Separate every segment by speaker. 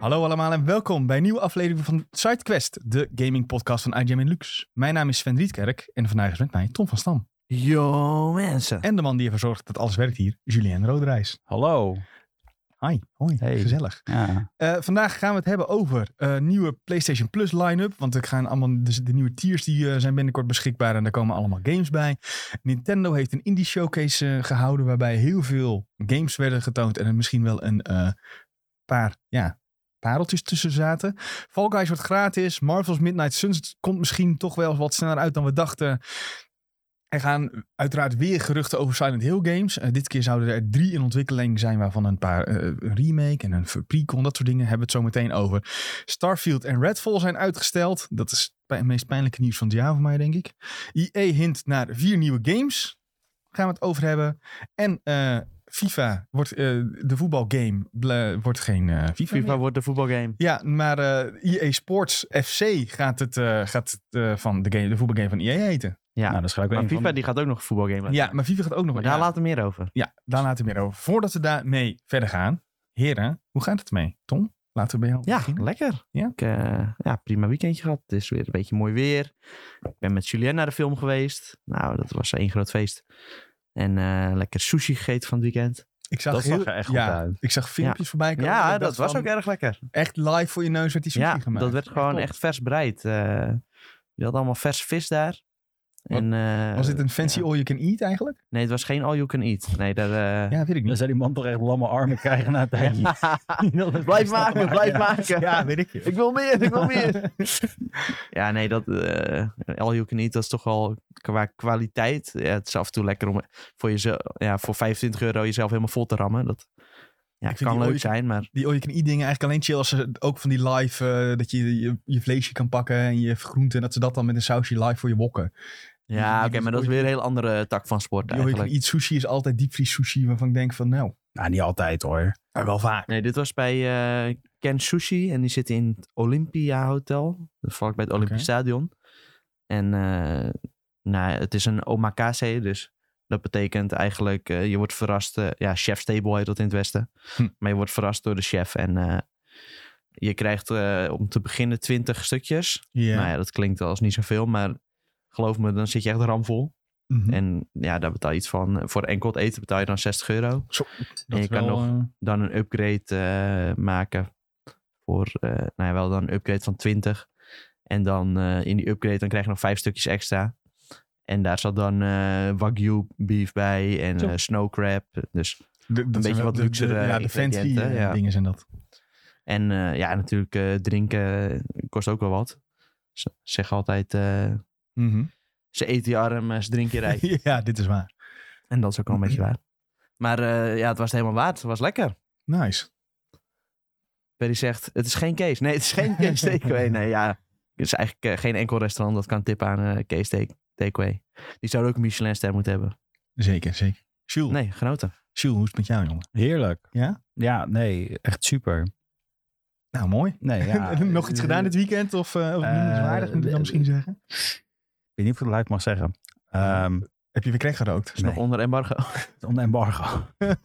Speaker 1: Hallo allemaal en welkom bij een nieuwe aflevering van SideQuest, de gaming podcast van IGM in Lux. Mijn naam is Sven Rietkerk en vandaag is met mij Tom van Stam.
Speaker 2: Yo mensen.
Speaker 1: En de man die ervoor zorgt dat alles werkt hier, Julien Roderijs.
Speaker 2: Hallo.
Speaker 1: Hi, hoi,
Speaker 2: Hey.
Speaker 1: gezellig.
Speaker 2: Ja.
Speaker 1: Eh, vandaag gaan we het hebben over eh, nieuwe PlayStation Plus line-up. Want er gaan allemaal de, de nieuwe tiers die eh, zijn binnenkort beschikbaar en daar komen allemaal games bij. Nintendo heeft een indie showcase eh, gehouden waarbij heel veel games werden getoond en er misschien wel een eh, paar ja, pareltjes tussen zaten. Fall Guys wordt gratis. Marvel's Midnight Suns komt misschien toch wel wat sneller uit dan we dachten. Er gaan uiteraard weer geruchten over Silent Hill games. Eh, dit keer zouden er drie in ontwikkeling zijn, waarvan een paar eh, een remake en een pre-con, dat soort dingen hebben we het zo meteen over. Starfield en Redfall zijn uitgesteld. Dat is het meest pijnlijke nieuws van het jaar voor mij, denk ik. EA hint naar vier nieuwe games. Gaan we het over hebben. En eh, FIFA wordt eh, de voetbalgame, bla- wordt geen eh, FIFA. meer.
Speaker 2: FIFA wordt de voetbalgame.
Speaker 1: Ja, maar eh EA Sports FC gaat het, eh, gaat het eh, van de, game, de voetbalgame van EA heten.
Speaker 2: Ja.
Speaker 3: Nou, dat is
Speaker 2: maar
Speaker 3: een
Speaker 2: FIFA
Speaker 3: van-
Speaker 2: die gaat ook nog een voetbalgame worden.
Speaker 1: Ja, maar FIFA gaat ook nog
Speaker 2: Maar
Speaker 1: wel-
Speaker 2: daar
Speaker 1: ja,
Speaker 2: later meer over.
Speaker 1: ja, daar laten we meer over. Voordat we daarmee verder gaan. Heren, hoe gaat het mee? Tom, laten we bij jou
Speaker 2: Ja,
Speaker 1: beginnen.
Speaker 2: lekker.
Speaker 1: Ja.
Speaker 2: Ik, eh, ja, prima weekendje gehad. Het is weer een beetje mooi weer. Ik ben met Julien naar de film geweest. Nou, dat was één groot feest. En eh, lekker sushi gegeten van het weekend.
Speaker 1: Ik zag
Speaker 3: Dat
Speaker 1: heel,
Speaker 3: zag er echt
Speaker 1: ja,
Speaker 3: goed uit.
Speaker 1: Ik zag filmpjes voorbij komen.
Speaker 2: ja,
Speaker 1: Ik
Speaker 2: dat,
Speaker 1: dacht
Speaker 2: was
Speaker 1: van,
Speaker 2: ook erg lekker.
Speaker 1: echt live voor je neus werd die sushi
Speaker 2: Ja,
Speaker 1: gemaakt.
Speaker 2: dat werd gewoon
Speaker 1: Klopt.
Speaker 2: echt vers bereid. Eh je had allemaal vers vis daar.
Speaker 1: Wat-
Speaker 2: En, eh,
Speaker 1: Was dit een fancy
Speaker 2: ja.
Speaker 1: all you can eat eigenlijk?
Speaker 2: Nee, het was geen all you can eat. Nee, daar... eh,
Speaker 1: Ja, weet ik
Speaker 3: Dan
Speaker 1: niet.
Speaker 3: zou die man toch echt lamme armen krijgen na het eindje.
Speaker 2: Blijf maken, blijf maken.
Speaker 1: Ja, weet ik.
Speaker 2: Ik wil meer, ik wil meer. ja, nee, dat eh all you can eat, dat is toch wel qua kwaliteit. Ja, het is af en toe lekker om voor, jezelf, ja, voor 25 euro jezelf helemaal vol te rammen. Dat ja,
Speaker 1: vind
Speaker 2: kan
Speaker 1: die
Speaker 2: leuk
Speaker 1: ooit-
Speaker 2: zijn, maar
Speaker 1: Die oh, all you can eat dingen eigenlijk alleen chill als ze ook van die live, eh, dat je, je je vleesje kan pakken en je groenten. En dat ze dat dan met een sausje live voor je wokken.
Speaker 2: ja, oké,
Speaker 1: die is
Speaker 2: maar dat is
Speaker 1: ooit-
Speaker 2: weer een heel andere tak van sport
Speaker 1: Die all you
Speaker 2: eigenlijk.
Speaker 1: can eat sushi is altijd diepvries sushi waarvan ik denk van nou.
Speaker 3: Nou, niet altijd hoor.
Speaker 1: wel vaak.
Speaker 2: Nee, dit was bij eh, Ken Sushi en die zit in het Olympia Hotel. Dat is vlakbij het Olympisch
Speaker 1: Oké.
Speaker 2: Stadion. En eh, nou, het is een omakase, dus dat betekent eigenlijk, eh, je wordt verrast. eh, ja, chef's table heet dat in het Westen.
Speaker 1: Hm.
Speaker 2: Maar je wordt verrast door de chef en eh, je krijgt eh, om te beginnen 20 stukjes.
Speaker 1: Ja.
Speaker 2: Nou ja, dat klinkt als niet zoveel, maar geloof me, dan zit je echt ramvol.
Speaker 1: Mhm.
Speaker 2: En ja, daar betaal je iets van. Voor enkel het eten betaal je dan 60 euro
Speaker 1: Dat
Speaker 2: je
Speaker 1: is
Speaker 2: kan
Speaker 1: wel,
Speaker 2: nog-
Speaker 1: eh,
Speaker 2: dan een upgrade eh, maken. Voor, eh, nou ja, wel dan een upgrade van 20. En dan eh, in die upgrade dan krijg je nog vijf stukjes extra. En daar zat dan eh, wagyu beef bij en
Speaker 1: Zo.
Speaker 2: eh, snow crab. Dus,
Speaker 1: de- dat
Speaker 2: beetje
Speaker 1: zijn wel
Speaker 2: wat
Speaker 1: de-
Speaker 2: luxere
Speaker 1: de- Ja, de fancy
Speaker 2: ingrediënten,
Speaker 1: eh,
Speaker 2: ja.
Speaker 1: dingen zijn dat.
Speaker 2: en eh, ja, natuurlijk eh, drinken kost ook wel wat. Ze zeggen altijd, eh,
Speaker 1: Mhm.
Speaker 2: ze eten je arm, eh, ze drinken je rijk.
Speaker 1: ja, dit is waar.
Speaker 2: en dat is ook wel een beetje waar. Maar eh, ja, het was het helemaal waard. Het was lekker.
Speaker 1: Nice.
Speaker 2: Perry zegt, het is geen Kees. Nee, het is geen Kees Takeaway. Nee, ja. Het is eigenlijk eh, geen enkel restaurant dat kan tippen aan eh Kees take, Takeaway. Die zouden ook een Michelinster moeten hebben.
Speaker 1: Zeker, zeker. Jules,
Speaker 2: Nee, genoten.
Speaker 1: Jules, hoe is het met jou, jongen?
Speaker 3: Heerlijk.
Speaker 1: Ja?
Speaker 3: Ja, nee, echt super.
Speaker 1: Nou, mooi.
Speaker 3: Nee, ja.
Speaker 1: nog iets gedaan dit weekend? Of, eh of
Speaker 3: eh,
Speaker 1: noemenswaardig, moet ik dan
Speaker 3: eh,
Speaker 1: misschien zeggen?
Speaker 3: Ik weet niet of ik het live mag zeggen. Ehm
Speaker 1: Heb je weer krek gerookt?
Speaker 2: Is nog
Speaker 3: Nee.
Speaker 2: onder embargo.
Speaker 3: het is onder embargo.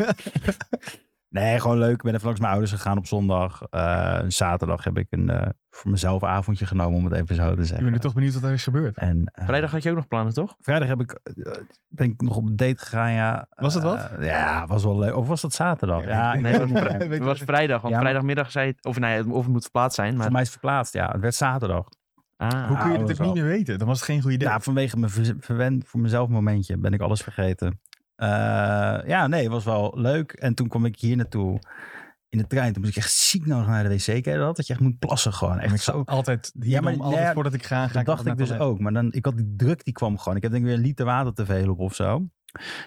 Speaker 3: nee, gewoon leuk. Ik ben even langs mijn ouders gegaan op zondag. Eh, zaterdag heb ik een eh, voor mezelf avondje genomen, om het even zo te
Speaker 1: Ik
Speaker 3: zeggen.
Speaker 1: ben er toch benieuwd wat er is gebeurd.
Speaker 3: En, eh,
Speaker 2: Vrijdag had je ook nog plannen, toch?
Speaker 3: Vrijdag heb ik, eh, ben ik nog op een date gegaan, ja.
Speaker 1: Was het wat?
Speaker 3: Eh, ja, was wel leuk. Of was dat zaterdag?
Speaker 1: Ja,
Speaker 3: Ja,
Speaker 1: weet
Speaker 3: ik
Speaker 2: Nee,
Speaker 3: weet
Speaker 2: dat
Speaker 3: het
Speaker 2: was
Speaker 3: niet.
Speaker 1: Weet je
Speaker 2: Het
Speaker 1: wat
Speaker 2: was
Speaker 1: ik-
Speaker 2: vrijdagmiddag. want
Speaker 3: Ja, maar-
Speaker 2: vrijdagmiddag zei het... Of nee, het- of het moet verplaatst zijn.
Speaker 3: Voor
Speaker 2: Maar,
Speaker 3: mij is het verplaatst, ja. Het werd zaterdag.
Speaker 2: ah,
Speaker 1: Hoe kun je
Speaker 3: Ah,
Speaker 1: dit ook
Speaker 3: wel.
Speaker 1: niet meer weten? Dan was het geen goed idee.
Speaker 3: Ja,
Speaker 2: Nou,
Speaker 3: vanwege mijn ver- verwend voor mezelf momentje ben ik alles vergeten. Eh, ja, nee, het was wel leuk. En toen kwam ik hier naartoe in de trein. Toen moest ik echt ziek nodig naar de wc. Ken je dat? Dat je echt moet plassen gewoon.
Speaker 1: Maar ik
Speaker 3: Echt
Speaker 1: ga
Speaker 3: zo.
Speaker 1: altijd, hier
Speaker 3: Ja, maar-
Speaker 1: altijd
Speaker 3: nee,
Speaker 1: voordat ik ga, ga
Speaker 3: Dat dacht
Speaker 1: altijd
Speaker 3: ik dus
Speaker 1: naar het
Speaker 3: ook. Maar dan, ik had die druk, die kwam gewoon. Ik heb denk ik weer een liter water te veel op of zo.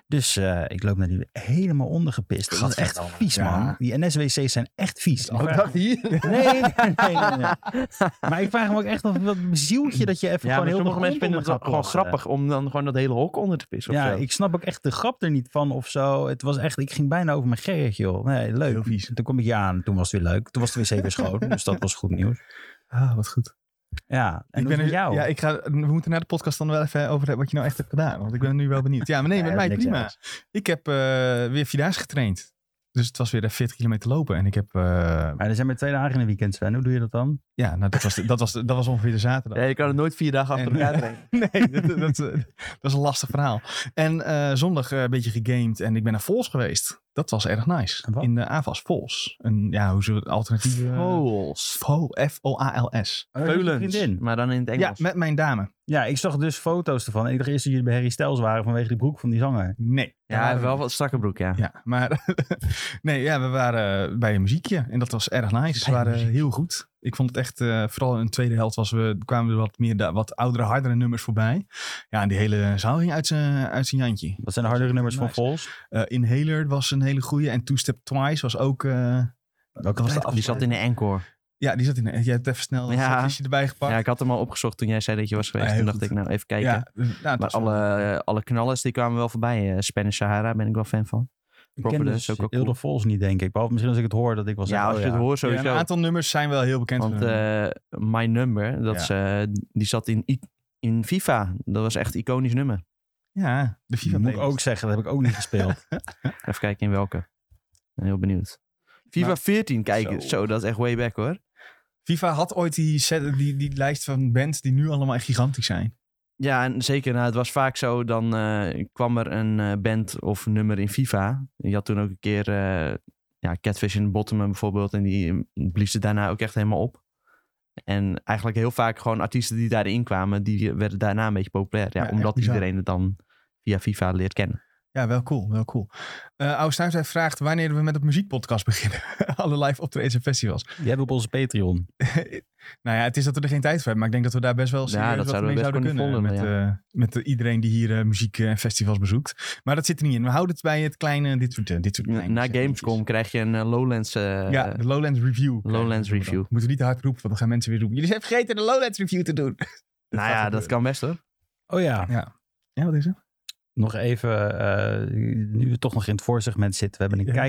Speaker 3: Dus eh, ik loop naar die helemaal ondergepist. Dat is echt
Speaker 1: Gadverdamme.
Speaker 3: vies,
Speaker 1: Ja.
Speaker 3: man. Die NSWC's zijn echt vies.
Speaker 1: toilet. Oh, dacht je?
Speaker 3: Nee, nee, nee, nee, nee. Maar ik vraag me ook echt af wat zieltje dat je even
Speaker 2: ja,
Speaker 3: gewoon
Speaker 2: maar
Speaker 3: heel
Speaker 2: sommige
Speaker 3: veel
Speaker 2: mensen vinden het
Speaker 3: grond
Speaker 2: wel gewoon
Speaker 3: onder gaat plassen.
Speaker 2: grappig om dan gewoon dat hele hok onder te pissen.
Speaker 3: Ja,
Speaker 2: Ja,
Speaker 3: ik snap ook echt de grap er niet van of zo. Het was echt, ik ging bijna over mijn gerrit, joh. Nee, leuk.
Speaker 1: Heel vies.
Speaker 3: Toen kwam ik hier aan, toen was het weer leuk. Toen was de wc weer schoon, dus dat was goed nieuws.
Speaker 1: Ah, wat goed.
Speaker 3: Ja, en
Speaker 1: ik
Speaker 3: ik
Speaker 1: ben
Speaker 3: ben
Speaker 1: er-
Speaker 3: met jou.
Speaker 1: Ja, ik ga, we moeten naar de podcast dan wel even over hebben wat je nou echt hebt gedaan. Want ik ben nu wel benieuwd. Ja, maar nee,
Speaker 3: Ja,
Speaker 1: met mij
Speaker 3: niks
Speaker 1: prima.
Speaker 3: ergs.
Speaker 1: Ik heb eh, weer vierdaags getraind. Dus het was weer eh, 40 kilometer lopen. En ik heb... eh,
Speaker 3: Maar er zijn maar twee dagen in een weekend, Sven. Hoe doe je dat dan?
Speaker 1: ja, nou, dat, was, dat, was, dat was ongeveer de zaterdag.
Speaker 2: Ja, je kan het nooit vier dagen achter
Speaker 1: En-
Speaker 2: elkaar trainen.
Speaker 1: Nee, dat, dat, dat is een lastig verhaal. En eh, zondag eh, een beetje gegamed en ik ben naar Vols geweest. Dat was erg nice.
Speaker 3: En wat?
Speaker 1: In de AVAS Vols. Een, ja, hoe zullen we het alternatief...
Speaker 2: Vogels.
Speaker 1: F-O-A-L-S.
Speaker 3: Oh, dat is
Speaker 2: Veulens.
Speaker 3: een vriendin.
Speaker 2: Maar dan in het
Speaker 1: Ja,
Speaker 2: Engels.
Speaker 1: met mijn dame.
Speaker 3: Ja, ik zag dus foto's ervan. En ik dacht eerst dat jullie bij Harry Styles waren vanwege die broek van die zanger.
Speaker 1: Nee.
Speaker 2: Ja, wel wat strakke broek, ja.
Speaker 1: Ja, maar nee, ja, we waren bij een muziekje en dat was erg nice. Ze
Speaker 2: Bij een
Speaker 1: waren
Speaker 2: muziekje.
Speaker 1: heel goed. Ik vond het echt, eh, vooral in de tweede helft was we, kwamen er wat meer da- wat oudere, hardere nummers voorbij. Ja, en die hele zaal ging uit zijn uit zijn jantje.
Speaker 3: Dat zijn de hardere nummers
Speaker 1: Nice.
Speaker 3: van Vols.
Speaker 1: Eh, Inhaler was een hele goeie en Two Step Twice was ook... eh,
Speaker 3: Welke
Speaker 1: was de
Speaker 3: tijd?
Speaker 2: Die zat in de encore.
Speaker 1: Ja, die zat in. Jij hebt even snel een
Speaker 2: Ja.
Speaker 1: statistje erbij gepakt.
Speaker 2: Ja, ik had hem al opgezocht toen jij zei dat je was geweest.
Speaker 1: Ah, heel
Speaker 2: toen dacht
Speaker 1: goed.
Speaker 2: ik, nou, even kijken.
Speaker 1: ja, dus- nou, het
Speaker 2: Maar
Speaker 1: was wel-
Speaker 2: alle, eh, alle knallers, die kwamen wel voorbij. eh Spanish Sahara ben ik wel fan van.
Speaker 3: Ik ken
Speaker 2: Proper
Speaker 3: dus
Speaker 2: dus ook wel
Speaker 3: heel de Vols niet, denk ik. Behalve misschien als ik het hoor dat ik oh was.
Speaker 2: Ja, als je het hoort
Speaker 1: ja,
Speaker 2: sowieso.
Speaker 1: een aantal nummers zijn wel heel bekend.
Speaker 2: Want
Speaker 1: van hun.
Speaker 2: eh, My Number, dat
Speaker 1: Ja.
Speaker 2: is, eh, die zat in, I- in FIFA. Dat was echt een iconisch nummer.
Speaker 1: ja, de FIFA
Speaker 3: moet ik
Speaker 1: playlist.
Speaker 3: ook zeggen, dat heb ik ook niet gespeeld.
Speaker 2: Even kijken in welke. Ik ben heel benieuwd. FIFA 14 kijken.
Speaker 1: Nou, Zo.
Speaker 2: Zo. dat is echt way back hoor.
Speaker 1: FIFA had ooit die, set, die, die lijst van bands die nu allemaal echt gigantisch zijn.
Speaker 2: Ja, en zeker. Nou, het was vaak zo, dan eh, kwam er een eh, band of nummer in FIFA. Je had toen ook een keer eh, ja, Catfish in Bottom bijvoorbeeld. En die mm, blies het daarna ook echt helemaal op. En eigenlijk heel vaak gewoon artiesten die daarin kwamen, die werden daarna een beetje populair. Ja,
Speaker 1: Ja, echt
Speaker 2: omdat
Speaker 1: bizar.
Speaker 2: iedereen het dan via FIFA leert kennen.
Speaker 1: Ja, wel cool, wel cool. Eh Oude Snuif, hij vraagt wanneer we met het muziekpodcast beginnen. Alle live optredens en festivals.
Speaker 3: Die hebben we op onze Patreon.
Speaker 1: nou ja, het is dat we er geen tijd voor hebben. Maar ik denk dat we daar best wel
Speaker 2: Ja,
Speaker 1: serieus
Speaker 2: dat
Speaker 1: wat
Speaker 2: zouden we
Speaker 1: mee
Speaker 2: best
Speaker 1: zouden kunnen.
Speaker 2: kunnen
Speaker 1: met,
Speaker 2: volgen,
Speaker 1: eh, met eh, iedereen die hier eh, muziek eh, en festivals bezoekt. Maar dat zit er niet in. We houden het bij het kleine, dit soort, eh, dit soort kleine
Speaker 2: Na
Speaker 1: segmentjes.
Speaker 2: Gamescom krijg je een eh, Lowlands. eh,
Speaker 1: Ja, de Lowlands Review.
Speaker 2: Lowlands
Speaker 1: Moeten we dan.
Speaker 2: Review.
Speaker 1: Moeten we niet te hard roepen, want dan gaan mensen weer roepen. Jullie zijn vergeten de Lowlands Review te doen.
Speaker 2: nou ja, dat kan best hoor.
Speaker 3: Oh ja,
Speaker 1: Ja, wat is het?
Speaker 3: nog even, eh, nu we toch nog in het voorsegment zitten. We hebben een
Speaker 1: Ja.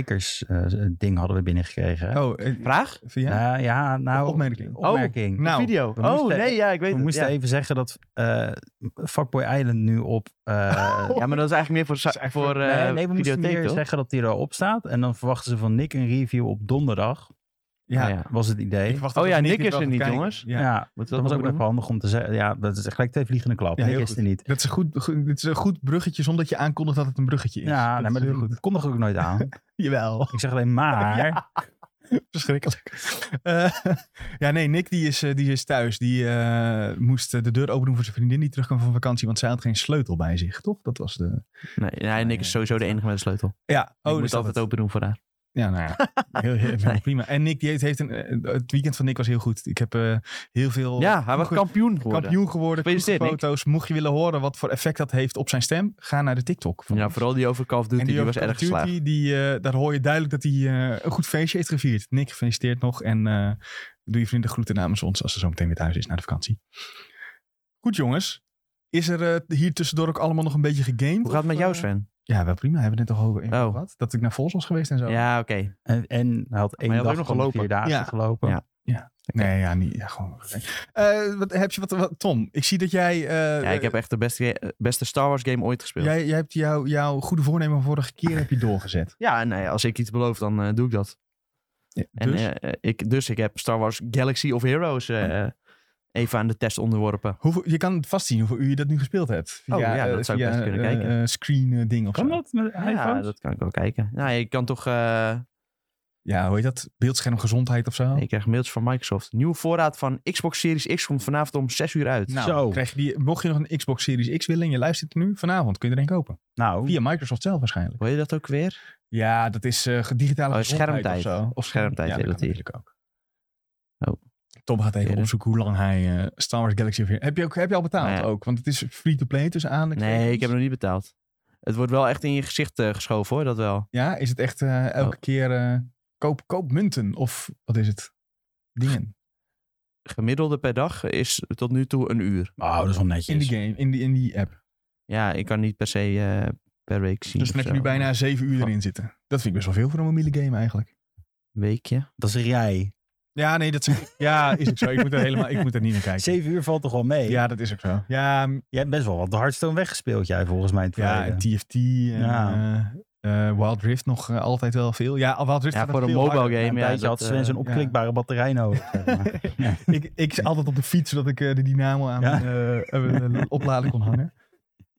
Speaker 3: kijkersding ding hadden we binnengekregen. hè?
Speaker 1: Oh, eh,
Speaker 2: Vraag?
Speaker 1: via?
Speaker 3: Nou ja, nou...
Speaker 1: opmerking.
Speaker 3: opmerking.
Speaker 1: Nou,
Speaker 2: Video.
Speaker 3: we
Speaker 2: Oh
Speaker 3: moesten-
Speaker 2: nee, ja, ik weet
Speaker 3: We
Speaker 2: het.
Speaker 3: moesten
Speaker 2: ja.
Speaker 3: even zeggen dat eh Fuckboy Island nu op... eh,
Speaker 2: Ja, maar dat is eigenlijk meer voor,
Speaker 1: Dat is
Speaker 2: sa-
Speaker 1: echt
Speaker 2: voor eh
Speaker 3: nee, nee, we moesten
Speaker 2: videotheek,
Speaker 3: meer
Speaker 2: toch?
Speaker 3: zeggen dat die erop staat. En dan verwachten ze van Nick een review op donderdag,
Speaker 1: ja.
Speaker 2: Ah, ja.
Speaker 3: was het idee.
Speaker 1: Ik verwacht dat
Speaker 2: Oh ja,
Speaker 1: we
Speaker 2: Nick
Speaker 1: dit
Speaker 2: is
Speaker 1: wel
Speaker 2: er
Speaker 1: gaan
Speaker 2: niet,
Speaker 1: kijken.
Speaker 2: jongens.
Speaker 1: Ja.
Speaker 3: ja, dat, was ook
Speaker 2: nog
Speaker 3: nog handig om te zeggen. Ja, dat is gelijk twee vliegende klap.
Speaker 1: Ja,
Speaker 3: Nick
Speaker 1: heel
Speaker 3: is
Speaker 1: goed.
Speaker 3: er niet.
Speaker 1: Dat is een goed, goed- dit is een goed bruggetje zonder dat je aankondigt dat het een bruggetje is.
Speaker 3: Ja,
Speaker 1: dat
Speaker 3: nee, maar
Speaker 1: is
Speaker 3: dat,
Speaker 1: heel goed.
Speaker 3: dat kondig ik ook nooit aan.
Speaker 1: Jawel.
Speaker 3: ik zeg alleen maar.
Speaker 1: Verschrikkelijk. Eh, ja, nee, Nick die is, eh, die is thuis. Die eh, moest eh, de deur open doen voor zijn vriendin die terugkwam van vakantie, want zij had geen sleutel bij zich, toch? Dat was de...
Speaker 2: Nee, ja, Nick is sowieso de enige met de sleutel. Ik
Speaker 1: Ja,
Speaker 2: oh,
Speaker 1: oh,
Speaker 2: moet
Speaker 1: dus
Speaker 2: altijd
Speaker 1: dat
Speaker 2: open doen voor haar.
Speaker 1: Ja, nou ja. Heel, heel,
Speaker 2: Nee.
Speaker 1: Prima. En Nick die heeft, heeft een, eh, het weekend van Nick was heel goed. Ik heb eh, heel veel
Speaker 2: Ja, hij was
Speaker 1: goed.
Speaker 2: kampioen geworden.
Speaker 1: kampioen geworden.
Speaker 2: Gefeliciteerd,
Speaker 1: coole foto's. Mocht je willen horen wat voor effect dat heeft op zijn stem, ga naar de TikTok. van
Speaker 2: Ja,
Speaker 1: ons.
Speaker 2: vooral die over Call of Duty,
Speaker 1: en
Speaker 2: die,
Speaker 1: die,
Speaker 2: was erg geslaagd.
Speaker 1: Duty, die, eh, daar hoor je duidelijk dat hij eh, een goed feestje heeft gevierd. Nick, gefeliciteerd nog. En eh, doe je vrienden groeten namens ons als ze zo meteen weer thuis is na de vakantie. Goed jongens. Is er eh, hier tussendoor ook allemaal nog een beetje gegamed?
Speaker 2: Hoe gaat het met
Speaker 1: Of,
Speaker 2: jou,
Speaker 1: eh,
Speaker 2: Sven?
Speaker 1: Ja, wel prima. Hebben we net al over
Speaker 2: Oh.
Speaker 1: gehad. Dat ik naar Vols was geweest en zo.
Speaker 2: Ja, oké.
Speaker 3: En, en hij had één
Speaker 2: hij had
Speaker 3: dag
Speaker 2: ook nog
Speaker 3: van de
Speaker 2: gelopen.
Speaker 3: vier dagen
Speaker 1: Ja.
Speaker 3: gelopen.
Speaker 2: Ja.
Speaker 1: Nee, ja, niet. Ja, gewoon. Eh, wat, heb je wat, wat- Tom, ik zie dat jij. eh,
Speaker 2: Ja, ik heb echt de beste, beste Star Wars game ooit gespeeld.
Speaker 1: jij, jij hebt jouw jouw goede voornemen van vorige keer heb je doorgezet.
Speaker 2: Ja, nee, als ik iets beloof, dan eh, doe ik dat. En,
Speaker 1: dus,
Speaker 2: eh, eh, ik, dus ik heb Star Wars Galaxy of Heroes eh, even aan de test onderworpen.
Speaker 1: hoeveel, je kan vastzien hoeveel uur je dat nu gespeeld hebt.
Speaker 2: Oh, ja, dat
Speaker 1: eh,
Speaker 2: zou ik
Speaker 1: via,
Speaker 2: best kunnen
Speaker 1: eh,
Speaker 2: kijken.
Speaker 1: eh, screen eh, ding of
Speaker 3: Kan
Speaker 1: zo.
Speaker 3: dat met
Speaker 2: Ja,
Speaker 3: iPhones?
Speaker 2: dat kan ik wel kijken. Nou, je kan toch... eh,
Speaker 1: Ja, hoe heet dat? Beeldschermgezondheid of zo?
Speaker 2: ik krijg mailtjes van Microsoft. Nieuwe voorraad van Xbox Series X komt vanavond om 6 uur uit.
Speaker 1: Nou,
Speaker 3: Zo.
Speaker 1: Krijg je die, mocht je nog een Xbox Series X willen en je luistert nu, vanavond kun je er een kopen.
Speaker 3: Nou,
Speaker 1: Via Microsoft zelf waarschijnlijk.
Speaker 2: Hoor je dat ook weer?
Speaker 1: Ja, dat is eh, digitale
Speaker 2: Oh,
Speaker 1: gezondheid
Speaker 2: schermtijd.
Speaker 1: of zo.
Speaker 2: Of schermtijd,
Speaker 1: ja,
Speaker 2: heet
Speaker 1: dat
Speaker 2: dat
Speaker 1: kan
Speaker 2: hier.
Speaker 1: natuurlijk ook.
Speaker 2: Oh.
Speaker 1: Tom gaat even
Speaker 2: Eerder.
Speaker 1: opzoeken hoe lang hij eh, Star Wars Galaxy of Heroes- Heb je, ook, heb je al betaald
Speaker 2: Nou ja.
Speaker 1: ook? Want het is free-to-play tussen aan.
Speaker 2: Nee, ik heb nog niet betaald. Het wordt wel echt in je gezicht eh, geschoven hoor, dat wel.
Speaker 1: Ja, is het echt eh, elke
Speaker 2: Oh.
Speaker 1: keer eh, koop, koop munten of wat is het? Dingen.
Speaker 2: Gemiddelde per dag is tot nu toe een uur.
Speaker 3: oh, dat is wel
Speaker 1: In die
Speaker 3: netjes.
Speaker 1: game, in die, in die app.
Speaker 2: Ja, ik kan niet per se eh, per week zien.
Speaker 1: Dus dan
Speaker 2: of
Speaker 1: heb je nu
Speaker 2: zo.
Speaker 1: bijna zeven uur erin zitten. Dat vind ik best wel veel voor een mobiele game eigenlijk.
Speaker 2: Weekje.
Speaker 3: Dat is jij.
Speaker 1: Ja, nee, dat is, ja, is ook zo. Ik moet er helemaal ik moet er niet naar kijken.
Speaker 3: Zeven uur valt toch wel mee?
Speaker 1: Ja, dat is ook zo. Ja, m-
Speaker 3: Jij hebt best wel wat de Hearthstone weggespeeld, jij volgens mij. in Het
Speaker 1: ja
Speaker 3: verleden.
Speaker 1: en TFT. En,
Speaker 3: Ja.
Speaker 1: eh, Eh, Wild Rift nog eh, altijd wel veel. Ja, Wild Rift
Speaker 2: Ja,
Speaker 1: gaat
Speaker 2: voor
Speaker 1: nog
Speaker 2: een
Speaker 1: veel
Speaker 2: mobile
Speaker 1: harder.
Speaker 2: game.
Speaker 3: Een
Speaker 2: ja,
Speaker 3: tijdje
Speaker 2: dat,
Speaker 3: had Sven
Speaker 2: eh,
Speaker 3: zo'n opklikbare batterij nodig. zeg maar.
Speaker 1: Ik, ik zit altijd op de fiets, zodat ik eh, de dynamo aan
Speaker 3: Ja.
Speaker 1: mijn eh, eh, mijn oplader kon hangen.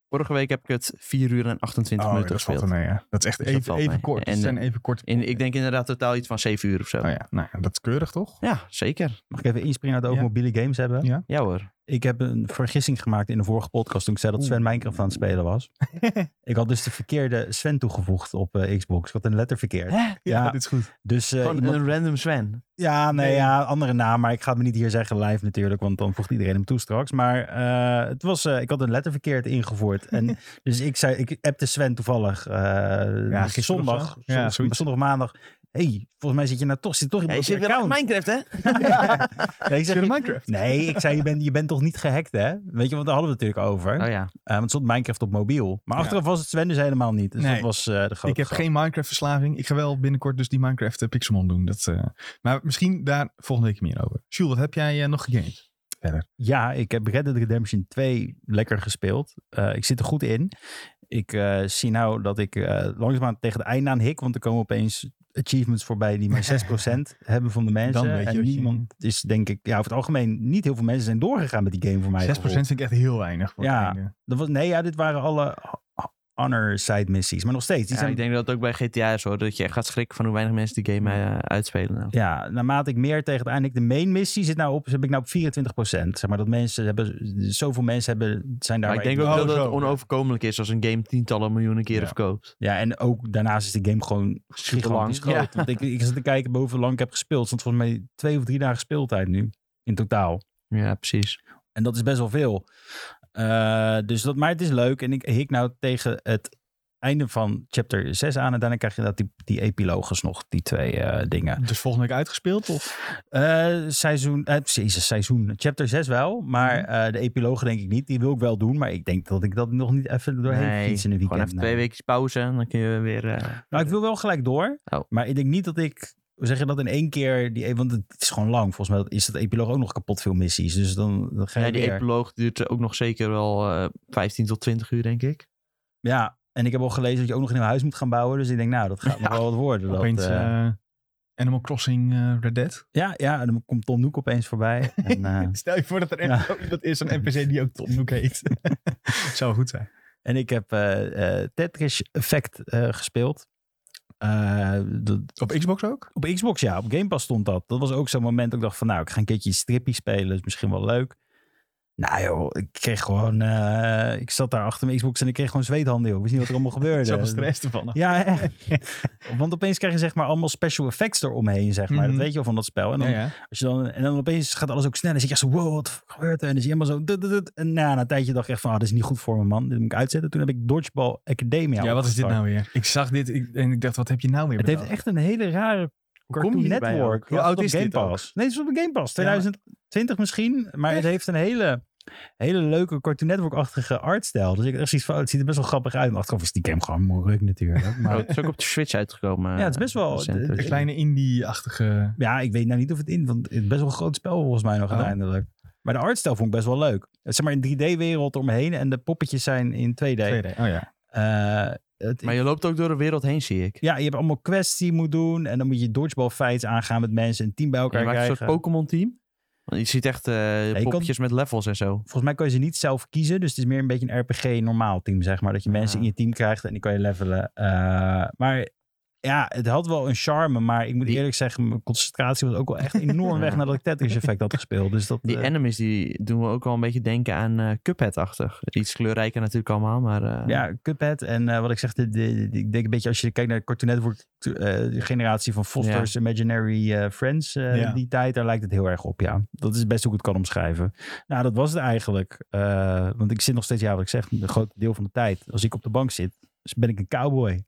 Speaker 2: Vorige week heb ik het 4 uur en 28 minuten
Speaker 1: dat valt
Speaker 2: gespeeld.
Speaker 1: er mee, ja. Dat is echt
Speaker 2: Dus dat
Speaker 1: even,
Speaker 2: valt
Speaker 1: even
Speaker 2: mee.
Speaker 1: kort. Het
Speaker 2: En,
Speaker 1: zijn even korte
Speaker 2: In, ik denk inderdaad totaal iets van 7 uur of zo.
Speaker 1: Oh ja, nou, ja, dat is keurig toch?
Speaker 2: Ja, zeker.
Speaker 3: Mag ik even inspringen dat we over
Speaker 1: Ja.
Speaker 3: mobiele games hebben?
Speaker 1: Ja.
Speaker 2: Ja hoor.
Speaker 3: Ik heb een vergissing gemaakt in de vorige podcast toen ik zei dat Sven Minecraft aan het spelen was. ik had dus de verkeerde Sven toegevoegd op eh, Xbox. Ik had een letter verkeerd.
Speaker 2: Hè?
Speaker 3: Ja.
Speaker 1: dit is goed.
Speaker 3: Dus eh,
Speaker 2: Gewoon
Speaker 3: iemand-
Speaker 2: een random Sven.
Speaker 3: Ja, nee,
Speaker 1: Nee.
Speaker 3: ja, andere naam. Maar ik ga het me niet hier zeggen live natuurlijk, want dan voegt iedereen hem toe straks. Maar eh, het was, eh, ik had een letter verkeerd ingevoerd. En dus ik zei, ik appte Sven toevallig eh,
Speaker 1: gisteren
Speaker 3: zondag,
Speaker 1: of zo.
Speaker 3: zondag,
Speaker 1: Ja, zoiets.
Speaker 3: zondag maandag. hey, volgens mij zit je nou toch, zit toch
Speaker 2: Ja,
Speaker 3: iemand
Speaker 2: je
Speaker 3: op je
Speaker 2: zit weer aan
Speaker 3: account.
Speaker 2: Minecraft, hè?
Speaker 3: Nee, ik zeg,
Speaker 1: Zit in Minecraft?
Speaker 3: nee, ik zei, je bent, je bent toch niet gehackt, hè? Weet je, want daar hadden we het natuurlijk over.
Speaker 2: Oh ja.
Speaker 3: Eh, want het stond Minecraft op mobiel. Maar
Speaker 1: Ja.
Speaker 3: achteraf was het Sven dus helemaal niet. Dus
Speaker 1: Nee.
Speaker 3: dat was eh, de grote
Speaker 1: Ik heb
Speaker 3: grap.
Speaker 1: geen Minecraft-verslaving. Ik ga wel binnenkort dus die Minecraft eh, Pixelmon doen. Dat, eh, maar misschien daar volgende week meer over. Jules, wat heb jij eh, nog gegamed?
Speaker 3: Ja, ik heb Red Dead Redemption 2 lekker gespeeld. Eh, ik zit er goed in. Ik eh, zie nou dat ik eh, langzaamaan tegen het einde aan hik. Want er komen opeens achievements voorbij die maar 6% hebben van de mensen.
Speaker 1: Dan weet je
Speaker 3: en
Speaker 1: wat je-
Speaker 3: niemand is denk ik... Ja, over het algemeen niet heel veel mensen zijn doorgegaan met die game voor
Speaker 1: 6%
Speaker 3: mij.
Speaker 1: vind ik echt heel weinig. voor
Speaker 3: Ja.
Speaker 1: het einde.
Speaker 3: Dat was, nee, ja, dit waren alle ho- honor side missies. Maar nog steeds. Die
Speaker 2: Ja,
Speaker 3: zijn,
Speaker 2: ik denk dat het ook bij GTA is hoor. Dat je echt gaat schrikken van hoe weinig mensen die game eh, uitspelen. Nou.
Speaker 3: Ja, naarmate ik meer tegen het einde... De main missie zit nou op, heb ik nou op 24%. Zeg maar dat mensen hebben... Zoveel mensen hebben, zijn daar...
Speaker 2: Maar ik denk ook
Speaker 1: Oh,
Speaker 2: dat het
Speaker 1: zo.
Speaker 2: onoverkomelijk is als een game tientallen miljoenen keren
Speaker 1: Ja.
Speaker 2: verkoopt.
Speaker 3: Ja, en ook daarnaast is de game gewoon gigantisch
Speaker 2: lang.
Speaker 3: groot. Want ik, ik zat te kijken bij hoeveel lang ik heb gespeeld. Het stond volgens mij twee of drie dagen speeltijd nu. In totaal.
Speaker 2: Ja, precies.
Speaker 3: En dat is best wel veel. Eh, dus dat, maar het is leuk. En ik hik nou tegen het einde van chapter 6 aan. En daarna krijg je dat die, die epiloges nog. Die twee eh, dingen.
Speaker 1: Dus volgende week uitgespeeld? Of?
Speaker 3: Eh, seizoen, eh, jezus, seizoen. Chapter 6 wel. Maar
Speaker 2: Mhm.
Speaker 3: eh, de epilogen denk ik niet. Die wil ik wel doen. Maar ik denk dat ik dat nog niet even doorheen
Speaker 2: Nee,
Speaker 3: fiets in een weekend.
Speaker 2: Gewoon
Speaker 3: nou.
Speaker 2: even
Speaker 3: Nee.
Speaker 2: twee weken pauze en dan kun je weer... eh,
Speaker 3: Nou, ik wil wel gelijk door.
Speaker 2: Oh.
Speaker 3: Maar ik denk niet dat ik, hoe zeg je dat, in één keer... Die, e-, want het is gewoon lang. Volgens mij is dat epiloog ook nog kapot veel missies. Dus dan, dan ga je
Speaker 2: ja, die
Speaker 3: weer.
Speaker 2: epiloog duurt ook nog zeker wel eh 15 tot 20 uur, denk ik.
Speaker 3: Ja, en ik heb al gelezen dat je ook nog een nieuw huis moet gaan bouwen. Dus ik denk, nou, dat gaat nog
Speaker 2: Ja.
Speaker 3: wel wat worden. Dat,
Speaker 1: Opeens
Speaker 3: eh,
Speaker 1: eh, Animal Crossing eh, Red Dead.
Speaker 3: ja, ja, en dan komt Tom Noek opeens voorbij. En, eh,
Speaker 1: Stel je voor dat er
Speaker 3: Ja.
Speaker 1: echt zo iemand is, een NPC die ook Tom Nook heet. Zou goed zijn.
Speaker 3: en ik heb eh, eh, Tetris Effect eh, gespeeld. Eh, dat,
Speaker 1: Op Xbox ook?
Speaker 3: op Xbox, ja, op Game Pass stond dat. Dat was ook zo'n moment dat ik dacht van, nou, ik ga een keertje strippie spelen, is misschien wel leuk. Nou joh, ik kreeg gewoon, eh, ik zat daar achter mijn Xbox en ik kreeg gewoon zweethanden, joh. Ik wist niet wat er allemaal gebeurde.
Speaker 1: Zoveel stress ervan.
Speaker 3: Ja, echt. want opeens krijg je zeg maar allemaal special effects eromheen, zeg maar.
Speaker 1: Mhm.
Speaker 3: Dat weet je wel van dat spel. En dan,
Speaker 1: ja.
Speaker 3: Als je dan, en dan opeens gaat alles ook snel. En dan zit je echt zo, wow, wat gebeurt er? En dan zie je helemaal zo, dut, dut, dut. En na, na een tijdje dacht ik echt van, ah, dit is niet goed voor me, man. Dit moet ik uitzetten. Toen heb ik Dodgeball Academia
Speaker 1: Ja, wat is dit
Speaker 3: opgestart.
Speaker 1: nou weer? Ik zag dit ik- en ik dacht, wat heb je nou weer
Speaker 3: Het heeft
Speaker 1: bedacht?
Speaker 3: echt een hele rare
Speaker 2: kom
Speaker 3: Cartoon
Speaker 2: je hierbij ook?
Speaker 3: Network.
Speaker 1: Hoe
Speaker 3: Ja,
Speaker 1: oud
Speaker 3: het op
Speaker 1: is
Speaker 3: Game
Speaker 1: dit ook?
Speaker 3: Pass. Nee, het is op de Game Pass.
Speaker 1: Ja, maar-
Speaker 3: 2020 misschien. Maar het
Speaker 1: Echt?
Speaker 3: heeft een hele, hele leuke Cartoon Network-achtige artstijl. Dus ik had echt zoiets van, oh, het ziet er best wel grappig uit. Maar achteraf is die game gewoon moeilijk natuurlijk.
Speaker 2: Oh,
Speaker 3: Maar,
Speaker 2: het is ook op de Switch uitgekomen.
Speaker 3: Ja, het is best wel-
Speaker 2: recent,
Speaker 3: de-
Speaker 2: dus-
Speaker 1: Een kleine indie-achtige...
Speaker 3: ja, ik weet nou niet of het in... Want het is best wel een groot spel volgens mij nog
Speaker 1: Oh.
Speaker 3: uiteindelijk. Maar de artstijl vond ik best wel leuk. Het is zeg maar een 3D-wereld omheen. En de poppetjes zijn in 2D.
Speaker 1: 2D. Oh ja.
Speaker 3: Eh, het,
Speaker 2: Maar je loopt ook door de wereld heen, zie ik.
Speaker 3: ja, je hebt allemaal quests die je moet doen. En dan moet je dodgeball fights aangaan met mensen. Een team bij
Speaker 2: Je
Speaker 3: elkaar
Speaker 2: maakt een
Speaker 3: krijgen.
Speaker 2: soort Pokémon-team. Want je ziet echt eh
Speaker 3: je kan-
Speaker 2: popjes met levels en zo.
Speaker 3: Volgens mij kan je ze niet zelf kiezen. Dus het is meer een beetje een RPG normaal team, zeg maar. Dat je mensen
Speaker 2: Ja.
Speaker 3: in je team krijgt en die kan je levelen. Eh, maar ja, het had wel een charme. Maar ik moet
Speaker 2: Die-
Speaker 3: eerlijk zeggen, mijn concentratie was ook wel echt enorm weg
Speaker 2: Ja.
Speaker 3: nadat ik Tetris Effect had gespeeld. Dus dat,
Speaker 2: Die
Speaker 3: eh,
Speaker 2: enemies die doen we ook wel een beetje denken aan eh, Cuphead-achtig. Iets kleurrijker natuurlijk allemaal, maar... eh,
Speaker 3: ja, Cuphead en eh, wat ik zeg, de, de- de- ik denk een beetje als je kijkt naar de Cartoon Network, eh, de generatie van Foster's Imaginary eh, Friends, eh,
Speaker 1: Ja.
Speaker 3: die tijd, daar lijkt het heel erg op, ja. Dat is best hoe ik het kan omschrijven. Nou, dat was het eigenlijk. Eh, want ik zit nog steeds, ja, wat ik zeg, een groot deel van de tijd, als ik op de bank zit, dus ben ik een cowboy.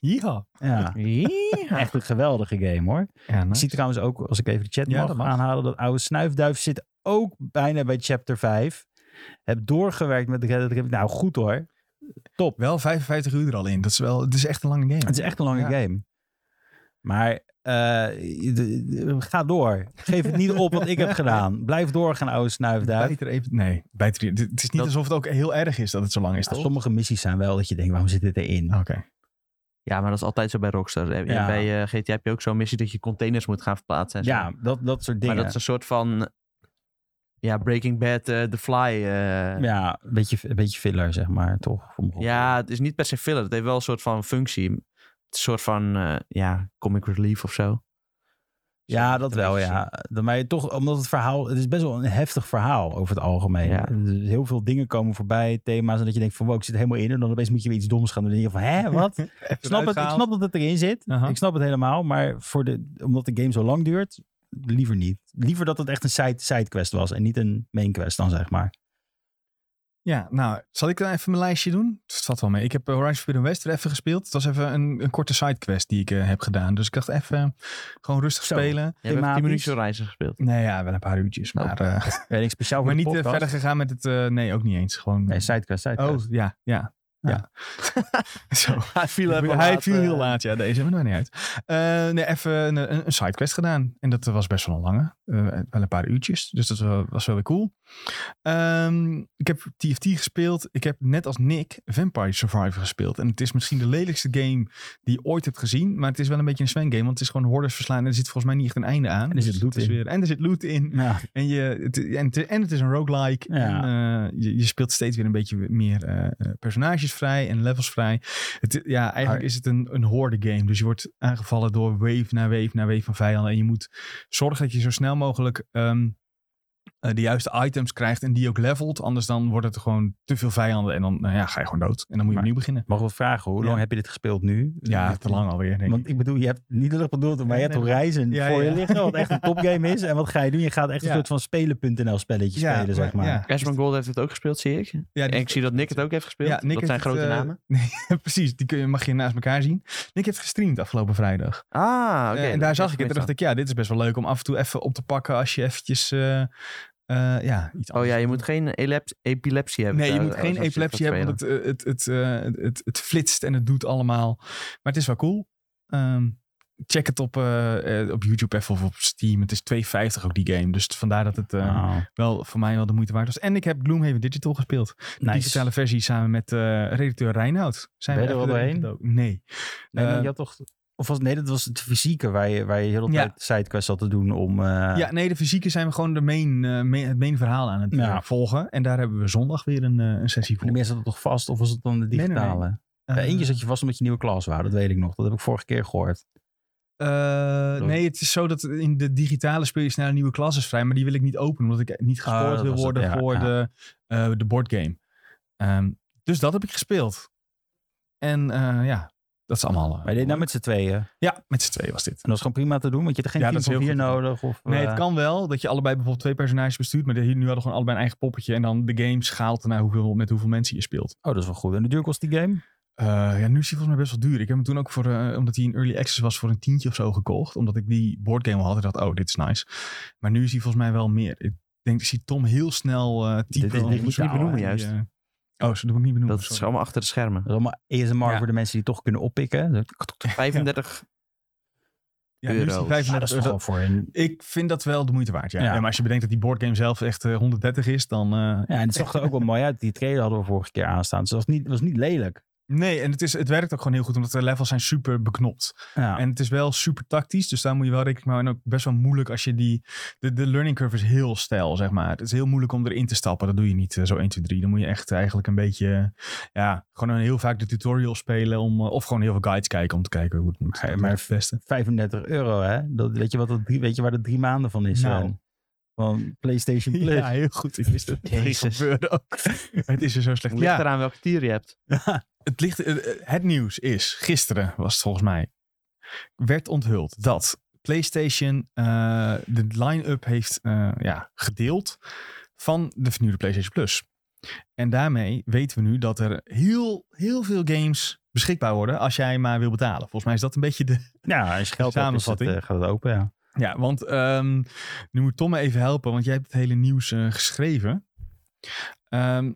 Speaker 1: Ja.
Speaker 3: Ja,
Speaker 2: Yeeha.
Speaker 3: echt een geweldige game hoor.
Speaker 1: Ja,
Speaker 3: Ik zie trouwens ook, als ik even de chat
Speaker 1: Ja,
Speaker 3: mag,
Speaker 1: dat mag.
Speaker 3: aanhalen, dat oude snuifduif zit ook bijna bij chapter 5. Heb doorgewerkt met de Red Dead Redemption. Nou, goed hoor. Top.
Speaker 1: Wel 55 uur er al in. Dat is wel, het is echt een lange game.
Speaker 3: Het is echt een lange
Speaker 1: Ja.
Speaker 3: game. Maar eh, de- de- ga door. Geef het niet op wat ik heb gedaan. Blijf doorgaan, oude snuifduif.
Speaker 1: Bijt er even, nee, bijt er, het is niet
Speaker 2: Dat-
Speaker 1: alsof het ook heel erg is dat het zo lang is, toch? Oh,
Speaker 3: Sommige missies zijn wel dat je denkt, waarom zit dit erin?
Speaker 1: Oké.
Speaker 2: Ja, maar dat is altijd zo bij Rockstar. En
Speaker 3: Ja.
Speaker 2: Bij eh, GTA heb je ook zo'n missie dat je containers moet gaan verplaatsen. En zo.
Speaker 3: Ja, dat, dat soort dingen.
Speaker 2: Maar dat is een soort van... Ja, Breaking Bad, eh, The Fly. eh. ja.
Speaker 3: Ja, een beetje, een beetje filler, zeg maar, toch? Voor mijn gevoel.
Speaker 2: het is niet per se filler. Het heeft wel een soort van functie. Het is een soort van, eh, ja, comic relief of zo.
Speaker 3: ja, dat wel,
Speaker 2: eh,
Speaker 3: ja. Dan- Maar je toch, omdat het verhaal... Het is best wel een heftig verhaal over het algemeen.
Speaker 2: Ja.
Speaker 3: Dus heel veel dingen komen voorbij, thema's. En dat je denkt van, wow, ik zit er helemaal in. En dan opeens moet je weer iets doms gaan doen. En dan denk je van, hè, wat? ik, snap het, ik snap dat het erin zit.
Speaker 1: Aha.
Speaker 3: Ik snap het helemaal. Maar voor de, omdat de game zo lang duurt, liever niet. Liever dat het echt een side, side quest was. En niet een main quest dan, zeg maar.
Speaker 1: Ja, nou, zal ik dan even mijn lijstje doen? Het valt wel mee. Ik heb eh, Horizon Forbidden West er even gespeeld. Het was even een, een korte sidequest die ik eh, heb gedaan. Dus ik dacht even eh, gewoon rustig
Speaker 3: Zo.
Speaker 1: spelen.
Speaker 2: Je hebt
Speaker 3: Thematisch.
Speaker 2: 10 minuten reizen gespeeld.
Speaker 1: Nee, ja, wel een paar uurtjes.
Speaker 3: Oh.
Speaker 1: Maar, eh,
Speaker 3: Ja, niks speciaal voor
Speaker 1: maar
Speaker 3: de
Speaker 1: niet eh,
Speaker 3: podcast.
Speaker 1: verder gegaan met het... eh, nee, ook niet eens. Gewoon...
Speaker 3: Nee, Ah. side quest, side
Speaker 1: oh,
Speaker 3: quest.
Speaker 1: ja, ja. Ja. Zo.
Speaker 2: Hij viel even
Speaker 1: Hij
Speaker 2: laat,
Speaker 1: viel
Speaker 2: eh.
Speaker 1: heel laat, ja. Deze hebben we nou niet uit. Eh, nee, even een, een, een sidequest gedaan. En dat was best wel een lange. Eh, wel een paar uurtjes. Dus dat wa- was wel weer cool. Ehm, ik heb TFT gespeeld. Ik heb net als Nick Vampire Survivor gespeeld. En het is misschien de lelijkste game die je ooit hebt gezien. Maar het is wel een beetje een swing game. Want het is gewoon hordes verslaan. En er zit volgens mij niet echt een einde aan.
Speaker 3: er zit
Speaker 1: Dus
Speaker 3: loot
Speaker 1: het is
Speaker 3: in.
Speaker 1: Weer, en er zit loot in.
Speaker 3: Ja,
Speaker 1: En, je, het, en, het, en het is een roguelike.
Speaker 3: Ja.
Speaker 1: En, eh, je, je speelt steeds weer een beetje meer eh, eh, personages vrij en levels vrij. Het, ja, eigenlijk
Speaker 3: Maar-
Speaker 1: is het een, een horde game. Dus je wordt aangevallen door wave na wave na wave van vijanden. En je moet zorgen dat je zo snel mogelijk ehm, eh, de juiste items krijgt en die ook levelt. Anders dan wordt het gewoon te veel vijanden en dan nou ja, ga je gewoon dood. En dan moet je
Speaker 3: Maar-
Speaker 1: opnieuw beginnen.
Speaker 3: mag ik wat vragen, hoe
Speaker 1: Ja.
Speaker 3: lang heb je dit gespeeld nu?
Speaker 1: Ja, te lang alweer. Denk ik.
Speaker 3: Want ik bedoel, je hebt niet lullig bedoeld, maar je hebt
Speaker 1: Nee, nee.
Speaker 3: Horizon
Speaker 1: Ja,
Speaker 3: voor je
Speaker 1: ja.
Speaker 3: liggen, wat echt een topgame is. En wat ga je doen? Je gaat echt een
Speaker 1: Ja.
Speaker 3: soort van spelen.nl spelletje spelen, zeg maar.
Speaker 1: ja.
Speaker 2: Cashman Gold heeft het ook gespeeld, zie ik.
Speaker 1: Ja,
Speaker 2: En
Speaker 1: die-
Speaker 2: ik zie dat Nick het ook heeft gespeeld.
Speaker 1: Ja, Nick
Speaker 2: dat zijn
Speaker 1: heeft het,
Speaker 2: grote
Speaker 1: eh,
Speaker 2: namen.
Speaker 1: Nee, precies. Die kun je, mag je naast elkaar zien. Nick heeft gestreamd afgelopen vrijdag.
Speaker 2: Ah, oké.
Speaker 1: Eh, en
Speaker 2: dat
Speaker 1: daar
Speaker 2: is
Speaker 1: zag ik het. En
Speaker 2: gemist
Speaker 1: dacht ik, ja, dit is best wel leuk om af en toe even op te pakken als je eventjes, eh, eh, ja, iets
Speaker 2: dan. Oh
Speaker 1: anders
Speaker 2: ja, je
Speaker 1: doet.
Speaker 2: moet geen eleps- epilepsie hebben.
Speaker 1: Nee, je
Speaker 2: daar-
Speaker 1: moet
Speaker 2: als
Speaker 1: geen
Speaker 2: je gaat
Speaker 1: epilepsie hebben,
Speaker 2: spelen.
Speaker 1: want het, eh, het, het, eh, het, het, het flitst en het doet allemaal. Maar het is wel cool. Ehm, check het op, eh, eh, op YouTube even of op Steam. Het is 2,50 ook die game. Dus vandaar dat het eh,
Speaker 3: Wauw.
Speaker 1: wel voor mij wel de moeite waard was. En ik heb Gloomhaven Digital gespeeld. De
Speaker 3: Nice.
Speaker 1: digitale versie samen met eh, redacteur Reinoud. Zijn
Speaker 3: Ben je
Speaker 1: we
Speaker 3: er al
Speaker 1: even erin
Speaker 3: doorheen?
Speaker 1: gedoken? Nee.
Speaker 3: Nee, maar
Speaker 1: Eh,
Speaker 3: je had toch... Of was, nee, dat was het fysieke waar je, waar je heel de
Speaker 1: Ja.
Speaker 3: tijd sidequests had te doen om... eh,
Speaker 1: Ja, nee, de fysieke zijn we gewoon de main, eh, main- het main verhaal aan het eh,
Speaker 3: Ja.
Speaker 1: volgen. En daar hebben we zondag weer een, eh, een sessie voor.
Speaker 3: En de mensen hadden toch vast, of was het dan de
Speaker 1: nee, nee.
Speaker 3: digitale?
Speaker 1: Eh,
Speaker 3: Bij eentje zat je vast omdat je nieuwe klas wou, dat weet ik nog. Dat heb ik vorige keer gehoord.
Speaker 1: eh, nee, het is zo dat in de digitale speel je snel nieuwe klasses vrij. Maar die wil ik niet openen, omdat ik niet
Speaker 3: Oh,
Speaker 1: gespoord
Speaker 3: dat
Speaker 1: wil
Speaker 3: was het,
Speaker 1: worden
Speaker 3: ja,
Speaker 1: voor
Speaker 3: ja.
Speaker 1: de, eh, de boardgame. Ehm, dus dat heb ik gespeeld. En eh, ja, dat is allemaal... eh,
Speaker 3: Maar je deed nou met z'n tweeën. En
Speaker 1: Ja, met z'n twee was dit.
Speaker 3: dat was gewoon prima te doen, want je had geen
Speaker 1: Ja,
Speaker 3: team
Speaker 1: dat is
Speaker 3: van
Speaker 1: heel
Speaker 3: vier
Speaker 1: goed.
Speaker 3: nodig. Of,
Speaker 1: Nee, het
Speaker 3: eh,
Speaker 1: kan wel dat je allebei bijvoorbeeld twee personages bestuurt. Maar de- hier nu hadden we gewoon allebei een eigen poppetje. En dan de game schaalt naar hoeveel, met hoeveel mensen je speelt.
Speaker 3: Oh, dat is wel goed. En de duur kost die game?
Speaker 1: Eh, ja, nu is hij volgens mij best wel duur. Ik heb hem toen ook voor, eh, omdat hij in early access was, voor een tientje of zo gekocht. Omdat ik die boardgame al had en dacht, oh, dit is nice. Maar nu is hij volgens mij wel meer. Ik denk, ik zie Tom heel snel eh typen.
Speaker 3: Dit is
Speaker 1: om
Speaker 3: digitaal,
Speaker 1: zo'n-
Speaker 3: hè?
Speaker 1: die,
Speaker 2: juist.
Speaker 1: eh, oh, ze doen ik niet benoemen.
Speaker 2: Dat is
Speaker 1: sorry.
Speaker 2: allemaal achter de schermen.
Speaker 3: Dat is allemaal ASMR
Speaker 1: Ja.
Speaker 3: voor de mensen die het toch kunnen oppikken. Dat,
Speaker 2: 35.
Speaker 1: Ja, nu is hij
Speaker 2: euro's.
Speaker 1: 35
Speaker 3: is toch
Speaker 1: euro.
Speaker 3: wel voor een...
Speaker 1: Ik vind dat wel de moeite waard, ja.
Speaker 3: Ja.
Speaker 1: En maar als je bedenkt dat die boardgame zelf echt eh, 130 is, dan... eh,
Speaker 3: Ja, en het zag er ook wel mooi uit. Die trailer hadden we vorige keer aanstaan. Dus dat was niet, was niet lelijk.
Speaker 1: Nee, en het, is, het werkt ook gewoon heel goed, omdat de levels zijn super beknopt.
Speaker 3: Ja.
Speaker 1: En het is wel super tactisch, dus daar moet je wel rekening mee houden. En ook best wel moeilijk als je die... De, de learning curve is heel stijl, zeg maar. Het is heel moeilijk om erin te stappen. Dat doe je niet eh, zo 1, 2, 3. Dan moet je echt eigenlijk een beetje... Ja, gewoon een heel vaak de tutorial spelen. Om, eh, of gewoon heel veel guides kijken om te kijken hoe het moet.
Speaker 3: Ja,
Speaker 1: Dat
Speaker 3: maar-
Speaker 1: werkt het beste.
Speaker 3: 35 euro, hè? Dat, weet, je wat dat drie, weet je waar dat drie maanden van is?
Speaker 1: Nou.
Speaker 3: Sven? Van PlayStation Plus.
Speaker 1: Ja, heel goed. Ik wist dat het ging
Speaker 2: Jezus.
Speaker 1: gebeuren ook. Het is er zo slecht.
Speaker 2: Het ligt
Speaker 1: Ja,
Speaker 2: eraan welke tier je hebt.
Speaker 1: het, ligt, eh, eh, het nieuws is... Gisteren was het volgens mij... Werd onthuld dat... PlayStation eh, de line-up heeft eh, ja, gedeeld van de vernieuwde PlayStation Plus. En daarmee weten we nu dat er heel, heel veel games beschikbaar worden als jij maar wil betalen. Volgens mij is dat een beetje de...
Speaker 3: Ja, als je geld hebt, is het,
Speaker 1: Samenvatting.
Speaker 3: eh, gaat het open, ja.
Speaker 1: Ja, want ehm, nu moet Tom me even helpen, want jij hebt het hele nieuws eh, geschreven. Ehm,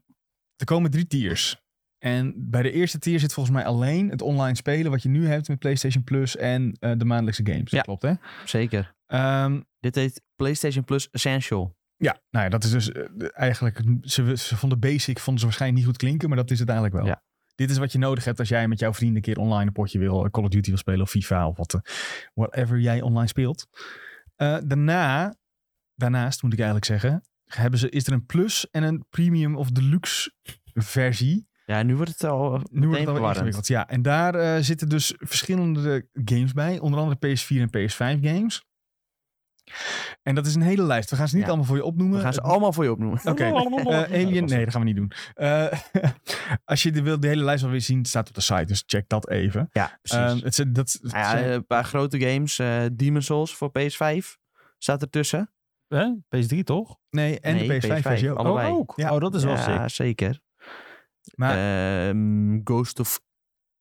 Speaker 1: er komen drie tiers. En bij de eerste tier zit volgens mij alleen het online spelen wat je nu hebt met PlayStation Plus en eh, de maandelijkse games.
Speaker 2: Ja.
Speaker 1: Dat klopt, hè?
Speaker 2: Zeker.
Speaker 1: Ehm,
Speaker 2: Dit heet PlayStation Plus Essential.
Speaker 1: Ja, nou ja, dat is dus eh, de- eigenlijk. Ze, ze vonden basic vonden ze waarschijnlijk niet goed klinken, maar dat is het eigenlijk wel.
Speaker 2: Ja.
Speaker 1: Dit is wat je nodig hebt als jij met jouw vrienden een keer online een potje wil. eh, Call of Duty wil spelen of FIFA of wat, eh, whatever jij online speelt. Eh, daarna, daarnaast moet ik eigenlijk zeggen, hebben ze, is er een plus en een premium of deluxe versie.
Speaker 2: Ja, nu wordt het al
Speaker 1: Nu
Speaker 2: eh,
Speaker 1: wordt
Speaker 2: meteen
Speaker 1: het alweer
Speaker 2: verwarrend.
Speaker 1: ingewikkeld. Ja, en daar eh, zitten dus verschillende games bij. Onder andere PS4 en PS5 games. En dat is een hele lijst. We gaan ze niet
Speaker 2: Ja.
Speaker 1: allemaal voor je opnoemen.
Speaker 2: We gaan ze
Speaker 1: Het-
Speaker 2: allemaal voor je opnoemen.
Speaker 1: Oké. Eh, Alien, nee, dat gaan we niet doen. Eh, als je de, wil, de hele lijst wil weer zien, het staat op de site. Dus check dat even.
Speaker 2: Ja, precies.
Speaker 1: Ehm, het, zijn- dat, het eh,
Speaker 2: Nou ja,
Speaker 1: zijn-
Speaker 2: een paar grote games. eh Demon Souls voor PS5 staat ertussen.
Speaker 3: Hè? PS3 toch?
Speaker 1: nee, en
Speaker 2: nee,
Speaker 1: de PS5 versie ook.
Speaker 2: allemaal. Allebei.
Speaker 3: Oh, ook?
Speaker 1: Ja.
Speaker 3: Oh, dat is wel sick.
Speaker 2: ja, zeker.
Speaker 1: Maar
Speaker 2: Ehm, Ghost of,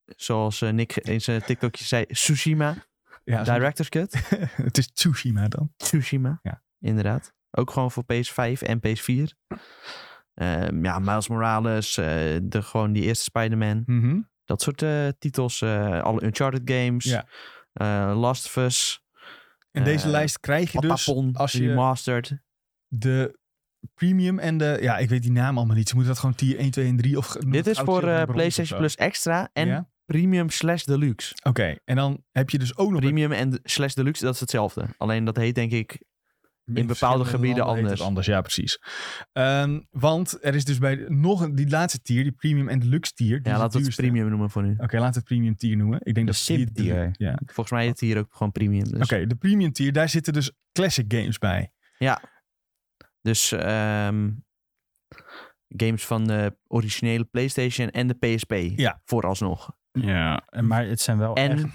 Speaker 2: zoals eh, Nick in zijn TikTokje zei, Tsushima.
Speaker 1: ja,
Speaker 2: Director's Cut.
Speaker 1: het is Tsushima dan.
Speaker 2: Tsushima,
Speaker 1: Ja.
Speaker 2: inderdaad. Ook gewoon voor PS5 en PS4. Ehm, ja, Miles Morales, eh, de, gewoon die eerste Spider-Man.
Speaker 1: Mhm.
Speaker 2: Dat soort eh, titels. eh, alle Uncharted games.
Speaker 1: Ja.
Speaker 2: Eh, Last of Us.
Speaker 1: En deze
Speaker 2: Eh,
Speaker 1: lijst krijg je dus
Speaker 2: Patapon,
Speaker 1: als je-
Speaker 2: remastered.
Speaker 1: de premium en de... Ja, ik weet die naam allemaal niet. Ze moeten dat gewoon tier 1, 2 en 3 of... noem
Speaker 2: Dit
Speaker 1: het
Speaker 2: is
Speaker 1: goud,
Speaker 2: voor
Speaker 1: zilver
Speaker 2: eh,
Speaker 1: en brons of
Speaker 2: PlayStation
Speaker 1: zo.
Speaker 2: Plus Extra en
Speaker 1: Ja?
Speaker 2: Premium slash Deluxe.
Speaker 1: Oké, en dan heb je dus ook nog...
Speaker 2: Premium en de- slash Deluxe, dat is hetzelfde. Alleen dat heet denk ik...
Speaker 1: In,
Speaker 2: bepaalde
Speaker 1: verschillende
Speaker 2: gebieden
Speaker 1: landen heet het
Speaker 2: anders.
Speaker 1: anders, ja, precies. Ehm, want er is dus bij nog een, die laatste tier, die premium en deluxe tier. die is
Speaker 2: Ja,
Speaker 1: het
Speaker 2: laten we het
Speaker 1: duurste.
Speaker 2: premium noemen voor nu.
Speaker 1: Oké, laten we het premium tier noemen. Ik denk dat die-
Speaker 3: sip-tier.
Speaker 1: Ja.
Speaker 2: Volgens mij heet het hier ook gewoon Premium. Dus,
Speaker 1: Oké, de premium tier, daar zitten dus classic games bij.
Speaker 2: dus ehm, games van de originele PlayStation en de PSP.
Speaker 1: Ja. Oh,
Speaker 2: Vooralsnog.
Speaker 3: Ja. En- Maar het zijn wel echt...
Speaker 2: En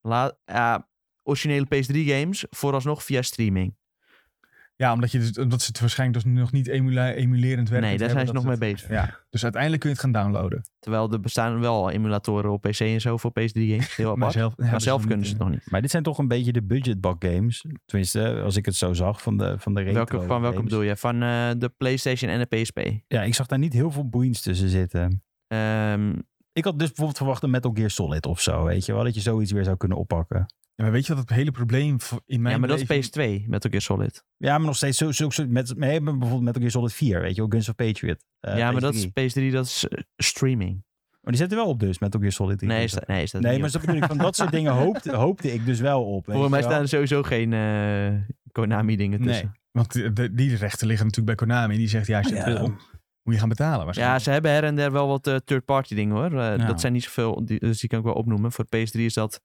Speaker 2: la, ja, originele PS3 games vooralsnog via streaming.
Speaker 1: Ja, omdat, je dus, omdat ze het waarschijnlijk dus nog niet emula- emulerend werken.
Speaker 2: nee, daar zijn ze nog mee bezig.
Speaker 1: Ja, dus uiteindelijk kun je het gaan downloaden.
Speaker 2: Terwijl er bestaan wel emulatoren op PC en zo voor PS3 games. Heel apart. Maar zelf,
Speaker 1: hebben ze nog
Speaker 2: kunnen
Speaker 1: niet,
Speaker 2: ze het
Speaker 1: eh.
Speaker 2: nog niet.
Speaker 3: Maar dit zijn toch een beetje de budgetbak games. Tenminste, eh, als ik het zo zag van de, van de retro
Speaker 2: Welke, van welke
Speaker 3: games.
Speaker 2: bedoel je? Van eh, de PlayStation en de PSP.
Speaker 3: Ja, ik zag daar niet heel veel boeiends tussen zitten.
Speaker 2: Ehm,
Speaker 3: Ik had dus bijvoorbeeld verwacht een Metal Gear Solid of zo, weet je wel. Dat je zoiets weer zou kunnen oppakken.
Speaker 1: Ja, maar weet je wat het hele probleem voor- in mijn
Speaker 2: ja, maar dat is
Speaker 1: beleving-
Speaker 2: PS2 met elke Solid.
Speaker 3: Ja, maar nog steeds zo, zo, zo- met, nee, maar bijvoorbeeld Metal Gear Solid 4, weet je wel. Guns of Patriot. eh,
Speaker 2: ja, maar dat is
Speaker 3: PS3.
Speaker 2: PS3, dat is eh, streaming.
Speaker 3: Maar die zetten wel op dus, Metal Gear Solid 3.
Speaker 2: Nee,
Speaker 3: Dus
Speaker 2: is dat, nee, is dat
Speaker 3: Nee,
Speaker 2: niet
Speaker 3: maar
Speaker 2: op.
Speaker 3: dat bedoel ik. Van dat soort dingen hoopte, hoopte ik dus wel op. weet
Speaker 2: Volgens mij
Speaker 3: je wel.
Speaker 2: staan er sowieso geen eh, Konami-dingen tussen.
Speaker 1: Nee, want die, de- die rechten liggen natuurlijk bij Konami. Die zegt, ja, als je het
Speaker 3: Ja.
Speaker 1: wil, moet je gaan betalen
Speaker 2: Oh, Ja,
Speaker 1: waarschijnlijk.
Speaker 2: ze hebben her en der wel wat eh, third-party dingen hoor. Eh,
Speaker 3: Ja.
Speaker 2: Dat zijn niet zoveel, die, dus die kan ik wel opnoemen. Voor PS3 is dat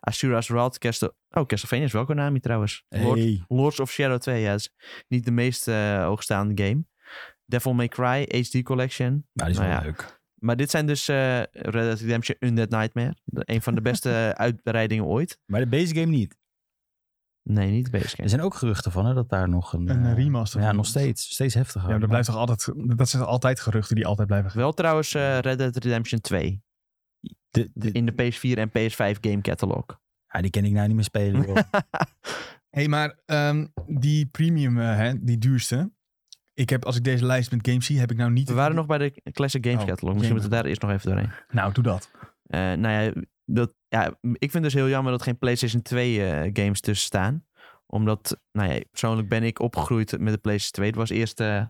Speaker 2: Asura's Wrath, Castle... Oh, Castlevania is wel Konami trouwens. Lord-
Speaker 3: Hey.
Speaker 2: Lords of Shadow 2, ja, is niet de meest eh, oogstaande game. Devil May Cry, HD Collection.
Speaker 3: Nou, die is
Speaker 2: Nou
Speaker 3: wel
Speaker 2: ja.
Speaker 3: leuk.
Speaker 2: Maar dit zijn dus eh Red Dead Redemption Undead Nightmare. De- Een van de beste uitbreidingen ooit.
Speaker 3: Maar de base game niet.
Speaker 2: Nee, niet Basecamp.
Speaker 3: Er zijn ook geruchten van hè, dat daar nog een...
Speaker 1: Een
Speaker 3: eh,
Speaker 1: remaster
Speaker 3: Ja,
Speaker 1: van
Speaker 3: nog
Speaker 1: is.
Speaker 3: steeds. Steeds heftiger.
Speaker 1: Ja, maar dat, blijft toch altijd, dat zijn toch altijd geruchten die altijd blijven.
Speaker 2: Wel trouwens eh, Red Dead Redemption 2.
Speaker 3: De- de-
Speaker 2: In de PS4 en PS5 game catalog.
Speaker 3: ja, die ken ik nou niet meer spelen. joh.
Speaker 1: Hé, hey, maar ehm, die premium, eh, hè, die duurste. Ik heb, als ik deze lijst met games zie, heb ik nou niet...
Speaker 2: We waren nog bij de Classic Games
Speaker 1: Oh,
Speaker 2: catalog. Misschien
Speaker 1: jammer.
Speaker 2: moeten we daar eerst nog even doorheen.
Speaker 1: Nou, doe dat.
Speaker 2: Eh, nou ja, dat, ja, ik vind dus heel jammer dat geen PlayStation 2 eh, games tussen staan. Omdat, nou ja, persoonlijk ben ik opgegroeid met de PlayStation 2. Het was de eerste eh,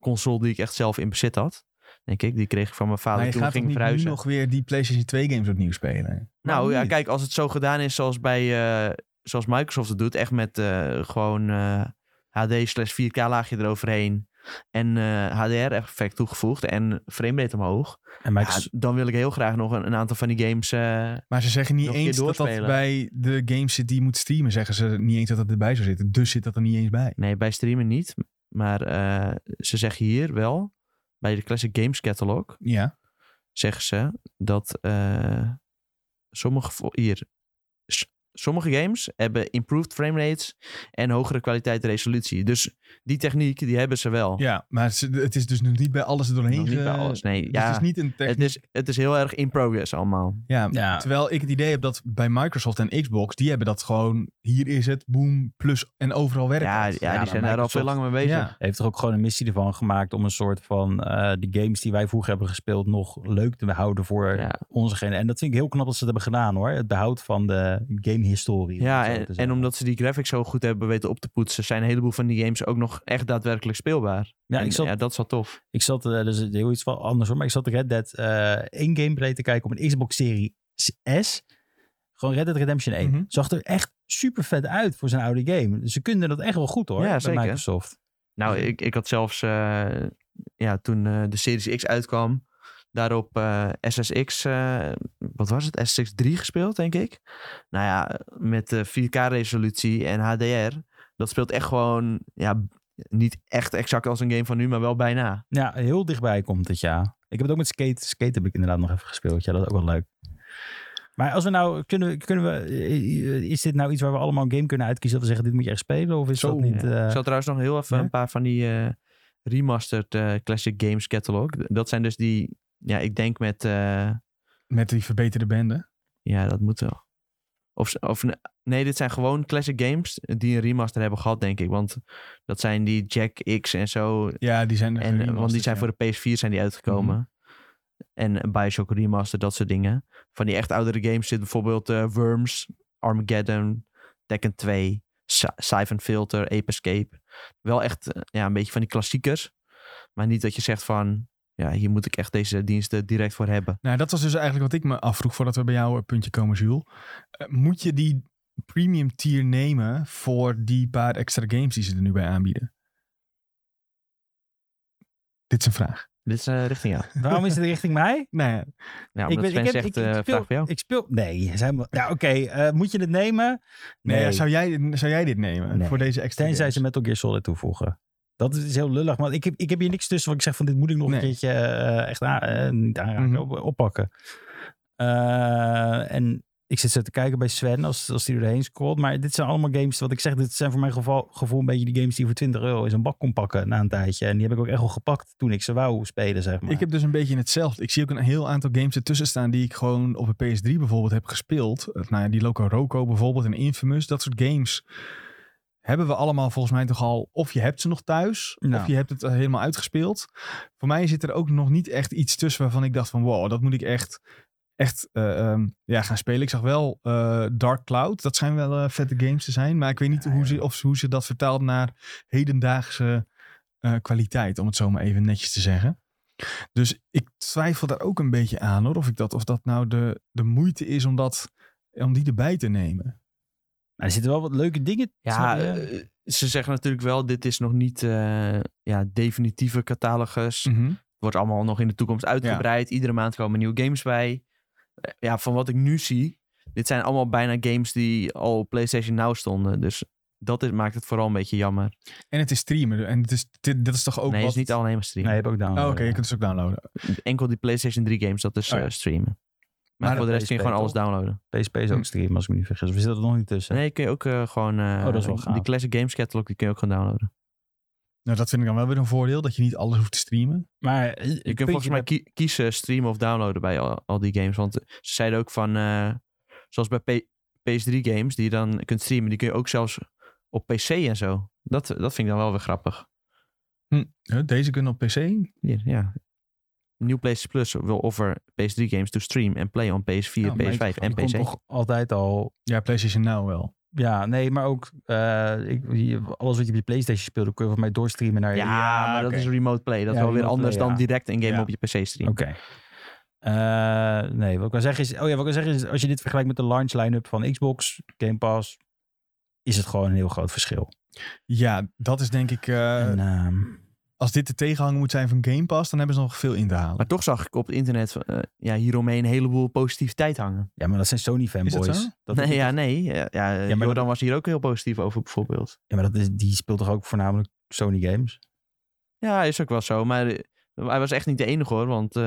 Speaker 2: console die ik echt zelf in bezit had. Denk ik, die kreeg ik van mijn vader
Speaker 1: Maar je
Speaker 2: toen we
Speaker 1: gaat toch
Speaker 2: gingen
Speaker 1: niet nu
Speaker 2: verhuizen.
Speaker 1: nog weer die PlayStation 2 games opnieuw spelen?
Speaker 2: Nou ja,
Speaker 3: niet?
Speaker 2: kijk, als het zo gedaan is zoals bij eh, zoals Microsoft het doet, echt met eh, gewoon eh, HD slash 4K laagje eroverheen en eh, HDR effect toegevoegd en framerate omhoog,
Speaker 3: en
Speaker 2: ja,
Speaker 3: Microsoft,
Speaker 2: dan wil ik heel graag nog een, een aantal van die games. eh,
Speaker 1: Maar ze zeggen niet
Speaker 2: Nog een
Speaker 1: eens
Speaker 2: keer
Speaker 1: dat dat
Speaker 2: doorspelen.
Speaker 1: bij de games zit die je moet streamen. Zeggen ze niet eens dat dat erbij zou zitten. Dus zit dat er niet eens bij.
Speaker 2: nee, bij streamen niet, maar eh, ze zeggen hier wel bij de Classic Games Catalog
Speaker 1: Ja.
Speaker 2: zeggen ze dat eh, sommige vo- hier s- sommige games hebben improved frame rates en hogere kwaliteit resolutie. Dus die techniek die hebben ze wel.
Speaker 1: Ja, maar ze- het is dus nog niet bij alles er doorheen
Speaker 2: Nog niet bij
Speaker 1: ge-
Speaker 2: alles. Nee,
Speaker 1: Dus
Speaker 2: ja.
Speaker 1: het is niet een techniek.
Speaker 2: het, is, het is heel erg in progress allemaal.
Speaker 1: Ja,
Speaker 3: Ja.
Speaker 1: Terwijl ik het idee heb dat bij Microsoft en Xbox, die hebben dat gewoon, hier is het, boom, plus en overal werken.
Speaker 2: Ja, ja,
Speaker 3: maar
Speaker 2: die zijn daar al
Speaker 3: Microsoft-
Speaker 2: veel langer mee bezig.
Speaker 1: Ja.
Speaker 3: heeft er ook gewoon een missie ervan gemaakt om een soort van eh, de games die wij vroeger hebben gespeeld nog leuk te houden voor
Speaker 2: Ja.
Speaker 3: onze generatie. En dat vind ik heel knap dat ze dat hebben gedaan hoor. Het behoud van de game historie. om
Speaker 2: Ja,
Speaker 3: het zo
Speaker 2: en,
Speaker 3: te
Speaker 2: en
Speaker 3: zeggen.
Speaker 2: omdat ze die graphics zo goed hebben weten op te poetsen, zijn een heleboel van die games ook nog echt daadwerkelijk speelbaar.
Speaker 3: Ja,
Speaker 2: En,
Speaker 3: ik zat,
Speaker 2: ja dat is wel tof.
Speaker 3: ik zat eh, dus heel iets wel anders hoor, maar ik zat Red Dead eh één gameplay te kijken op een Xbox Series S. Gewoon Red Dead Redemption 1.
Speaker 1: Mhm.
Speaker 3: Zag er echt super vet uit voor zijn oude game. Dus Ze kunnen dat echt wel goed hoor,
Speaker 2: Ja,
Speaker 3: bij
Speaker 2: zeker.
Speaker 3: Microsoft.
Speaker 2: Nou,
Speaker 3: Mhm.
Speaker 2: ik, ik had zelfs eh, ja, toen eh, de Series X uitkwam, daarop eh, SSX, eh, wat was het? SSX 3 gespeeld, denk ik. Nou ja, met eh, 4K-resolutie en HDR. Dat speelt echt gewoon, ja, niet echt exact als een game van nu, maar wel bijna.
Speaker 3: Ja, heel dichtbij komt het ja. Ik heb het ook met Skate. Skate heb ik inderdaad nog even gespeeld. Ja, dat is ook wel leuk. Maar als we nou, kunnen we, kunnen we, eh, is dit nou iets waar we allemaal een game kunnen uitkiezen? Dat we zeggen, dit moet je echt spelen? Of is
Speaker 1: Zo,
Speaker 3: dat niet...
Speaker 2: Ja.
Speaker 3: eh,
Speaker 2: Ik zal trouwens nog heel even
Speaker 3: ja.
Speaker 2: een paar van die eh, remastered eh, Classic Games Catalog. Dat zijn dus die, ja, ik denk met, eh,
Speaker 1: Met die verbeterde bende.
Speaker 2: ja, dat moet wel. Of, ze- of ne- nee, dit zijn gewoon Classic Games eh, die een remaster hebben gehad, denk ik. Want dat zijn die Jack X en zo.
Speaker 1: Ja, die zijn...
Speaker 2: En, eh, want die zijn voor de PS4 zijn die uitgekomen. En eh, Bioshock Remaster, dat soort dingen. Van die echt oudere games zit bijvoorbeeld eh, Worms, Armageddon, Tekken 2, Sy- Siphon Filter, Ape Escape. Wel echt eh, ja, een beetje van die klassiekers. Maar niet dat je zegt van, ja, hier moet ik echt deze diensten direct voor hebben.
Speaker 1: Nou, dat was dus eigenlijk wat ik me afvroeg voordat we bij jou een puntje komen, Jules. Eh, moet je die premium tier nemen voor die paar extra games die ze er nu bij aanbieden? Dit is een vraag.
Speaker 2: Dit is eh, richting jou.
Speaker 3: waarom is het richting mij?
Speaker 1: Nou ja,
Speaker 2: Ja, omdat
Speaker 3: weet-
Speaker 2: Sven
Speaker 3: heb-
Speaker 2: zegt, eh,
Speaker 3: speel,
Speaker 2: vraag bij jou.
Speaker 3: ik speel. Nee, zijn we, nou, oké. eh, moet je het nemen?
Speaker 1: nee, nou ja, zou, jij, zou jij dit nemen
Speaker 3: Nee.
Speaker 1: voor deze extra
Speaker 3: Tenzij
Speaker 1: games?
Speaker 3: ze Metal Gear Solid toevoegen. Dat is heel lullig, maar ik heb, ik heb hier niks tussen. Wat ik zeg van dit moet ik nog
Speaker 1: Nee.
Speaker 3: een keertje eh, echt aan, eh, niet aanraken,
Speaker 1: Mhm.
Speaker 3: op- oppakken. Eh, en ik zit zo te kijken bij Sven als, als die er doorheen scrolt. Maar dit zijn allemaal games, wat ik zeg, dit zijn voor mijn geval, gevoel een beetje die games die je voor 20 euro in een bak kon pakken na een tijdje. En die heb ik ook echt wel gepakt toen ik ze wou spelen, zeg maar.
Speaker 1: Ik heb dus een beetje hetzelfde. Ik zie ook een heel aantal games ertussen staan die ik gewoon op een PS3 bijvoorbeeld heb gespeeld. Eh, Nou ja, die Loco Roco bijvoorbeeld en Infamous, dat soort games. Hebben we allemaal volgens mij toch al, of je hebt ze nog thuis,
Speaker 3: Nou.
Speaker 1: of je hebt het eh, helemaal uitgespeeld. Voor mij zit er ook nog niet echt iets tussen waarvan ik dacht van wow, dat moet ik echt, echt eh, ehm, ja, gaan spelen. Ik zag wel eh, Dark Cloud, dat zijn wel eh, vette games te zijn, maar ik weet niet
Speaker 3: Ja,
Speaker 1: hoe,
Speaker 3: ja.
Speaker 1: Ze, of, ze- hoe ze dat vertaalt naar hedendaagse eh, kwaliteit, om het zo maar even netjes te zeggen. Dus ik twijfel daar ook een beetje aan hoor. Of, ik dat, of dat nou de, de moeite is om, dat, om die erbij te nemen.
Speaker 3: Maar Nou, er zitten wel wat leuke dingen
Speaker 2: Ja,
Speaker 3: tussen,
Speaker 2: eh, ze zeggen natuurlijk wel, dit is nog niet eh, ja, definitieve catalogus.
Speaker 3: Mm.
Speaker 2: wordt allemaal nog in de toekomst uitgebreid. Iedere maand komen nieuwe games bij. Eh, Ja, van wat ik nu zie, dit zijn allemaal bijna games die al op PlayStation Now stonden. Dus dat is, maakt het vooral een beetje jammer.
Speaker 1: En het is streamen. En het is, dit, dat is toch ook
Speaker 2: nee,
Speaker 1: wat...
Speaker 2: is niet alleen maar
Speaker 3: Nee,
Speaker 2: streamen.
Speaker 3: heb ik ook down.
Speaker 1: Oh, Oké, je kunt het ook downloaden.
Speaker 2: Enkel die PlayStation 3 games, dat is
Speaker 1: Oh ja.
Speaker 2: eh, streamen. Maar,
Speaker 3: Maar
Speaker 2: voor de
Speaker 3: dat
Speaker 2: rest kun je
Speaker 3: PSP
Speaker 2: gewoon alles
Speaker 3: toch?
Speaker 2: downloaden.
Speaker 3: PSP
Speaker 1: Hm.
Speaker 3: is ook stream, als ik me niet vergis. We zitten er nog niet tussen.
Speaker 2: Nee, kun je ook eh, gewoon... eh,
Speaker 3: Oh, dat is wel gaaf.
Speaker 2: die Classic Games Catalog, die kun je ook gewoon downloaden.
Speaker 1: Nou, dat vind ik dan wel weer een voordeel. Dat je niet alles hoeft te streamen.
Speaker 3: Maar eh,
Speaker 2: Je
Speaker 3: het
Speaker 2: kunt volgens
Speaker 3: puntje
Speaker 2: mij
Speaker 3: bij-
Speaker 2: kie- kiezen streamen of downloaden bij al, al die games. Want ze zeiden ook van, eh, zoals bij P- PS3 games die je dan kunt streamen, die kun je ook zelfs op PC en zo. Dat, dat vind ik dan wel weer grappig.
Speaker 1: Huh, Deze kunnen op PC.
Speaker 2: Hier, ja. Nieuw PlayStation Plus wil offer PS3 games to stream en play on PS4,
Speaker 1: Ja, maar
Speaker 2: PS5 en
Speaker 3: die komt
Speaker 2: PC.
Speaker 3: toch altijd al.
Speaker 1: Ja, PlayStation Now wel.
Speaker 3: Ja, nee, maar ook eh, ik, je- alles wat je op je PlayStation speelde, kun je van mij doorstreamen naar
Speaker 2: Ja,
Speaker 3: je.
Speaker 2: maar dat
Speaker 1: oké.
Speaker 2: is remote play. Dat is
Speaker 3: Ja,
Speaker 2: wel weer
Speaker 3: remote
Speaker 2: anders
Speaker 3: play,
Speaker 2: dan
Speaker 3: ja.
Speaker 2: direct een game
Speaker 1: Ja.
Speaker 2: op je PC streamen.
Speaker 3: Oké. Eh, nee, wat ik wil zeggen is. Oh ja, wat ik wil zeggen is. Als je dit vergelijkt met de launch line-up van Xbox, Game Pass. Is het gewoon een heel groot verschil.
Speaker 1: Ja, dat is denk ik... eh,
Speaker 3: En, ehm,
Speaker 1: Als dit de tegenhanger moet zijn van Game Pass, dan hebben ze nog veel in te halen.
Speaker 2: Maar toch zag ik op het internet eh, ja, hieromheen een heleboel positiviteit hangen.
Speaker 3: ja, maar dat zijn Sony fanboys.
Speaker 1: zo?
Speaker 3: Dat-
Speaker 2: nee, ja, nee. Ja, ja,
Speaker 3: dat-
Speaker 2: Jordan was hier ook heel positief over bijvoorbeeld.
Speaker 3: ja, maar dat is, die speelt toch ook voornamelijk Sony games.
Speaker 2: Ja, is ook wel zo. Maar eh, hij was echt niet de enige hoor. Want eh,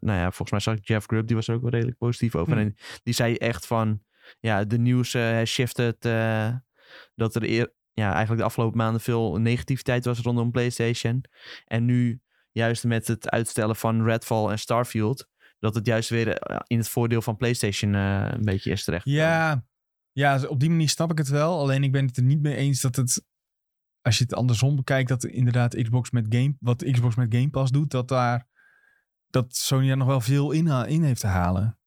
Speaker 2: nou ja, volgens mij zag ik Jeff Grubb, die was er ook wel redelijk positief over.
Speaker 1: Hmm.
Speaker 2: En die zei echt van, ja, de nieuws eh shifted. eh, dat er eer, ja, eigenlijk de afgelopen maanden veel negativiteit was rondom PlayStation. En nu, juist met het uitstellen van Redfall en Starfield... dat het juist weer eh, in het voordeel van PlayStation eh, een beetje is terecht.
Speaker 1: Ja, ja, dus op die manier snap ik het wel. Alleen ik ben het er niet mee eens dat het, als je het andersom bekijkt, dat inderdaad Xbox met Game, wat Xbox met Game Pass doet, dat daar, dat Sony daar nog wel veel eh, in, ha- in heeft te halen.
Speaker 3: We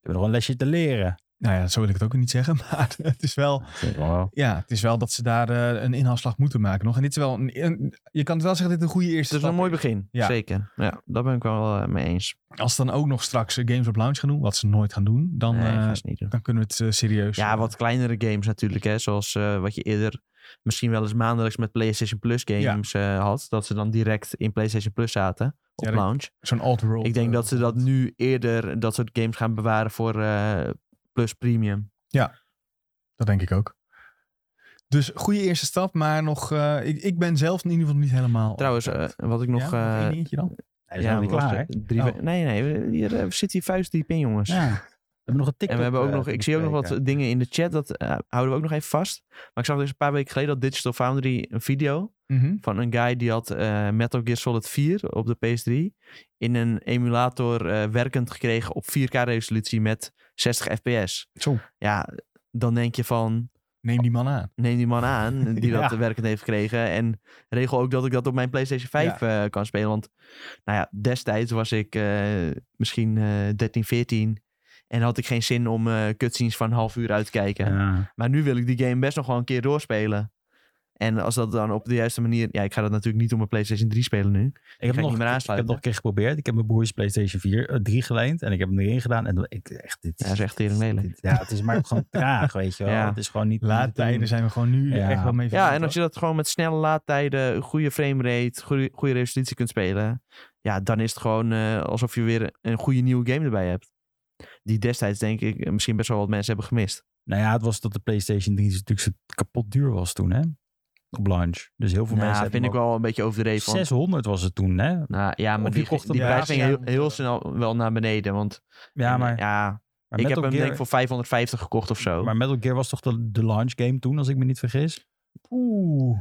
Speaker 3: hebben nog een lesje te leren.
Speaker 1: Nou ja, zo wil ik het ook niet zeggen. Maar het is wel,
Speaker 3: Dat vind ik wel wel.
Speaker 1: ja, het is wel dat ze daar eh, een inhaalslag moeten maken nog. En dit is wel een, een- je kan het wel zeggen dat dit een goede
Speaker 2: Dus Het
Speaker 1: eerste
Speaker 2: is een
Speaker 1: stap
Speaker 2: mooi begin,
Speaker 1: Ja.
Speaker 2: zeker. Ja, daar ben ik wel eh, mee eens.
Speaker 1: Als ze dan ook nog straks eh, Games op Launch gaan doen, wat ze nooit gaan doen, dan,
Speaker 2: nee,
Speaker 1: eh,
Speaker 2: gaan ze niet doen.
Speaker 1: dan kunnen we het eh, serieus.
Speaker 2: Ja, wat kleinere games natuurlijk, hè. Zoals eh, wat je eerder misschien wel eens maandelijks met PlayStation Plus games eh, had. Dat ze dan direct in PlayStation Plus zaten op
Speaker 1: Ja, dat-
Speaker 2: launch.
Speaker 1: Zo'n eh, alt-roll.
Speaker 2: Ik
Speaker 3: eh,
Speaker 2: denk dat ze dat nu eerder, dat soort games gaan bewaren voor eh, Plus Premium.
Speaker 1: Dat denk ik ook. Dus goede eerste stap, maar nog, eh, ik, ik ben zelf in ieder geval niet helemaal.
Speaker 3: Oh,
Speaker 2: Trouwens, eh, wat ik nog...
Speaker 1: ja,
Speaker 2: eh,
Speaker 1: één dingetje dan?
Speaker 3: Hij is nog niet
Speaker 2: was
Speaker 3: klaar, hè?
Speaker 2: er drie-
Speaker 1: Oh.
Speaker 2: Nee, nee, we- hier eh, zit hier vuist diep in, jongens.
Speaker 3: Ja. We hebben nog een TikTok.
Speaker 2: En we hebben ook
Speaker 3: eh,
Speaker 2: nog,
Speaker 3: te
Speaker 2: ik zie ook nog wat
Speaker 3: bespreken.
Speaker 2: dingen in de chat, dat eh, houden we ook nog even vast. Maar ik zag dus een paar weken geleden dat Digital Foundry een video
Speaker 1: Mhm.
Speaker 2: van een guy die had eh, Metal Gear Solid 4 op de PS3 in een emulator eh, werkend gekregen op 4K resolutie met 60 fps.
Speaker 1: Zo,
Speaker 2: Ja, dan denk je van,
Speaker 1: neem die man aan.
Speaker 2: neem die man aan die
Speaker 3: Ja.
Speaker 2: dat werkend heeft gekregen en regel ook dat ik dat op mijn PlayStation 5 eh, kan spelen. Want nou ja, destijds was ik eh, misschien eh 13, 14 en had ik geen zin om eh cutscenes van een half uur uit te kijken.
Speaker 3: Ja.
Speaker 2: Maar nu wil ik die game best nog wel een keer doorspelen. En als dat dan op de juiste manier... Ja, ik ga dat natuurlijk niet op mijn PlayStation 3 spelen nu.
Speaker 3: Ik heb,
Speaker 2: ik
Speaker 3: nog,
Speaker 2: niet meer
Speaker 3: ik
Speaker 2: aansluiten.
Speaker 3: heb nog een keer geprobeerd. Ik heb mijn broers PlayStation 4 eh, 3 geleend. En ik heb hem erin gedaan. En ik, echt, dit
Speaker 2: Ja, dat is echt heel lelijk.
Speaker 3: dit- Ja, het is maar ook gewoon traag, weet je wel.
Speaker 2: Ja.
Speaker 3: Het is gewoon niet... niet te doen.
Speaker 1: Laadtijden zijn we gewoon nu
Speaker 3: Ja.
Speaker 1: echt wel mee
Speaker 2: Ja,
Speaker 1: verwend,
Speaker 2: en als je dat gewoon met snelle laadtijden... een goede framerate, goede, goede resolutie kunt spelen... Ja, dan is het gewoon eh, alsof je weer een goede nieuwe game erbij hebt. Die destijds denk ik eh, misschien best wel wat mensen hebben gemist.
Speaker 3: Nou ja, het was dat de PlayStation 3 natuurlijk zo kapot duur was toen, hè? Op launch. Dus heel veel
Speaker 2: Nou,
Speaker 3: mensen... hebben
Speaker 2: vind ik
Speaker 3: hem
Speaker 2: wel een beetje
Speaker 3: ook-
Speaker 2: overdreven. want-
Speaker 3: 600 was het toen, hè?
Speaker 2: nou, ja, maar
Speaker 3: Of je
Speaker 2: die,
Speaker 3: kocht hem
Speaker 2: die
Speaker 1: bij
Speaker 2: prijs ging heel,
Speaker 1: Asia.
Speaker 2: heel snel wel naar beneden. Want
Speaker 3: Ja, maar...
Speaker 2: ja,
Speaker 3: maar
Speaker 2: ik heb
Speaker 3: Metal
Speaker 2: hem Oh.
Speaker 3: Gear-
Speaker 2: denk ik voor 550 gekocht of zo.
Speaker 3: Maar Metal Gear was toch de, de launch game toen, als ik me niet vergis?
Speaker 1: Oeh.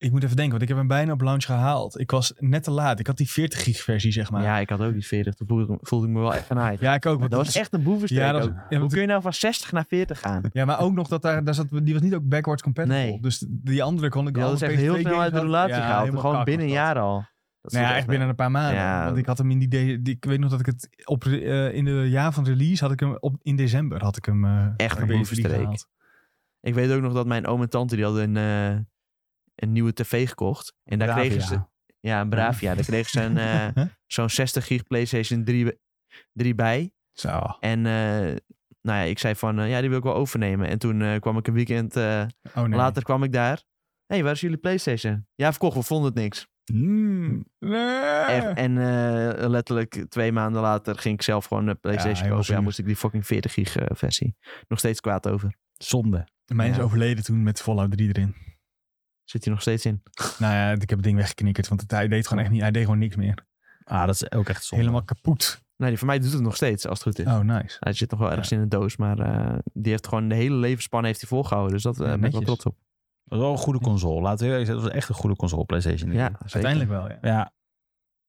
Speaker 1: Ik moet even denken, want ik heb hem bijna op launch gehaald. Ik was net te laat. Ik had die 40 gig versie, zeg maar. Ja,
Speaker 2: Ja, ik had ook die 40. Toen voelde, voelde ik me wel echt genaaid.
Speaker 1: ik ook.
Speaker 2: Maar
Speaker 1: want
Speaker 2: dat was
Speaker 1: is-
Speaker 2: echt een boevenstreek
Speaker 1: Ja, dat was-
Speaker 2: ook.
Speaker 1: ja, want
Speaker 2: Hoe
Speaker 1: het-
Speaker 2: kun je nou van 60 naar 40 gaan?
Speaker 1: ja, maar ook nog dat daar, daar zat, die was niet ook backwards compatible.
Speaker 2: Nee.
Speaker 1: Dus die andere kon ik
Speaker 2: Die
Speaker 1: al
Speaker 2: hadden ze
Speaker 1: op
Speaker 2: echt
Speaker 1: PS2
Speaker 2: heel snel
Speaker 1: games
Speaker 2: uit de
Speaker 1: had.
Speaker 2: relatie
Speaker 1: Ja,
Speaker 2: gehaald.
Speaker 1: helemaal
Speaker 2: Gewoon
Speaker 1: kak
Speaker 2: binnen een
Speaker 1: was dat.
Speaker 2: jaar al. Dat is
Speaker 1: Nou ja,
Speaker 2: toch
Speaker 1: echt binnen een paar maanden.
Speaker 2: Ja.
Speaker 1: Want ik had hem in die, de- die- ik weet nog dat ik het op, eh, in het jaar van release had ik hem op, in december had ik hem eh,
Speaker 2: Echt
Speaker 1: bij
Speaker 2: een
Speaker 1: BVD
Speaker 2: boevenstreek.
Speaker 1: gehaald.
Speaker 2: Ik weet ook nog dat mijn oom en tante die hadden een, eh, een nieuwe tv gekocht. En daar
Speaker 3: Bravia.
Speaker 2: kregen ze... Ja, een Bravia. Daar kregen ze een, eh, zo'n 60 gig PlayStation 3, be- 3 bij.
Speaker 1: Zo.
Speaker 2: En eh, nou ja, ik zei van, eh, ja, die wil ik wel overnemen. En toen eh, kwam ik een weekend eh,
Speaker 1: Oh nee.
Speaker 2: later kwam ik daar. Hé, hey, waar is jullie PlayStation? Ja, verkocht, we vonden het niks.
Speaker 1: Mm. Nee.
Speaker 2: Echt, en eh, letterlijk twee maanden later ging ik zelf gewoon de
Speaker 1: Ja,
Speaker 2: PlayStation
Speaker 1: heel
Speaker 2: kopen. Ja,
Speaker 1: zuur.
Speaker 2: moest ik die fucking 40 gig eh, versie. Nog steeds kwaad over.
Speaker 3: Zonde.
Speaker 1: Mijn is
Speaker 2: Ja.
Speaker 1: overleden toen met Fallout 3 erin.
Speaker 2: Zit hij nog steeds in.
Speaker 1: Nou ja, ik heb het ding weggeknikkerd, want het, hij deed gewoon echt niet, hij deed gewoon niks meer.
Speaker 3: Ah, dat is ook echt zonde.
Speaker 1: Helemaal kapot.
Speaker 2: Nee, die van mij doet het nog steeds, als het goed is.
Speaker 1: Oh, nice.
Speaker 2: Hij zit nog wel ergens in een doos, maar eh, die heeft gewoon de hele levensspan heeft hij volgehouden. Dus dat eh,
Speaker 1: Ja,
Speaker 2: ben ik wel
Speaker 1: netjes.
Speaker 2: trots op.
Speaker 3: Dat was wel een goede console. Laten we eerlijk zijn, dat was echt een goede console, PlayStation. 3.
Speaker 2: Ja, zeker.
Speaker 1: Uiteindelijk wel, ja.
Speaker 3: Ja.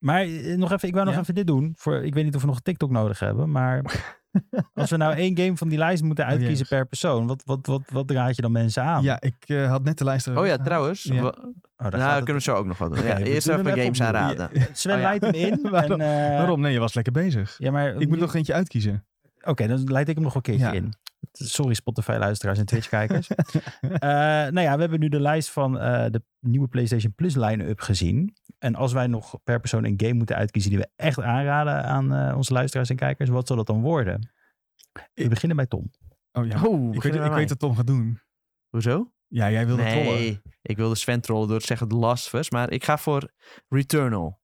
Speaker 3: Maar eh, nog even, ik wou nog
Speaker 1: Ja?
Speaker 3: even dit doen. Voor, ik weet niet of we nog een TikTok nodig hebben, maar als we nou één game van die lijst moeten
Speaker 1: Oh, jee.
Speaker 3: uitkiezen per persoon, wat, wat, wat, wat raad je dan mensen aan?
Speaker 1: Ja, ik eh, had net de lijst...
Speaker 2: Oh ja, trouwens.
Speaker 1: Ja.
Speaker 2: wa-
Speaker 3: Oh, daar
Speaker 2: nou,
Speaker 3: gaat
Speaker 2: kunnen we zo ook nog wat doen.
Speaker 3: Oké,
Speaker 2: Ja,
Speaker 3: we
Speaker 2: eerst
Speaker 3: doen
Speaker 2: even
Speaker 3: hem even
Speaker 2: games
Speaker 3: opnieuw.
Speaker 2: aanraden.
Speaker 1: Ja,
Speaker 3: het- Sven
Speaker 2: Oh, ja.
Speaker 3: leidt hem in.
Speaker 1: Waarom-
Speaker 3: en, eh,
Speaker 1: Waarom? Nee, je was lekker bezig.
Speaker 3: Ja, maar,
Speaker 1: ik moet nog eentje uitkiezen.
Speaker 3: Oké, dan leid ik hem nog een keertje
Speaker 1: Ja.
Speaker 3: in. Sorry Spotify-luisteraars en Twitch-kijkers. Eh, nou ja, we hebben nu de lijst van eh, de nieuwe PlayStation Plus line-up gezien. En als wij nog per persoon een game moeten uitkiezen die we echt aanraden aan eh, onze luisteraars en kijkers, wat zal dat dan worden? We
Speaker 1: Ik-
Speaker 3: beginnen bij Tom.
Speaker 1: Oh ja,
Speaker 2: Oh,
Speaker 1: ik, weet, ik weet dat Tom gaat doen.
Speaker 2: Hoezo?
Speaker 1: Ja, jij wilde trollen.
Speaker 2: Nee, ik wilde Sven trollen door te zeggen The Last of Us. Maar ik ga voor Returnal.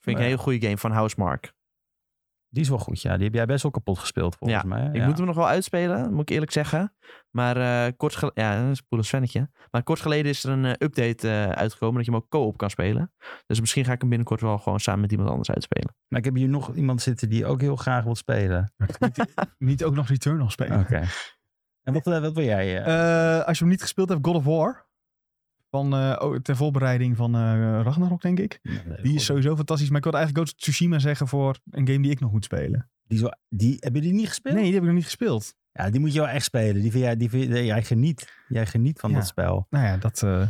Speaker 2: Vind ik
Speaker 1: Oh Ja.
Speaker 2: een hele goede game van Housemark.
Speaker 3: Die is wel goed, ja. Die heb jij best wel kapot gespeeld, volgens mij.
Speaker 2: Ik moet hem nog wel uitspelen, moet ik eerlijk zeggen. Maar eh, kort geleden... Ja, dat is een poele Svennetje. Maar kort geleden is er een eh, update eh, uitgekomen... dat je hem ook co-op kan spelen. Dus misschien ga ik hem binnenkort wel gewoon samen met iemand anders uitspelen.
Speaker 3: Maar ik heb hier nog iemand zitten die ook heel graag wil spelen.
Speaker 1: Niet ook nog Returnal spelen.
Speaker 3: En wat, eh, wat wil jij? eh?
Speaker 1: Eh, als je hem niet gespeeld hebt, God of War. Van, eh, oh, ter voorbereiding van eh, Ragnarok, denk ik.
Speaker 3: nou,
Speaker 1: Die is sowieso fantastisch. Maar ik wilde eigenlijk Ghost of Tsushima zeggen voor een game die ik nog moet spelen.
Speaker 3: Die is wel- die, heb je die niet gespeeld?
Speaker 1: Nee, die heb ik nog niet gespeeld.
Speaker 3: Ja, die moet je wel echt spelen. Die vind jij, die vind, jij- jij geniet. Jij geniet van
Speaker 1: Ja.
Speaker 3: dat spel.
Speaker 1: Nou ja, dat, eh,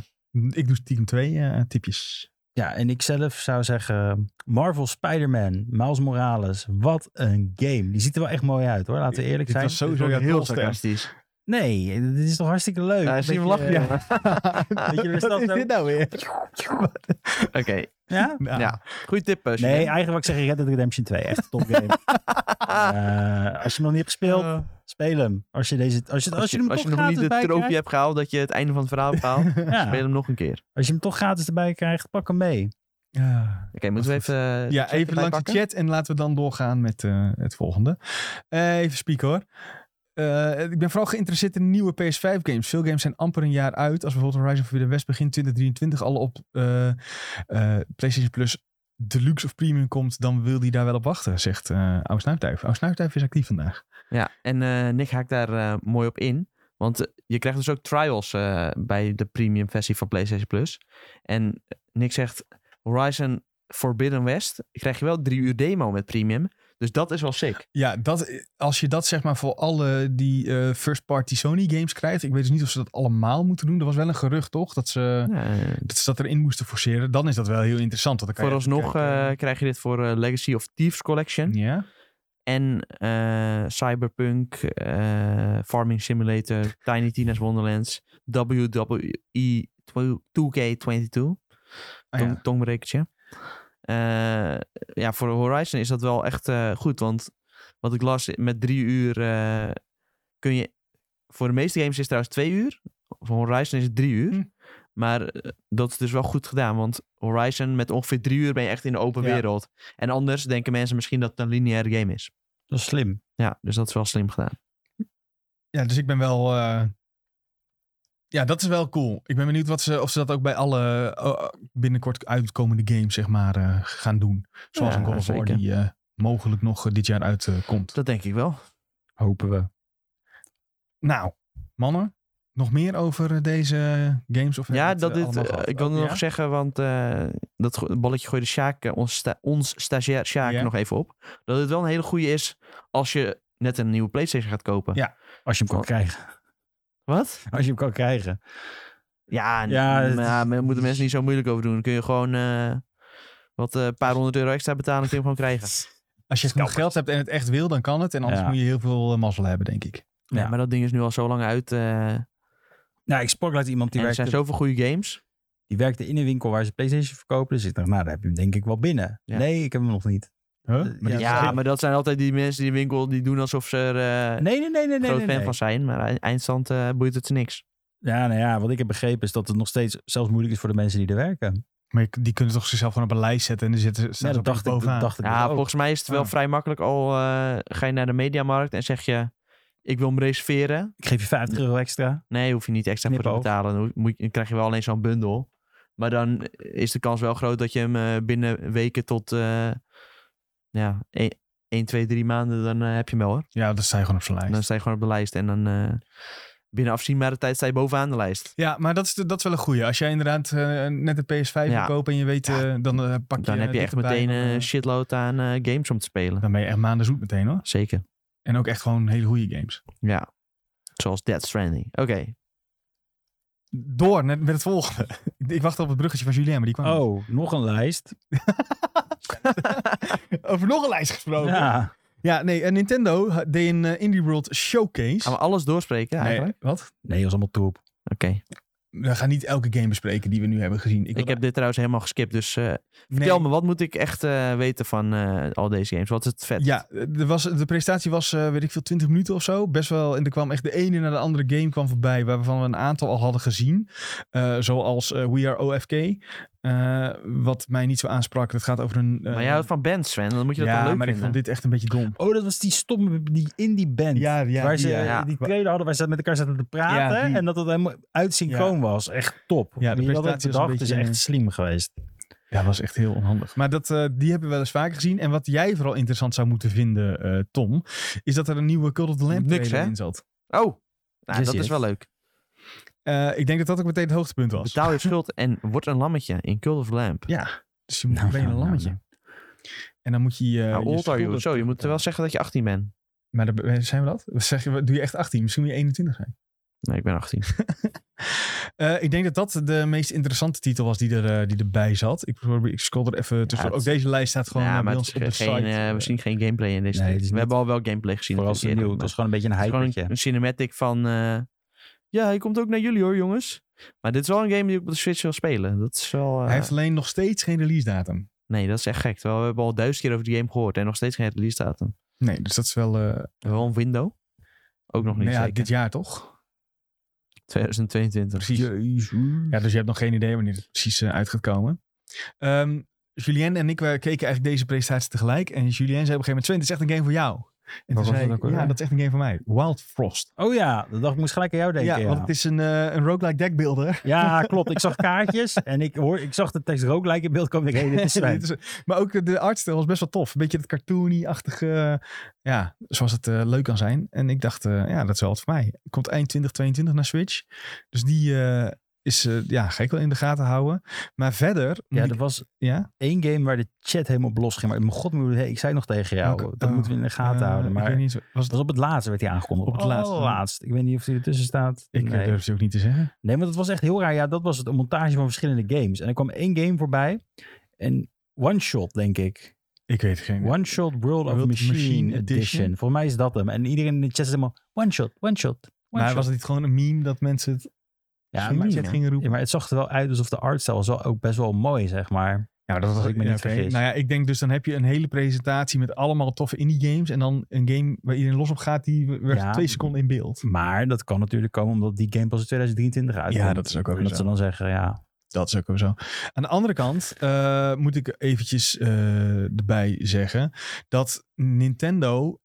Speaker 1: ik doe stiekem twee eh, tipjes.
Speaker 3: Ja, en ik zelf zou zeggen, Marvel Spider-Man, Miles Morales, wat een game. Die ziet er wel echt mooi uit hoor, laten we eerlijk
Speaker 1: Dit
Speaker 3: zijn.
Speaker 1: was sowieso
Speaker 2: Heel
Speaker 1: jouw doelstelling.
Speaker 2: sarcastisch.
Speaker 3: Nee, dit is toch hartstikke leuk.
Speaker 2: Ja,
Speaker 3: dat
Speaker 2: Eh, zie je
Speaker 3: je-
Speaker 2: hem lachen.
Speaker 3: ja. Dat je weer
Speaker 1: Wat
Speaker 3: snapt
Speaker 1: is
Speaker 3: ook-
Speaker 1: dit nou weer?
Speaker 2: Oké,
Speaker 3: Ja?
Speaker 1: Nou,
Speaker 2: ja. Goeie tip, eh,
Speaker 3: Nee,
Speaker 2: Sjoerd.
Speaker 3: eigenlijk wat ik zeg, Red Dead Redemption 2, echt een top game. Eh, als je hem nog niet hebt gespeeld, speel hem. Als je, deze, als je, als je, hem
Speaker 2: als je
Speaker 3: toch
Speaker 2: nog niet de
Speaker 3: gratis bij
Speaker 2: trofee
Speaker 3: krijgt,
Speaker 2: hebt gehaald dat je het einde van het verhaal bepaalt,
Speaker 3: ja,
Speaker 2: speel hem nog een keer.
Speaker 3: als je hem toch gratis erbij krijgt, pak hem mee.
Speaker 1: ja.
Speaker 2: Oké, moeten we even... eh,
Speaker 1: Ja,
Speaker 2: chat
Speaker 1: even
Speaker 2: erbij
Speaker 1: langs
Speaker 2: pakken?
Speaker 1: de chat en laten we dan doorgaan met eh, het volgende. Eh, even spieken hoor. Eh, ik ben vooral geïnteresseerd in nieuwe PS5-games. Veel games zijn amper een jaar uit. Als bijvoorbeeld Horizon Forbidden West begin 2023 al op eh, eh, PlayStation Plus Deluxe of Premium komt, dan wil die daar wel op wachten, zegt eh Oud Snuifduif. Oud Snuifduif is actief vandaag.
Speaker 2: Ja, en eh, Nick haakt daar eh, mooi op in. Want eh, je krijgt dus ook trials eh, bij de premium versie van PlayStation Plus. En eh, Nick zegt, Horizon Forbidden West krijg je wel drie uur demo met premium. Dus dat is wel sick.
Speaker 1: Ja, dat, als je dat zeg maar voor alle die eh, first-party Sony-games krijgt. Ik weet dus niet of ze dat allemaal moeten doen. Er was wel een gerucht, toch? Dat ze
Speaker 2: Ja, eh,
Speaker 1: dat, ze dat erin moesten forceren. Dan is dat wel heel interessant. Want dan kan je even
Speaker 2: vooralsnog
Speaker 1: kijken.
Speaker 2: eh, krijg je dit voor eh, Legacy of Thieves Collection.
Speaker 1: Ja.
Speaker 2: En eh, Cyberpunk, eh, Farming Simulator, Tiny Tina's Wonderlands, E WWE 2K22.
Speaker 1: Ah,
Speaker 2: tong,
Speaker 1: ja.
Speaker 2: Tongbrekertje. Eh, ja, voor Horizon is dat wel echt eh, goed. Want wat ik las, met drie uur eh, kun je... Voor de meeste games is het trouwens twee uur. Voor Horizon is het drie uur.
Speaker 1: Hm.
Speaker 2: Maar eh, dat is dus wel goed gedaan. Want Horizon, met ongeveer drie uur ben je echt in de open
Speaker 1: Ja.
Speaker 2: wereld. En anders denken mensen misschien dat het een lineaire game is.
Speaker 3: Dat is slim.
Speaker 2: Ja, dus dat is wel slim gedaan.
Speaker 1: Ja, dus ik ben wel. eh, Ja, dat is wel cool. Ik ben benieuwd wat ze, of ze dat ook bij alle eh, binnenkort uitkomende games, zeg maar, eh, gaan doen. Zoals
Speaker 2: Ja,
Speaker 1: een God of War
Speaker 2: zeker.
Speaker 1: die eh, mogelijk nog eh, dit jaar uitkomt.
Speaker 2: Dat denk ik wel.
Speaker 1: Hopen we. Nou, mannen, nog meer over eh, deze games? Of hebben
Speaker 2: Ja,
Speaker 1: we het,
Speaker 2: dat
Speaker 1: eh,
Speaker 2: dit,
Speaker 1: allemaal gehad?
Speaker 2: eh, ik wil
Speaker 1: Oh,
Speaker 2: nog
Speaker 1: ja?
Speaker 2: zeggen, want eh, dat go- balletje gooide Sjaak, eh, ons, sta- ons stagiair Sjaak,
Speaker 1: Ja.
Speaker 2: nog even op. Dat het wel een hele goede is als je net een nieuwe PlayStation gaat kopen.
Speaker 1: Ja.
Speaker 3: Als je hem kan
Speaker 2: Oh.
Speaker 3: krijgen.
Speaker 2: Wat?
Speaker 3: Als je hem kan krijgen.
Speaker 2: Ja,
Speaker 3: Ja,
Speaker 2: ja
Speaker 3: het-
Speaker 2: maar daar moeten mensen niet zo moeilijk over doen. Dan kun je gewoon eh, wat eh, paar honderd euro extra betalen en kun je hem gewoon krijgen.
Speaker 1: Als je genoeg geld hebt en het echt wil, dan kan het. En anders
Speaker 3: Ja.
Speaker 1: moet je heel veel eh, mazzel hebben, denk ik.
Speaker 2: Ja.
Speaker 3: Ja.
Speaker 2: maar dat ding is nu al zo lang uit. eh,
Speaker 3: Nou, ik sprak laat iemand die
Speaker 2: en er
Speaker 3: werkte,
Speaker 2: zijn zoveel goede games.
Speaker 3: die werkte in een winkel waar ze PlayStation verkopen. Dus ik dacht, nou, daar heb je hem denk ik wel binnen.
Speaker 2: Ja.
Speaker 3: Nee, ik heb hem nog niet.
Speaker 1: Huh?
Speaker 3: Ja,
Speaker 1: Maar
Speaker 2: Ja,
Speaker 1: dit-
Speaker 2: maar dat zijn altijd die mensen die in de winkel die doen alsof ze er eh,
Speaker 3: Nee, nee, nee, nee, nee.
Speaker 2: groot
Speaker 3: nee,
Speaker 2: fan
Speaker 3: nee.
Speaker 2: van zijn. Maar e- eindstand eh, boeit het ze niks.
Speaker 3: Ja, nou ja, wat ik heb begrepen is dat het nog steeds zelfs moeilijk is voor de mensen die er werken.
Speaker 1: Maar je- die kunnen toch zichzelf gewoon op een lijst zetten en dan zitten ze
Speaker 3: Ja, dat dacht ik,
Speaker 1: bovenaan.
Speaker 3: dat dacht ik dus
Speaker 2: Ja,
Speaker 3: ook.
Speaker 2: volgens mij is het wel
Speaker 1: Ah.
Speaker 2: vrij makkelijk. Al eh, ga je naar de mediamarkt en zeg je... Ik wil hem reserveren.
Speaker 3: Ik geef je 50 euro extra.
Speaker 2: Nee, hoef je niet extra voor te
Speaker 3: Knipoog.
Speaker 2: betalen. Dan, moet je- dan krijg je wel alleen zo'n bundel. Maar dan is de kans wel groot dat je hem eh, binnen weken tot... eh ja, e- 1, 2, 3 maanden, dan eh, heb je hem wel hoor.
Speaker 1: Ja, dat sta je gewoon op zijn lijst.
Speaker 2: Dan sta je gewoon op de lijst. En dan eh binnen afzienbare tijd sta je bovenaan de lijst.
Speaker 1: Ja, maar dat is, de- dat is wel een goeie. Als jij inderdaad eh, net een PS5 wil
Speaker 2: Ja.
Speaker 1: kopen en je weet, eh, dan eh, pak je...
Speaker 2: Dan heb je
Speaker 1: dit
Speaker 2: echt
Speaker 1: erbij,
Speaker 2: meteen
Speaker 1: dan, eh,
Speaker 2: een shitload aan eh, games om te spelen.
Speaker 1: dan ben je echt maanden zoet meteen hoor.
Speaker 2: Zeker.
Speaker 1: En ook echt gewoon hele goede games.
Speaker 2: Ja. Zoals Dead Stranding. Oké.
Speaker 1: Door net met het volgende. Ik wacht op het bruggetje van Julien, maar die kwam niet.
Speaker 3: Oh, nog een lijst.
Speaker 1: Over nog een lijst gesproken. Oh, Ja,
Speaker 3: Ja.
Speaker 1: nee, eh, Nintendo ha- deed een eh, Indie World Showcase.
Speaker 2: Gaan we alles doorspreken
Speaker 1: Nee,
Speaker 2: eigenlijk?
Speaker 1: wat?
Speaker 3: Nee, dat is allemaal troep.
Speaker 2: Oké.
Speaker 1: We gaan niet elke game bespreken die we nu hebben gezien.
Speaker 2: Ik,
Speaker 1: wil-
Speaker 2: heb dit trouwens helemaal geskipt, dus eh
Speaker 1: Nee.
Speaker 2: vertel me, wat moet ik echt eh, weten van eh, al deze games? Wat is het vet?
Speaker 1: Ja, eh, er was, de presentatie was, eh, weet ik veel, 20 minuten of zo. Best wel. En er kwam echt de ene naar de andere game kwam voorbij. Waarvan we een aantal al hadden gezien. Eh, zoals eh, We Are OFK. eh, wat mij niet zo aansprak. Dat gaat over een. eh,
Speaker 2: maar jij houdt van bands, Sven, dan moet je dat
Speaker 1: ja,
Speaker 2: wel leuk
Speaker 1: maar ik
Speaker 2: vinden.
Speaker 1: vond dit echt een beetje dom.
Speaker 3: Oh, dat was die stomme, die indie band.
Speaker 1: Ja, ja,
Speaker 3: waar
Speaker 1: die,
Speaker 3: ze
Speaker 1: ja.
Speaker 2: Ja.
Speaker 3: die trailer hadden, waar ze met elkaar zaten te praten.
Speaker 1: Ja, die.
Speaker 3: en dat het helemaal uit synchroon was. Echt top.
Speaker 1: Ja, de
Speaker 3: Wie dat had
Speaker 1: presentatie was een
Speaker 3: bedacht is
Speaker 1: beetje-
Speaker 3: echt slim geweest.
Speaker 1: Ja, was echt heel onhandig. Maar dat, eh, die hebben we wel eens vaker gezien. En wat jij vooral interessant zou moeten vinden, eh, Tom. Is dat er een nieuwe Cult of the Lamb
Speaker 2: Niks,
Speaker 1: trailer
Speaker 2: hè?
Speaker 1: in zat.
Speaker 2: Oh, nou,
Speaker 3: Yes,
Speaker 2: dat
Speaker 3: yes.
Speaker 2: is wel leuk.
Speaker 1: Eh, ik denk dat dat ook meteen het hoogtepunt was.
Speaker 2: Betaal je schuld en word een lammetje in Cult of Lamp.
Speaker 1: Ja, dus je moet
Speaker 3: Nou,
Speaker 1: ben je een
Speaker 3: nou, nou,
Speaker 1: lammetje. En dan moet je. eh,
Speaker 2: How
Speaker 1: je
Speaker 2: old are you?
Speaker 1: schulden-
Speaker 2: Nou, Zo, je moet wel zeggen dat je 18 bent.
Speaker 1: Maar dan- zijn we dat? Zeg je, doe je echt 18? Misschien moet je 21 zijn.
Speaker 2: Nee, ik ben 18.
Speaker 1: Eh, ik denk dat dat de meest interessante titel was die, er, eh, die erbij zat. Ik, probeer, ik scroll er even tussen.
Speaker 2: het-
Speaker 1: Ook deze lijst staat gewoon eh,
Speaker 2: ja,
Speaker 1: bij
Speaker 2: maar het
Speaker 1: ons
Speaker 2: is
Speaker 1: op de
Speaker 2: geen,
Speaker 1: site.
Speaker 2: eh, we zien geen gameplay in deze.
Speaker 3: Nee, het
Speaker 2: tijd.
Speaker 3: is
Speaker 2: we
Speaker 3: niet-
Speaker 2: hebben al wel gameplay gezien.
Speaker 3: Vooral als het
Speaker 2: natuurlijk
Speaker 3: nieuw.
Speaker 2: eerder,
Speaker 3: Dat is gewoon een beetje een
Speaker 2: maar het is
Speaker 3: hypertje.
Speaker 2: gewoon een, een cinematic van... eh, ja, hij komt ook naar jullie hoor, jongens. Maar dit is wel een game die ik op de Switch wil spelen. Dat is wel... eh,
Speaker 1: Hij heeft alleen nog steeds geen release datum.
Speaker 2: Nee, dat is echt gek. Terwijl we hebben al duizend keer over die game gehoord. En nog steeds geen release datum.
Speaker 1: Nee, dus dat is wel... eh,
Speaker 2: Wel een window. Ook nog niet
Speaker 1: nou ja,
Speaker 2: zeker.
Speaker 1: dit jaar toch?
Speaker 2: 2022.
Speaker 1: Precies. Ja, dus je hebt nog geen idee wanneer het precies eh, uit gaat komen. Ehm, Julien en ik we keken eigenlijk deze presentatie tegelijk. En Julien zei op een gegeven moment, Sven, dit is echt een game voor jou. En
Speaker 2: was
Speaker 1: toen zei
Speaker 2: het
Speaker 1: ik,
Speaker 2: ook alweer?
Speaker 1: ja, dat is echt een game voor mij. Wild Frost.
Speaker 3: Oh ja, dat dacht ik moest gelijk aan jou denken.
Speaker 1: Ja,
Speaker 3: Ja,
Speaker 1: want het is een, eh een roguelike deckbuilder.
Speaker 3: Ja, klopt. Ik zag kaartjes en ik, hoor, ik zag de tekst rook lijken in beeld komen. Ik denk, hey, dit is Sven.
Speaker 1: Dit is- maar ook de artstijl was best wel tof. Een beetje dat cartoony-achtige, eh, ja, zoals het eh, leuk kan zijn. En ik dacht, eh, ja, dat is wel wat voor mij. Komt eind 2022 naar Switch. Dus die eh, is, eh, ja, ga ik wel in de gaten houden. Maar verder... moet
Speaker 3: Ja,
Speaker 1: ik-
Speaker 3: er was
Speaker 1: ja?
Speaker 3: één game waar de chat helemaal op los ging. Maar mijn god, moeder, hey, ik zei nog tegen jou,
Speaker 1: Welke-
Speaker 3: dat
Speaker 1: oh,
Speaker 3: moeten we in de gaten
Speaker 1: eh,
Speaker 3: houden.
Speaker 1: ik
Speaker 3: Maar
Speaker 1: weet niet, was
Speaker 3: dat was op het laatste werd hij aangekondigd.
Speaker 1: Op het laatste.
Speaker 3: allerlaatste. Ik weet niet of hij ertussen staat.
Speaker 1: Ik eh,
Speaker 3: nee.
Speaker 1: durf ze ook niet te zeggen.
Speaker 3: nee, want het was echt heel raar. Ja, dat was het. Een montage van verschillende games. En er kwam één game voorbij. En One Shot, denk ik.
Speaker 1: Ik weet geen.
Speaker 3: One Shot World of
Speaker 1: World
Speaker 3: Machine,
Speaker 1: Machine
Speaker 3: Edition.
Speaker 1: Edition.
Speaker 3: Volgens mij is dat hem. En iedereen in de chat is helemaal One Shot, One Shot, One
Speaker 1: maar
Speaker 3: Shot.
Speaker 1: was het niet gewoon een meme dat mensen het
Speaker 3: ja,
Speaker 1: in
Speaker 3: maar,
Speaker 1: de
Speaker 3: ja,
Speaker 1: chat gingen roepen?
Speaker 3: maar het zag er wel uit alsof de artstijl was wel ook best wel mooi, zeg maar.
Speaker 1: Nou, dat
Speaker 3: Als ik me
Speaker 1: ja,
Speaker 3: niet
Speaker 1: oké.
Speaker 3: vergis.
Speaker 1: Nou ja, ik denk dus dan heb je een hele presentatie met allemaal toffe indie games. En dan een game waar iedereen los op gaat, die werd
Speaker 3: Ja.
Speaker 1: twee seconden in beeld.
Speaker 3: Maar dat kan natuurlijk komen omdat die game pas in 2023 uitkomt.
Speaker 1: dat is ook wel
Speaker 3: En
Speaker 1: weer
Speaker 3: Dat
Speaker 1: zo.
Speaker 3: ze dan zeggen, ja.
Speaker 1: Dat is ook wel zo. Aan de andere kant eh, moet ik eventjes eh, erbij zeggen dat Nintendo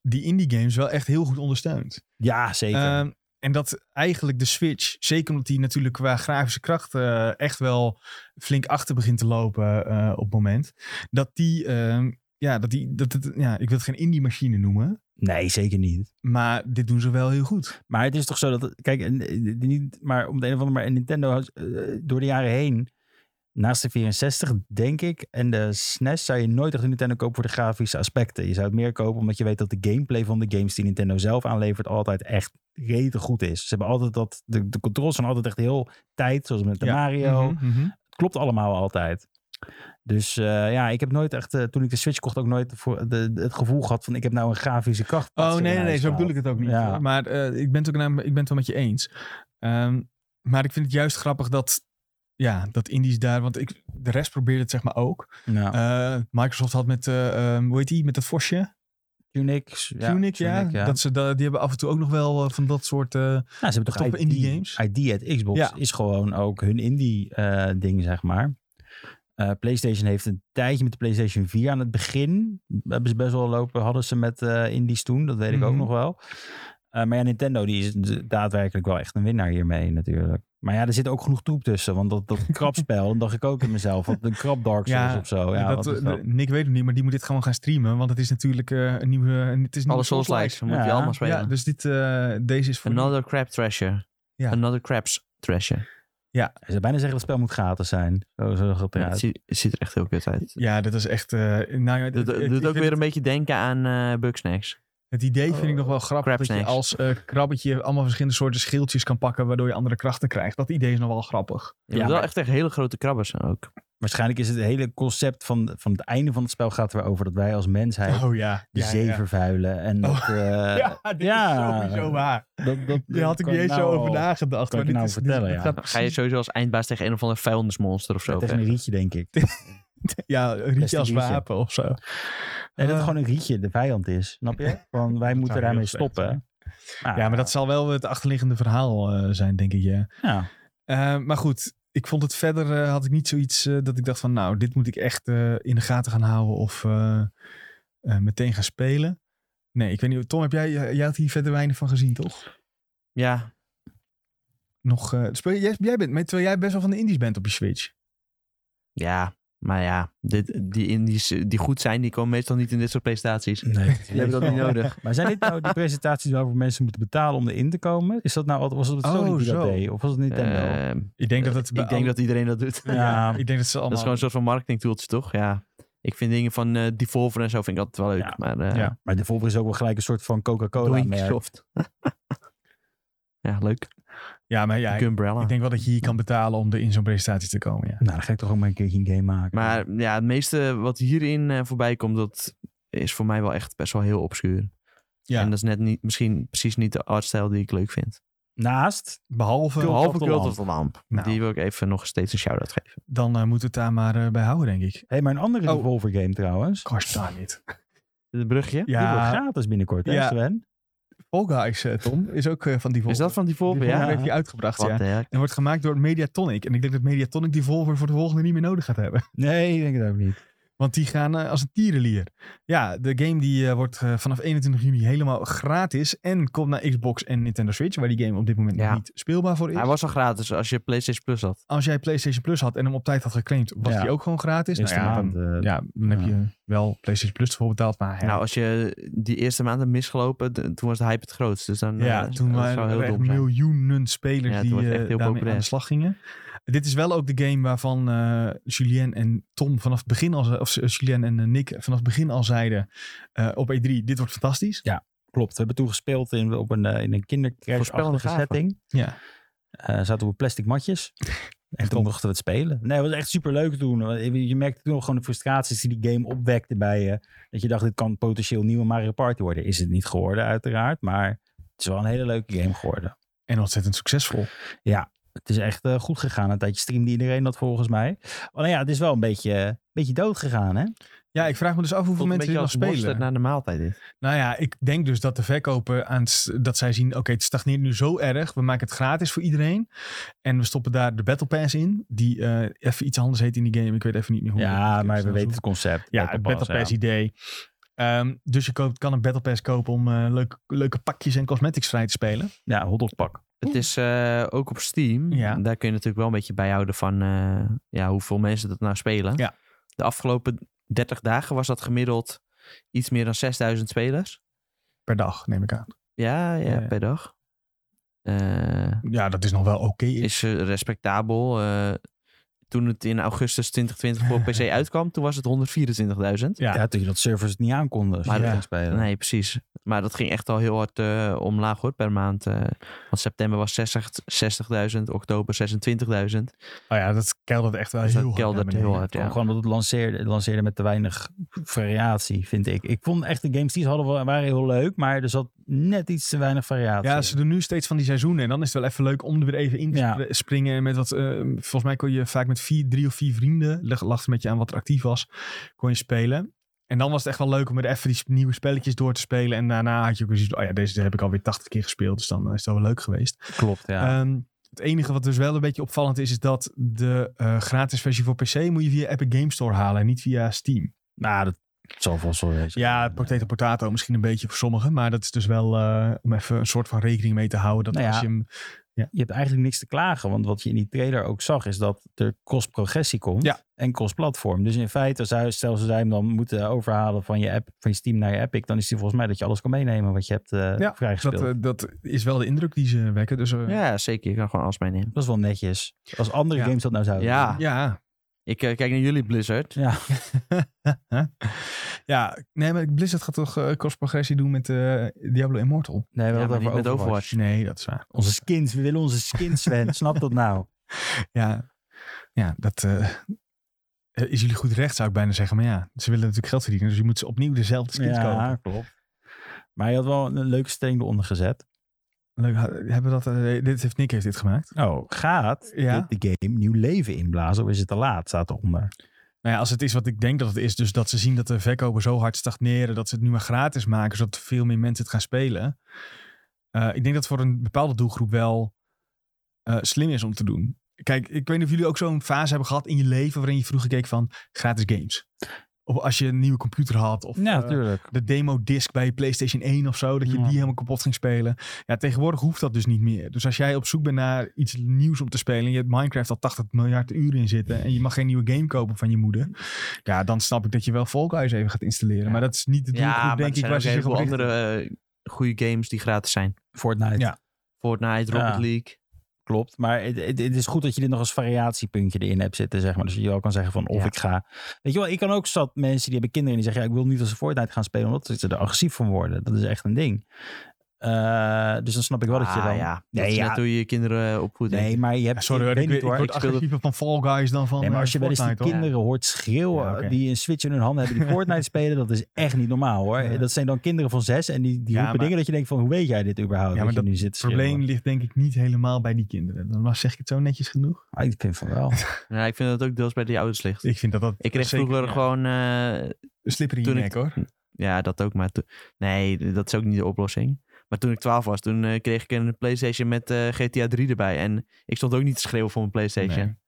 Speaker 1: die indie games wel echt heel goed ondersteunt.
Speaker 3: Ja, zeker.
Speaker 1: Ehm, en dat eigenlijk de Switch, zeker omdat die natuurlijk qua grafische kracht eh, echt wel flink achter begint te lopen eh, op het moment. Dat die, ehm, ja, dat die, dat het, ja, ik wil het geen indie machine noemen,
Speaker 3: nee, zeker niet.
Speaker 1: maar dit doen ze wel heel goed.
Speaker 3: Maar het is toch zo dat, het- kijk, en, eh, niet, maar om de een of andere manier, Nintendo had, eh, door de jaren heen, naast de 64 denk ik, en de SNES zou je nooit echt een Nintendo kopen voor de grafische aspecten. Je zou het meer kopen omdat je weet dat de gameplay van de games die Nintendo zelf aanlevert altijd echt rete goed is. Ze hebben altijd dat, de, de controls zijn altijd echt heel tijd, zoals met de
Speaker 1: Ja.
Speaker 3: Mario.
Speaker 1: Mhm, mhm.
Speaker 3: Het klopt allemaal altijd. Dus eh, ja, ik heb nooit echt, eh, toen ik de Switch kocht, ook nooit voor de, de- het gevoel gehad van ik heb nou een grafische kracht.
Speaker 1: Oh nee, nee, nee, zo bedoel ik het ook niet.
Speaker 3: Ja.
Speaker 1: hoor. Maar eh, ik, ben het ook, naam- ik ben het wel met je eens. Ehm, maar ik vind het juist grappig dat, ja, dat indies daar, want ik, de rest probeerde het zeg maar ook.
Speaker 3: Ja.
Speaker 1: Eh, Microsoft had met, eh, ehm, hoe heet die, met dat vosje?
Speaker 3: Unix. Ja,
Speaker 1: Tunic, ja.
Speaker 3: Tunic,
Speaker 1: Dat ze da- die hebben af en toe ook nog wel eh, van dat soort. eh,
Speaker 3: Nou, ze hebben toch
Speaker 1: Top
Speaker 3: ID,
Speaker 1: indie games.
Speaker 3: ID at Xbox
Speaker 1: Ja.
Speaker 3: is gewoon ook hun indie eh, ding, zeg maar. Eh, PlayStation heeft een tijdje met de PlayStation 4 aan het begin. eh, Hebben ze best wel lopen, hadden ze met eh, indies toen, dat weet ik ook
Speaker 1: Mhm.
Speaker 3: nog wel. Eh, maar ja, Nintendo die is d- daadwerkelijk wel echt een winnaar hiermee natuurlijk. Maar ja, er zit ook genoeg troep tussen. Want dat, dat krapspel, dan dacht ik ook in mezelf. Wat een krap Dark Souls
Speaker 1: Ja,
Speaker 3: of zo. Ja,
Speaker 1: dat,
Speaker 3: wat is
Speaker 1: eh,
Speaker 3: dat?
Speaker 1: Nick weet het niet, maar die moet dit gewoon gaan streamen. Want het is natuurlijk eh, een nieuwe. Het is een
Speaker 2: Alle
Speaker 1: nieuwe
Speaker 2: Souls likes.
Speaker 1: Souls-like.
Speaker 2: Dan moet je
Speaker 3: Ja.
Speaker 2: allemaal spelen.
Speaker 1: Ja, dus dit, eh, deze is voor.
Speaker 2: Another crab thrasher.
Speaker 1: Ja.
Speaker 2: Another crabs thrasher.
Speaker 3: Ze zou bijna zeggen dat het spel moet gratis zijn. Zo, zo zag het
Speaker 2: Ja, het,
Speaker 3: eruit.
Speaker 2: ziet, het ziet er echt heel kut uit.
Speaker 1: Ja, dit is echt. eh nou ja,
Speaker 2: Het
Speaker 1: ik- ik
Speaker 2: doet
Speaker 1: vind
Speaker 2: ook weer
Speaker 1: het,
Speaker 2: een beetje Oh, denken aan eh Bugsnax.
Speaker 1: het idee vind ik nog wel grappig. Dat je
Speaker 2: crabsnakes.
Speaker 1: als eh, krabbetje allemaal verschillende soorten schildjes kan pakken. Waardoor je andere krachten krijgt. Dat idee is nog wel grappig.
Speaker 2: Ja,
Speaker 3: Ja,
Speaker 2: wel
Speaker 3: maar-
Speaker 2: echt, echt hele grote krabbers ook.
Speaker 3: Waarschijnlijk is het hele concept van, van het einde van het spel gaat er over dat wij als mensheid
Speaker 1: Oh ja.
Speaker 3: de
Speaker 1: ja,
Speaker 3: zee
Speaker 1: ja. Oh.
Speaker 3: vervuilen. En dat, eh,
Speaker 1: Ja, dit
Speaker 3: Ja.
Speaker 1: is sowieso waar.
Speaker 3: dat, dat,
Speaker 1: Daar had ik
Speaker 3: kan
Speaker 1: niet eens
Speaker 3: nou
Speaker 1: zo
Speaker 3: al-
Speaker 1: over nagedacht.
Speaker 3: kan
Speaker 1: maar
Speaker 3: ik
Speaker 1: dit
Speaker 3: nou
Speaker 1: is- dit-
Speaker 3: vertellen,
Speaker 1: dit
Speaker 3: ja.
Speaker 1: gaat
Speaker 2: Dan ga je sowieso als eindbaas tegen een of ander vuilnismonster of zo.
Speaker 3: Tegen een
Speaker 2: vechten.
Speaker 3: rietje, denk ik.
Speaker 1: Ja, een rietje
Speaker 3: Plastic
Speaker 1: als
Speaker 3: rietje.
Speaker 1: wapen of zo.
Speaker 3: Nee, dat
Speaker 1: Eh,
Speaker 3: het gewoon een rietje de vijand is. Snap je? Van wij moeten
Speaker 1: zou
Speaker 3: daarmee
Speaker 1: heel slecht
Speaker 3: stoppen. Ah,
Speaker 1: Ja, maar dat zal wel het achterliggende verhaal eh, zijn, denk ik. Ja.
Speaker 3: ja.
Speaker 1: Eh, maar goed, ik vond het verder, eh, had ik niet zoiets eh, dat ik dacht van, nou, dit moet ik echt eh, in de gaten gaan houden of eh, eh, meteen gaan spelen. Nee, ik weet niet. Tom, heb jij, eh, jij had hier verder weinig van gezien, toch?
Speaker 2: Ja,
Speaker 1: Nog, eh, speel, jij, jij bent, maar terwijl jij best wel van de indies bent op je Switch.
Speaker 2: ja. Maar ja, dit, die indies eh, die goed zijn, die komen meestal niet in dit soort presentaties. Die
Speaker 3: Nee,
Speaker 2: hebben dat niet nodig.
Speaker 3: Maar zijn dit nou die presentaties waarvoor mensen moeten betalen om erin te komen? Is dat nou, wat- was het Sony
Speaker 1: Oh,
Speaker 3: die dat
Speaker 1: zo.
Speaker 3: deed? Of was het Nintendo?
Speaker 2: Ehm,
Speaker 1: Ik denk dat het bij
Speaker 2: ik denk
Speaker 1: alle-
Speaker 2: dat iedereen dat doet.
Speaker 3: dat-
Speaker 1: ja,
Speaker 3: Ja.
Speaker 1: ik denk dat ze
Speaker 2: Dat is
Speaker 1: allemaal...
Speaker 2: gewoon een soort van marketingtoeltje, toch? Ja. Ik vind dingen van eh Devolver en zo vind ik altijd wel leuk.
Speaker 3: Ja.
Speaker 2: Maar eh
Speaker 1: Ja.
Speaker 3: Maar de volgende is ook wel gelijk een soort van Coca-Cola merk.
Speaker 2: Doinksoft. Ja, leuk.
Speaker 1: Ja, maar ja,
Speaker 2: Pink
Speaker 1: ik,
Speaker 2: Umbrella.
Speaker 1: ik denk wel dat je hier kan betalen om er in zo'n presentatie te komen. Ja.
Speaker 3: Nou, dan ga ik toch ook maar een keertje een game maken.
Speaker 2: Maar ja, het meeste wat hierin eh, voorbij komt, dat is voor mij wel echt best wel heel obscuur.
Speaker 1: Ja.
Speaker 2: En dat is net niet, misschien precies niet de artstijl die ik leuk vind.
Speaker 3: Naast,
Speaker 1: Behalve,
Speaker 2: Behalve
Speaker 3: the
Speaker 2: Cult
Speaker 3: Lamp.
Speaker 2: of the Lamp.
Speaker 1: Nou.
Speaker 2: Die wil ik even nog steeds een shout-out geven.
Speaker 1: dan eh, moeten we het daar maar eh, bij houden, denk ik.
Speaker 3: hé, maar een andere
Speaker 1: Oh.
Speaker 3: Revolver game trouwens.
Speaker 1: Kast daar niet.
Speaker 2: Het brugje?
Speaker 3: Die wordt
Speaker 1: Ja,
Speaker 3: gratis binnenkort, hè
Speaker 1: Ja.
Speaker 3: Sven?
Speaker 1: Fall Guys, eh, Tom, is ook eh, van die
Speaker 2: Is dat van die
Speaker 1: Volvo
Speaker 2: Volvo?
Speaker 1: ja.
Speaker 2: Ja.
Speaker 1: heeft hij uitgebracht,
Speaker 2: Wat
Speaker 1: ja.
Speaker 2: de heck?
Speaker 1: En wordt gemaakt door Mediatonic. En ik denk dat Mediatonic die Volvo voor de volgende niet meer nodig gaat hebben.
Speaker 3: Nee, ik denk het ook niet.
Speaker 1: Want die gaan eh, als een tierenlier. Ja, de game die eh, wordt eh, vanaf 21 juni helemaal gratis. En komt naar Xbox en Nintendo Switch. Waar die game op dit moment
Speaker 2: Ja.
Speaker 1: nog niet speelbaar voor is.
Speaker 2: Hij was al gratis als je PlayStation Plus had.
Speaker 1: Als jij PlayStation Plus had en hem op tijd had geclaimd. Was
Speaker 3: Ja.
Speaker 1: die ook gewoon gratis.
Speaker 3: Eerste
Speaker 1: Nou ja,
Speaker 3: maand,
Speaker 1: dan,
Speaker 3: eh,
Speaker 1: ja, dan heb
Speaker 3: ja.
Speaker 1: je wel PlayStation Plus voor betaald. Maar hè,
Speaker 2: Nou, als je die eerste maand hebt misgelopen, d- toen was de hype het grootst. Dus dan eh,
Speaker 1: Ja,
Speaker 2: dat-
Speaker 1: toen
Speaker 2: dat
Speaker 1: waren
Speaker 2: zou
Speaker 1: er
Speaker 2: heel
Speaker 1: echt
Speaker 2: dom zijn.
Speaker 1: miljoenen spelers
Speaker 2: Ja, toen
Speaker 1: die
Speaker 2: was het
Speaker 1: eh,
Speaker 2: echt heel
Speaker 1: daarmee aan
Speaker 2: populair.
Speaker 1: de slag gingen. Dit is wel ook de game waarvan eh, Julien en Tom vanaf het begin al, ze- of eh, Julien en eh, Nick vanaf het begin al zeiden eh, op E3, dit wordt fantastisch.
Speaker 3: Klopt, we hebben toen gespeeld in, op een, eh, in een
Speaker 2: Voorspellende
Speaker 3: kinderkerkachtige
Speaker 2: gaven.
Speaker 1: Ja.
Speaker 3: setting. Eh, zaten we op plastic matjes. En toen
Speaker 1: Top.
Speaker 3: mochten we het spelen. Nee, het was echt superleuk toen. Je merkte toen nog gewoon de frustraties die die game opwekte bij je. Dat je dacht, dit kan potentieel een nieuwe Mario Party worden. Is het niet geworden uiteraard, maar het is wel een hele leuke game geworden.
Speaker 1: En ontzettend succesvol.
Speaker 3: Het is echt eh, goed gegaan. Een tijdje streamde iedereen dat volgens mij. Maar nou ja, het is wel een beetje, een beetje dood gegaan hè.
Speaker 1: Ja, ik vraag me dus af hoeveel
Speaker 2: Voelt
Speaker 1: mensen
Speaker 2: een
Speaker 1: dit
Speaker 2: beetje
Speaker 1: nog
Speaker 2: als
Speaker 1: spelen.
Speaker 2: mosterd naar de maaltijd dit.
Speaker 1: Nou ja, ik denk dus dat de verkopen aan s- dat zij zien, oké, het stagneert nu zo erg. We maken het gratis voor iedereen. En we stoppen daar de Battle Pass in. Die eh, even iets anders heet in die game. Ik weet even niet meer hoe. Ik nou moet
Speaker 3: Ja,
Speaker 1: even
Speaker 3: maar we
Speaker 1: snel
Speaker 3: weten
Speaker 1: zoeken.
Speaker 3: het concept.
Speaker 1: Ja, het Battle Pass idee. Ehm, dus je koopt, kan een Battle Pass kopen om eh, leuk, leuke pakjes en cosmetics vrij te spelen.
Speaker 3: Ja, hotdogpak.
Speaker 2: Het is eh, ook op Steam.
Speaker 1: Ja.
Speaker 2: Daar kun je natuurlijk wel een beetje bijhouden van eh, ja, hoeveel mensen dat nou spelen.
Speaker 1: Ja.
Speaker 2: De afgelopen 30 dagen was dat gemiddeld iets meer dan 6000 spelers.
Speaker 1: Per dag, neem ik aan.
Speaker 2: Ja, ja,
Speaker 1: Ja, ja.
Speaker 2: per dag. Eh,
Speaker 1: Ja, dat is nog wel oké.
Speaker 2: is eh, respectabel. Eh, toen het in augustus 2020 voor PC uitkwam, toen was het 124.000.
Speaker 1: Ja.
Speaker 3: Ja. toen je dat servers het niet aankonden.
Speaker 2: Maar
Speaker 3: Maar
Speaker 1: ja.
Speaker 3: ging spelen.
Speaker 2: Nee, precies. Maar dat ging echt al heel hard eh, omlaag hoor, per maand. eh. want september was 60 60.000, oktober 26.000.
Speaker 1: Oh ja, dat keldert echt wel
Speaker 2: Dus
Speaker 1: heel hard
Speaker 2: dat
Speaker 1: naar
Speaker 2: keldert
Speaker 1: beneden.
Speaker 2: heel hard, ja.
Speaker 3: Gewoon Gewoon omdat het lanceerde, het lanceerde met te weinig variatie, vind ik. Ik vond echt de games die ze hadden wel- waren heel leuk, maar er zat net iets te weinig variatie.
Speaker 2: eh.
Speaker 1: Ja, ze doen nu steeds van die seizoenen. En dan is het wel even leuk om er weer even in te
Speaker 3: Ja.
Speaker 1: spr- springen. Met wat, eh, volgens mij kon je vaak met vier, drie of vier vrienden, lag- lag een beetje aan wat er actief was, kon je spelen. En dan was het echt wel leuk om er even die sp- nieuwe spelletjes door te spelen. En daarna had je ook weer zoiets van, oh ja, deze heb ik alweer 80 keer gespeeld. Dus dan eh, is dat wel leuk geweest.
Speaker 3: klopt, ja.
Speaker 1: Ehm, het enige wat dus wel een beetje opvallend is, is dat de eh, gratis versie voor PC moet je via Epic Game Store halen en niet via Steam.
Speaker 3: nou, dat zal vast wel wezen.
Speaker 1: Ja, potato potato misschien een beetje voor sommigen, maar dat is dus wel eh, om even een soort van rekening mee te houden. Dat
Speaker 3: Nou ja.
Speaker 1: als je hem,
Speaker 3: Je hebt eigenlijk niks te klagen, want wat je in die trailer ook zag, is dat er cross-progressie komt
Speaker 1: Ja.
Speaker 3: en cross-platform. Dus in feite, zou- stel ze zou hem dan moeten overhalen van je, app, van je Steam naar je Epic, dan is die volgens mij dat je alles kan meenemen wat je hebt eh
Speaker 1: Ja,
Speaker 3: vrijgespeeld.
Speaker 1: dat,
Speaker 3: Dat,
Speaker 1: eh, dat is wel de indruk die ze wekken. Dus eh,
Speaker 2: Ja, zeker. Je kan gewoon alles meenemen.
Speaker 3: is wel netjes. Als andere
Speaker 1: Ja.
Speaker 3: games dat nou zouden
Speaker 2: Ja.
Speaker 3: doen.
Speaker 1: ja.
Speaker 2: Ik eh, kijk naar jullie Blizzard.
Speaker 3: Ja,
Speaker 1: ja, nee, maar Blizzard gaat toch eh cross-progressie doen met eh, Diablo Immortal?
Speaker 3: nee, we
Speaker 2: Ja, maar
Speaker 3: hadden
Speaker 2: niet
Speaker 3: het
Speaker 2: met
Speaker 3: over
Speaker 2: Overwatch.
Speaker 3: Overwatch.
Speaker 1: Nee, dat is waar.
Speaker 3: Onze skins, we willen onze skins, Sven. Snap dat nou?
Speaker 1: Ja, ja dat eh, is jullie goed recht, zou ik bijna zeggen. Maar ja, ze willen natuurlijk geld verdienen. Dus je moet ze opnieuw dezelfde skins kopen.
Speaker 3: klopt. Maar je had wel een leuke steen eronder gezet.
Speaker 1: Leuk, ha- hebben we dat, eh, dit heeft Nick heeft dit gemaakt.
Speaker 3: Oh, gaat
Speaker 1: Ja.
Speaker 3: dit de game nieuw leven inblazen of is het te laat? Staat eronder.
Speaker 1: Nou ja, als het is wat ik denk dat het is. Dus dat ze zien dat de verkopen zo hard stagneren. Dat ze het nu maar gratis maken. Zodat veel meer mensen het gaan spelen. Eh, ik denk dat het voor een bepaalde doelgroep wel eh, slim is om te doen. Kijk, ik weet niet of jullie ook zo'n fase hebben gehad in je leven. Waarin je vroeger keek van gratis games. Of als je een nieuwe computer had. Of eh,
Speaker 3: natuurlijk.
Speaker 1: de demo-disc bij je PlayStation 1 of zo. Dat je
Speaker 3: Ja.
Speaker 1: die helemaal kapot ging spelen. Ja, tegenwoordig hoeft dat dus niet meer. Dus als jij op zoek bent naar iets nieuws om te spelen. En je hebt Minecraft al 80 miljard uren in zitten. En je mag geen nieuwe game kopen van je moeder. Ja, dan snap ik dat je wel Fall Guys even gaat installeren.
Speaker 3: Ja.
Speaker 1: Maar dat is niet de doelgroep,
Speaker 2: Ja, maar
Speaker 1: denk
Speaker 2: er
Speaker 1: ik,
Speaker 2: zijn
Speaker 1: waar
Speaker 2: ook
Speaker 1: ze
Speaker 2: heel
Speaker 1: zich op
Speaker 2: veel
Speaker 1: richten.
Speaker 2: andere eh, goede games die gratis zijn.
Speaker 3: Fortnite.
Speaker 1: Ja.
Speaker 2: Fortnite,
Speaker 3: Ja.
Speaker 2: Rocket League.
Speaker 3: Klopt. Maar het, het, het is goed dat je dit nog als variatiepuntje erin hebt zitten, zeg maar. Dus je wel kan zeggen van of
Speaker 2: Ja.
Speaker 3: ik ga... Weet je wel, ik kan ook zat mensen die hebben kinderen en die zeggen... Ja, ik wil niet als ze Fortnite gaan spelen omdat ze er agressief van worden. Dat is echt een ding. Eh, Eh, dus dan snap ik wel dat je
Speaker 2: Ah,
Speaker 3: dan...
Speaker 2: ja.
Speaker 3: Nee,
Speaker 2: dat is
Speaker 3: ja.
Speaker 2: net hoe je je kinderen opvoedt. denk
Speaker 3: Nee,
Speaker 2: ik.
Speaker 3: maar je hebt...
Speaker 1: sorry,
Speaker 3: ik
Speaker 1: hoor,
Speaker 3: weet
Speaker 1: ik,
Speaker 3: niet
Speaker 1: ik
Speaker 3: hoor.
Speaker 1: word
Speaker 2: Ik speel-
Speaker 1: agressiever van Fall Guys dan van
Speaker 3: Nee, maar als je
Speaker 1: eh,
Speaker 3: wel eens die
Speaker 1: Fortnite, hoor.
Speaker 3: kinderen hoort schreeuwen
Speaker 1: Ja, oké.
Speaker 3: die een Switch in hun handen hebben die Fortnite spelen, dat is echt niet normaal hoor.
Speaker 1: Ja.
Speaker 3: Dat zijn dan kinderen van zes en die, die
Speaker 1: Ja,
Speaker 3: roepen
Speaker 1: maar-
Speaker 3: dingen dat je denkt van hoe weet jij dit überhaupt?
Speaker 1: Ja,
Speaker 3: dat,
Speaker 1: maar
Speaker 3: je nu zit te
Speaker 1: Het probleem
Speaker 3: schreeuwen?
Speaker 1: ligt denk ik niet helemaal bij die kinderen. Dan was, zeg ik het zo netjes genoeg.
Speaker 3: Ah, ik vind van wel.
Speaker 2: Ja, ik vind dat het ook deels bij die ouders ligt.
Speaker 1: Ik vind dat dat
Speaker 2: Ik kreeg
Speaker 1: zeker-
Speaker 2: vroeger
Speaker 1: ja,
Speaker 2: gewoon... eh,
Speaker 1: een slippery
Speaker 2: toen ik-
Speaker 1: nek, hoor.
Speaker 2: ja, dat ook, maar... toen- Nee, dat is ook niet de oplossing. Maar toen ik 12 was, toen eh, kreeg ik een Playstation met eh, GTA 3 erbij. En ik stond ook niet te schreeuwen voor mijn Playstation.
Speaker 1: Nee.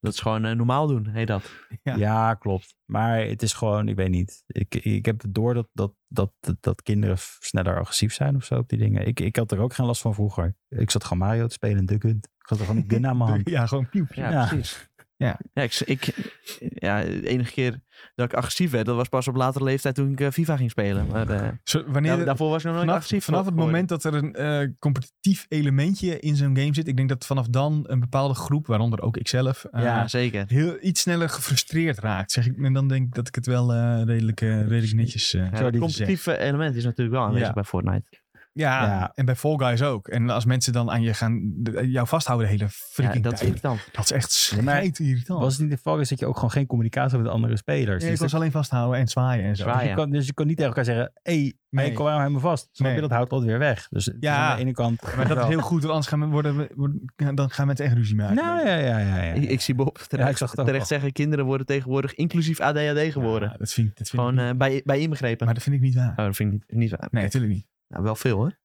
Speaker 2: Dat is gewoon eh, normaal doen, heet dat.
Speaker 1: Ja.
Speaker 3: Ja. klopt. Maar het is gewoon, ik weet niet. Ik, ik heb het door dat, dat, dat, dat, dat kinderen f- sneller agressief zijn of zo op die dingen. Ik, ik had er ook geen last van vroeger. Ik zat gewoon Mario te spelen in de gun. Ik had er gewoon een gun aan mijn hand.
Speaker 1: Ja, gewoon piep.
Speaker 2: Ja,
Speaker 3: Ja.
Speaker 2: precies.
Speaker 1: Ja.
Speaker 2: Ja, ik, ik, ja, de enige keer dat ik agressief werd, dat was pas op latere leeftijd toen ik eh, FIFA ging spelen. Maar eh,
Speaker 1: Zo- wanneer,
Speaker 2: daar- daarvoor was ik nog nooit
Speaker 1: vanaf,
Speaker 2: agressief
Speaker 1: vanaf het
Speaker 2: geworden.
Speaker 1: moment dat er een eh, competitief elementje in zo'n game zit. Ik denk dat vanaf dan een bepaalde groep, waaronder ook ikzelf, eh,
Speaker 2: Ja, zeker.
Speaker 1: heel, iets sneller gefrustreerd raakt. Zeg ik. En dan denk ik dat ik het wel eh, redelijk, eh, redelijk netjes... eh,
Speaker 2: Ja,
Speaker 3: Zo,
Speaker 2: het
Speaker 3: die-
Speaker 2: competitieve element is natuurlijk wel aanwezig
Speaker 1: Ja.
Speaker 2: bij Fortnite.
Speaker 1: Ja,
Speaker 3: Ja.
Speaker 1: en bij Fall Guys ook. En als mensen dan aan je gaan, de- eh, jou vasthouden de hele
Speaker 2: Ja,
Speaker 1: freaking
Speaker 2: dat
Speaker 1: tijd.
Speaker 2: vind ik dan.
Speaker 1: Dat is echt
Speaker 3: Ja, maar-
Speaker 1: schijt irritant.
Speaker 3: Was het niet de geval is dat je ook gewoon geen communicatie had met andere spelers?
Speaker 1: Nee, ik
Speaker 3: dus,
Speaker 1: was alleen vasthouden en zwaaien en zo.
Speaker 2: Zwaaien.
Speaker 3: dat- je kan, dus je kon niet tegen elkaar zeggen, hé, hey,
Speaker 1: Nee.
Speaker 3: ik kom aan helemaal vast. Snap
Speaker 1: Nee.
Speaker 3: je, dat houdt wat weer weg. Dus het is
Speaker 1: Ja.
Speaker 3: aan de ene kant...
Speaker 1: Maar dat is heel goed, want anders gaan, we worden, we- worden- dan gaan mensen echt ruzie maken.
Speaker 3: Nou, ja, ja, ja. ja.
Speaker 2: Ik, ik zie Bob terecht,
Speaker 3: ik zag het ook
Speaker 2: terecht
Speaker 3: al.
Speaker 2: zeggen, kinderen worden tegenwoordig inclusief ADHD geworden.
Speaker 1: Ja, dat vind, ik- dat vind
Speaker 2: Gewoon
Speaker 1: ik niet,
Speaker 2: eh, bij, bij inbegrepen.
Speaker 1: Maar dat vind ik niet waar.
Speaker 2: Oh, dat vind ik niet, niet waar.
Speaker 1: Nee, natuurlijk niet.
Speaker 2: Nou, wel veel hoor.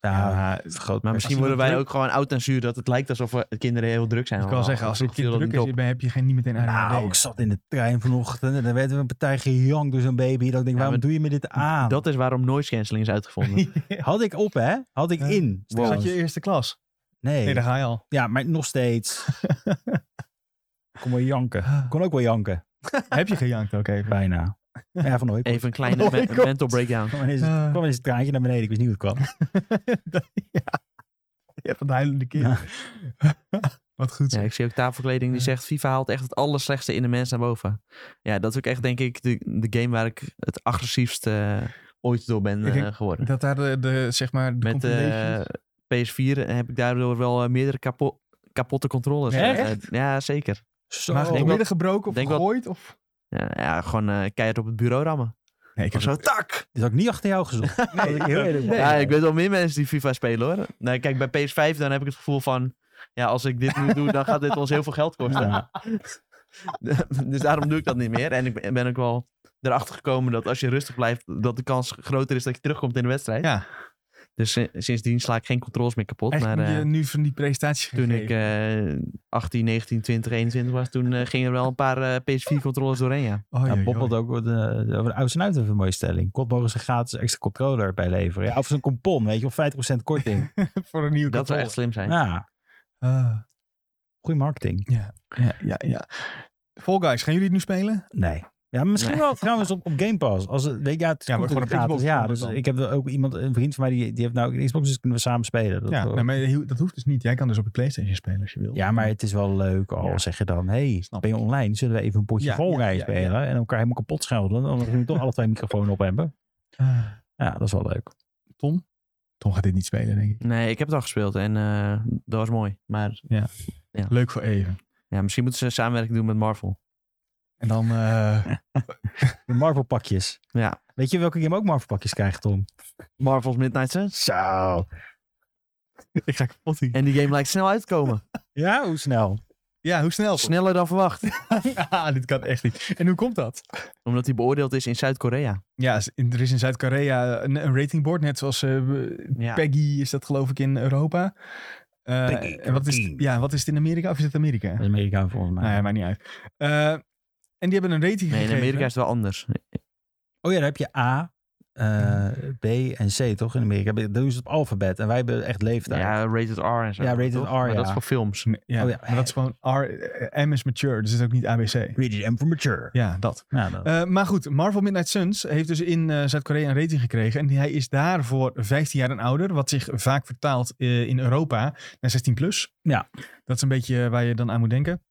Speaker 3: ja,
Speaker 1: Ja,
Speaker 3: het is groot
Speaker 2: Maar misschien
Speaker 1: je
Speaker 2: worden
Speaker 1: dan
Speaker 2: wij
Speaker 1: druk-
Speaker 2: ook gewoon oud en zuur dat het lijkt alsof we, kinderen heel druk zijn.
Speaker 1: ik kan
Speaker 2: allemaal.
Speaker 1: zeggen, als ik kind
Speaker 2: Vroeger viel dat
Speaker 1: druk
Speaker 2: niet
Speaker 1: is,
Speaker 2: op.
Speaker 1: ben, heb je geen, niet meteen ADHD.
Speaker 3: Nou, ik zat in de trein vanochtend en dan werd er een partij gejankt door zo'n baby. Dat ik denk,
Speaker 2: Ja,
Speaker 3: waarom
Speaker 2: maar
Speaker 3: doe je me dit aan?
Speaker 2: Dat is waarom noise cancelling is uitgevonden.
Speaker 3: Had ik op, hè? Had ik
Speaker 1: Ja.
Speaker 3: in.
Speaker 1: Stel dat
Speaker 3: trouwens.
Speaker 1: dus je eerste klas.
Speaker 3: Nee.
Speaker 1: Nee, daar ga je al.
Speaker 3: Ja, maar nog steeds. ik kon wel janken. Ik kon ook wel janken.
Speaker 1: heb je gejankt ook even?
Speaker 3: Bijna. Ja, van ooit.
Speaker 2: Even een kleine
Speaker 1: Oh
Speaker 2: me-
Speaker 1: my God.
Speaker 2: mental breakdown.
Speaker 3: kwam ineens,
Speaker 1: Eh.
Speaker 3: kwam ineens het traantje naar beneden. Ik wist niet hoe het kwam.
Speaker 1: ja. Je hebt een huilende kind.
Speaker 3: Ja.
Speaker 1: Wat goed.
Speaker 2: Ja,
Speaker 1: zeg.
Speaker 2: ik zie ook tafelkleding die
Speaker 1: Ja.
Speaker 2: zegt: FIFA haalt echt het allerslechtste in de mens naar boven. Ja, dat is ook echt, denk ik, de, de game waar ik het agressiefst eh, ooit door ben
Speaker 1: Ik denk-
Speaker 2: eh, geworden.
Speaker 1: Dat daar de, de, zeg maar, de
Speaker 2: Met eh,
Speaker 1: compilations-
Speaker 2: PS4 heb ik daardoor wel eh, meerdere kapo- kapotte controllers.
Speaker 1: Ja,
Speaker 2: eh,
Speaker 3: echt?
Speaker 2: ja, zeker.
Speaker 3: Zo.
Speaker 1: maar gewoon
Speaker 2: denk wel-
Speaker 1: midden gebroken of
Speaker 2: denk wel-
Speaker 1: gegooid? Of?
Speaker 2: Ja, ja, gewoon eh, keihard op het bureau rammen.
Speaker 1: Nee, ik
Speaker 2: Of zo, tak!
Speaker 3: Dit dus had ik niet achter jou gezocht. Dat had ik heel eerlijk ben.
Speaker 2: Ja, ik weet wel meer mensen die FIFA spelen hoor. Nou, kijk, bij PS5 dan heb ik het gevoel van... Ja, als ik dit nu doe, dan gaat dit ons heel veel geld kosten.
Speaker 3: Ja.
Speaker 2: dus daarom doe ik dat niet meer. En ik ben- ben ook wel erachter gekomen dat als je rustig blijft... dat de kans groter is dat je terugkomt in de wedstrijd.
Speaker 1: Ja.
Speaker 2: Dus eh, sindsdien sla ik geen controls meer kapot.
Speaker 1: Echt
Speaker 2: maar
Speaker 1: moet je
Speaker 2: eh,
Speaker 1: nu van die presentaties
Speaker 2: toen ik
Speaker 1: gegeven.
Speaker 2: eh 18, 19, 20, 21 was... toen eh, gingen er wel een paar PS4-controllers doorheen, ja.
Speaker 1: Oh,
Speaker 3: Ja,
Speaker 1: jee,
Speaker 3: Bob
Speaker 1: jee.
Speaker 3: had ook wat, eh, over de oudste uit even een mooie stelling. Kot mogen ze gratis extra controller bij leveren. Ja, of zo'n compon, weet je, of 50% korting.
Speaker 1: voor een nieuwe
Speaker 2: Dat zou echt
Speaker 1: controle.
Speaker 2: slim zijn.
Speaker 3: Ja,
Speaker 1: Ah,
Speaker 3: goede marketing.
Speaker 1: ja, ja, ja. Fall Guys, gaan jullie het nu spelen?
Speaker 3: Nee. Ja, maar misschien
Speaker 2: Nee.
Speaker 3: wel trouwens op, op Game Pass. Als, het- weet, je, ja, het is
Speaker 1: Ja, maar
Speaker 3: goed
Speaker 1: gewoon
Speaker 3: dat het
Speaker 1: op Xbox
Speaker 3: gratis. Ja,
Speaker 1: kan
Speaker 3: dus
Speaker 1: dat dan.
Speaker 3: ik heb er ook iemand, een vriend van mij, die, die heeft nou ook een Xbox, dus kunnen we samen spelen. Dat,
Speaker 1: ja,
Speaker 3: wel-
Speaker 1: nee, maar je- dat hoeft dus niet. Jij kan dus op de PlayStation spelen als je wil.
Speaker 3: ja, maar het is wel leuk. Al
Speaker 1: Ja.
Speaker 3: zeg je dan, hey,
Speaker 1: Snap
Speaker 3: ben je online? Zullen we even een potje
Speaker 1: Ja,
Speaker 3: vol
Speaker 1: ja, ja,
Speaker 3: spelen? En elkaar helemaal kapot schelden. Dan kunnen we toch alle twee een microfoon op hebben.
Speaker 1: Ah,
Speaker 3: Ja, dat is wel leuk.
Speaker 1: Tom? Tom gaat dit niet spelen, denk ik.
Speaker 2: Nee, ik heb het al gespeeld en eh, dat was mooi. Maar
Speaker 1: Leuk voor even.
Speaker 2: ja, misschien moeten ze een samenwerking doen met Marvel.
Speaker 1: En dan... eh,
Speaker 3: De Marvel pakjes.
Speaker 2: Ja.
Speaker 3: Weet je welke game ook Marvel pakjes krijgt, Tom?
Speaker 2: Marvel's Midnight Suns.
Speaker 3: Zo.
Speaker 1: ik ga kapot hier.
Speaker 2: En die game lijkt snel uit te komen.
Speaker 3: Ja, hoe snel?
Speaker 1: Ja, hoe snel?
Speaker 2: Sneller dan verwacht.
Speaker 1: ja, dit kan echt niet. En hoe komt dat?
Speaker 2: Omdat die beoordeeld is in Zuid-Korea.
Speaker 1: Ja, is- in- er is in Zuid-Korea een, een ratingboard, net zoals eh, we-
Speaker 2: Ja.
Speaker 1: Peggy is dat geloof ik in Europa. Eh,
Speaker 3: Peggy
Speaker 1: en wat is,
Speaker 3: 13.
Speaker 1: ja, wat is het in Amerika of is het Amerika?
Speaker 3: Dat is Amerikaan volgens mij.
Speaker 1: Nou ja, maakt niet uit. Eh, en die hebben een rating
Speaker 2: Nee, in
Speaker 1: gegeven.
Speaker 2: Amerika is het wel anders.
Speaker 3: Oh ja, daar heb je A, eh, B en C toch in Amerika. Dan doen ze het op alfabet. En wij hebben echt leeftijd.
Speaker 2: Ja, rated R en zo.
Speaker 3: Ja, rated R,
Speaker 2: Maar dat
Speaker 3: ja.
Speaker 2: is voor films.
Speaker 1: Nee, ja,
Speaker 3: Oh ja.
Speaker 1: maar dat is gewoon R, eh, M is mature, dus het is ook niet ABC.
Speaker 3: Readers M for mature.
Speaker 1: Ja, dat.
Speaker 3: Ja, nou, dat-
Speaker 1: Eh, maar goed, Marvel Midnight Suns heeft dus in eh, Zuid-Korea een rating gekregen. En hij is daarvoor 15 jaar en ouder, wat zich vaak vertaalt eh, in Europa naar 16 plus.
Speaker 3: Ja.
Speaker 1: eh, Dat is een beetje waar je dan aan moet denken.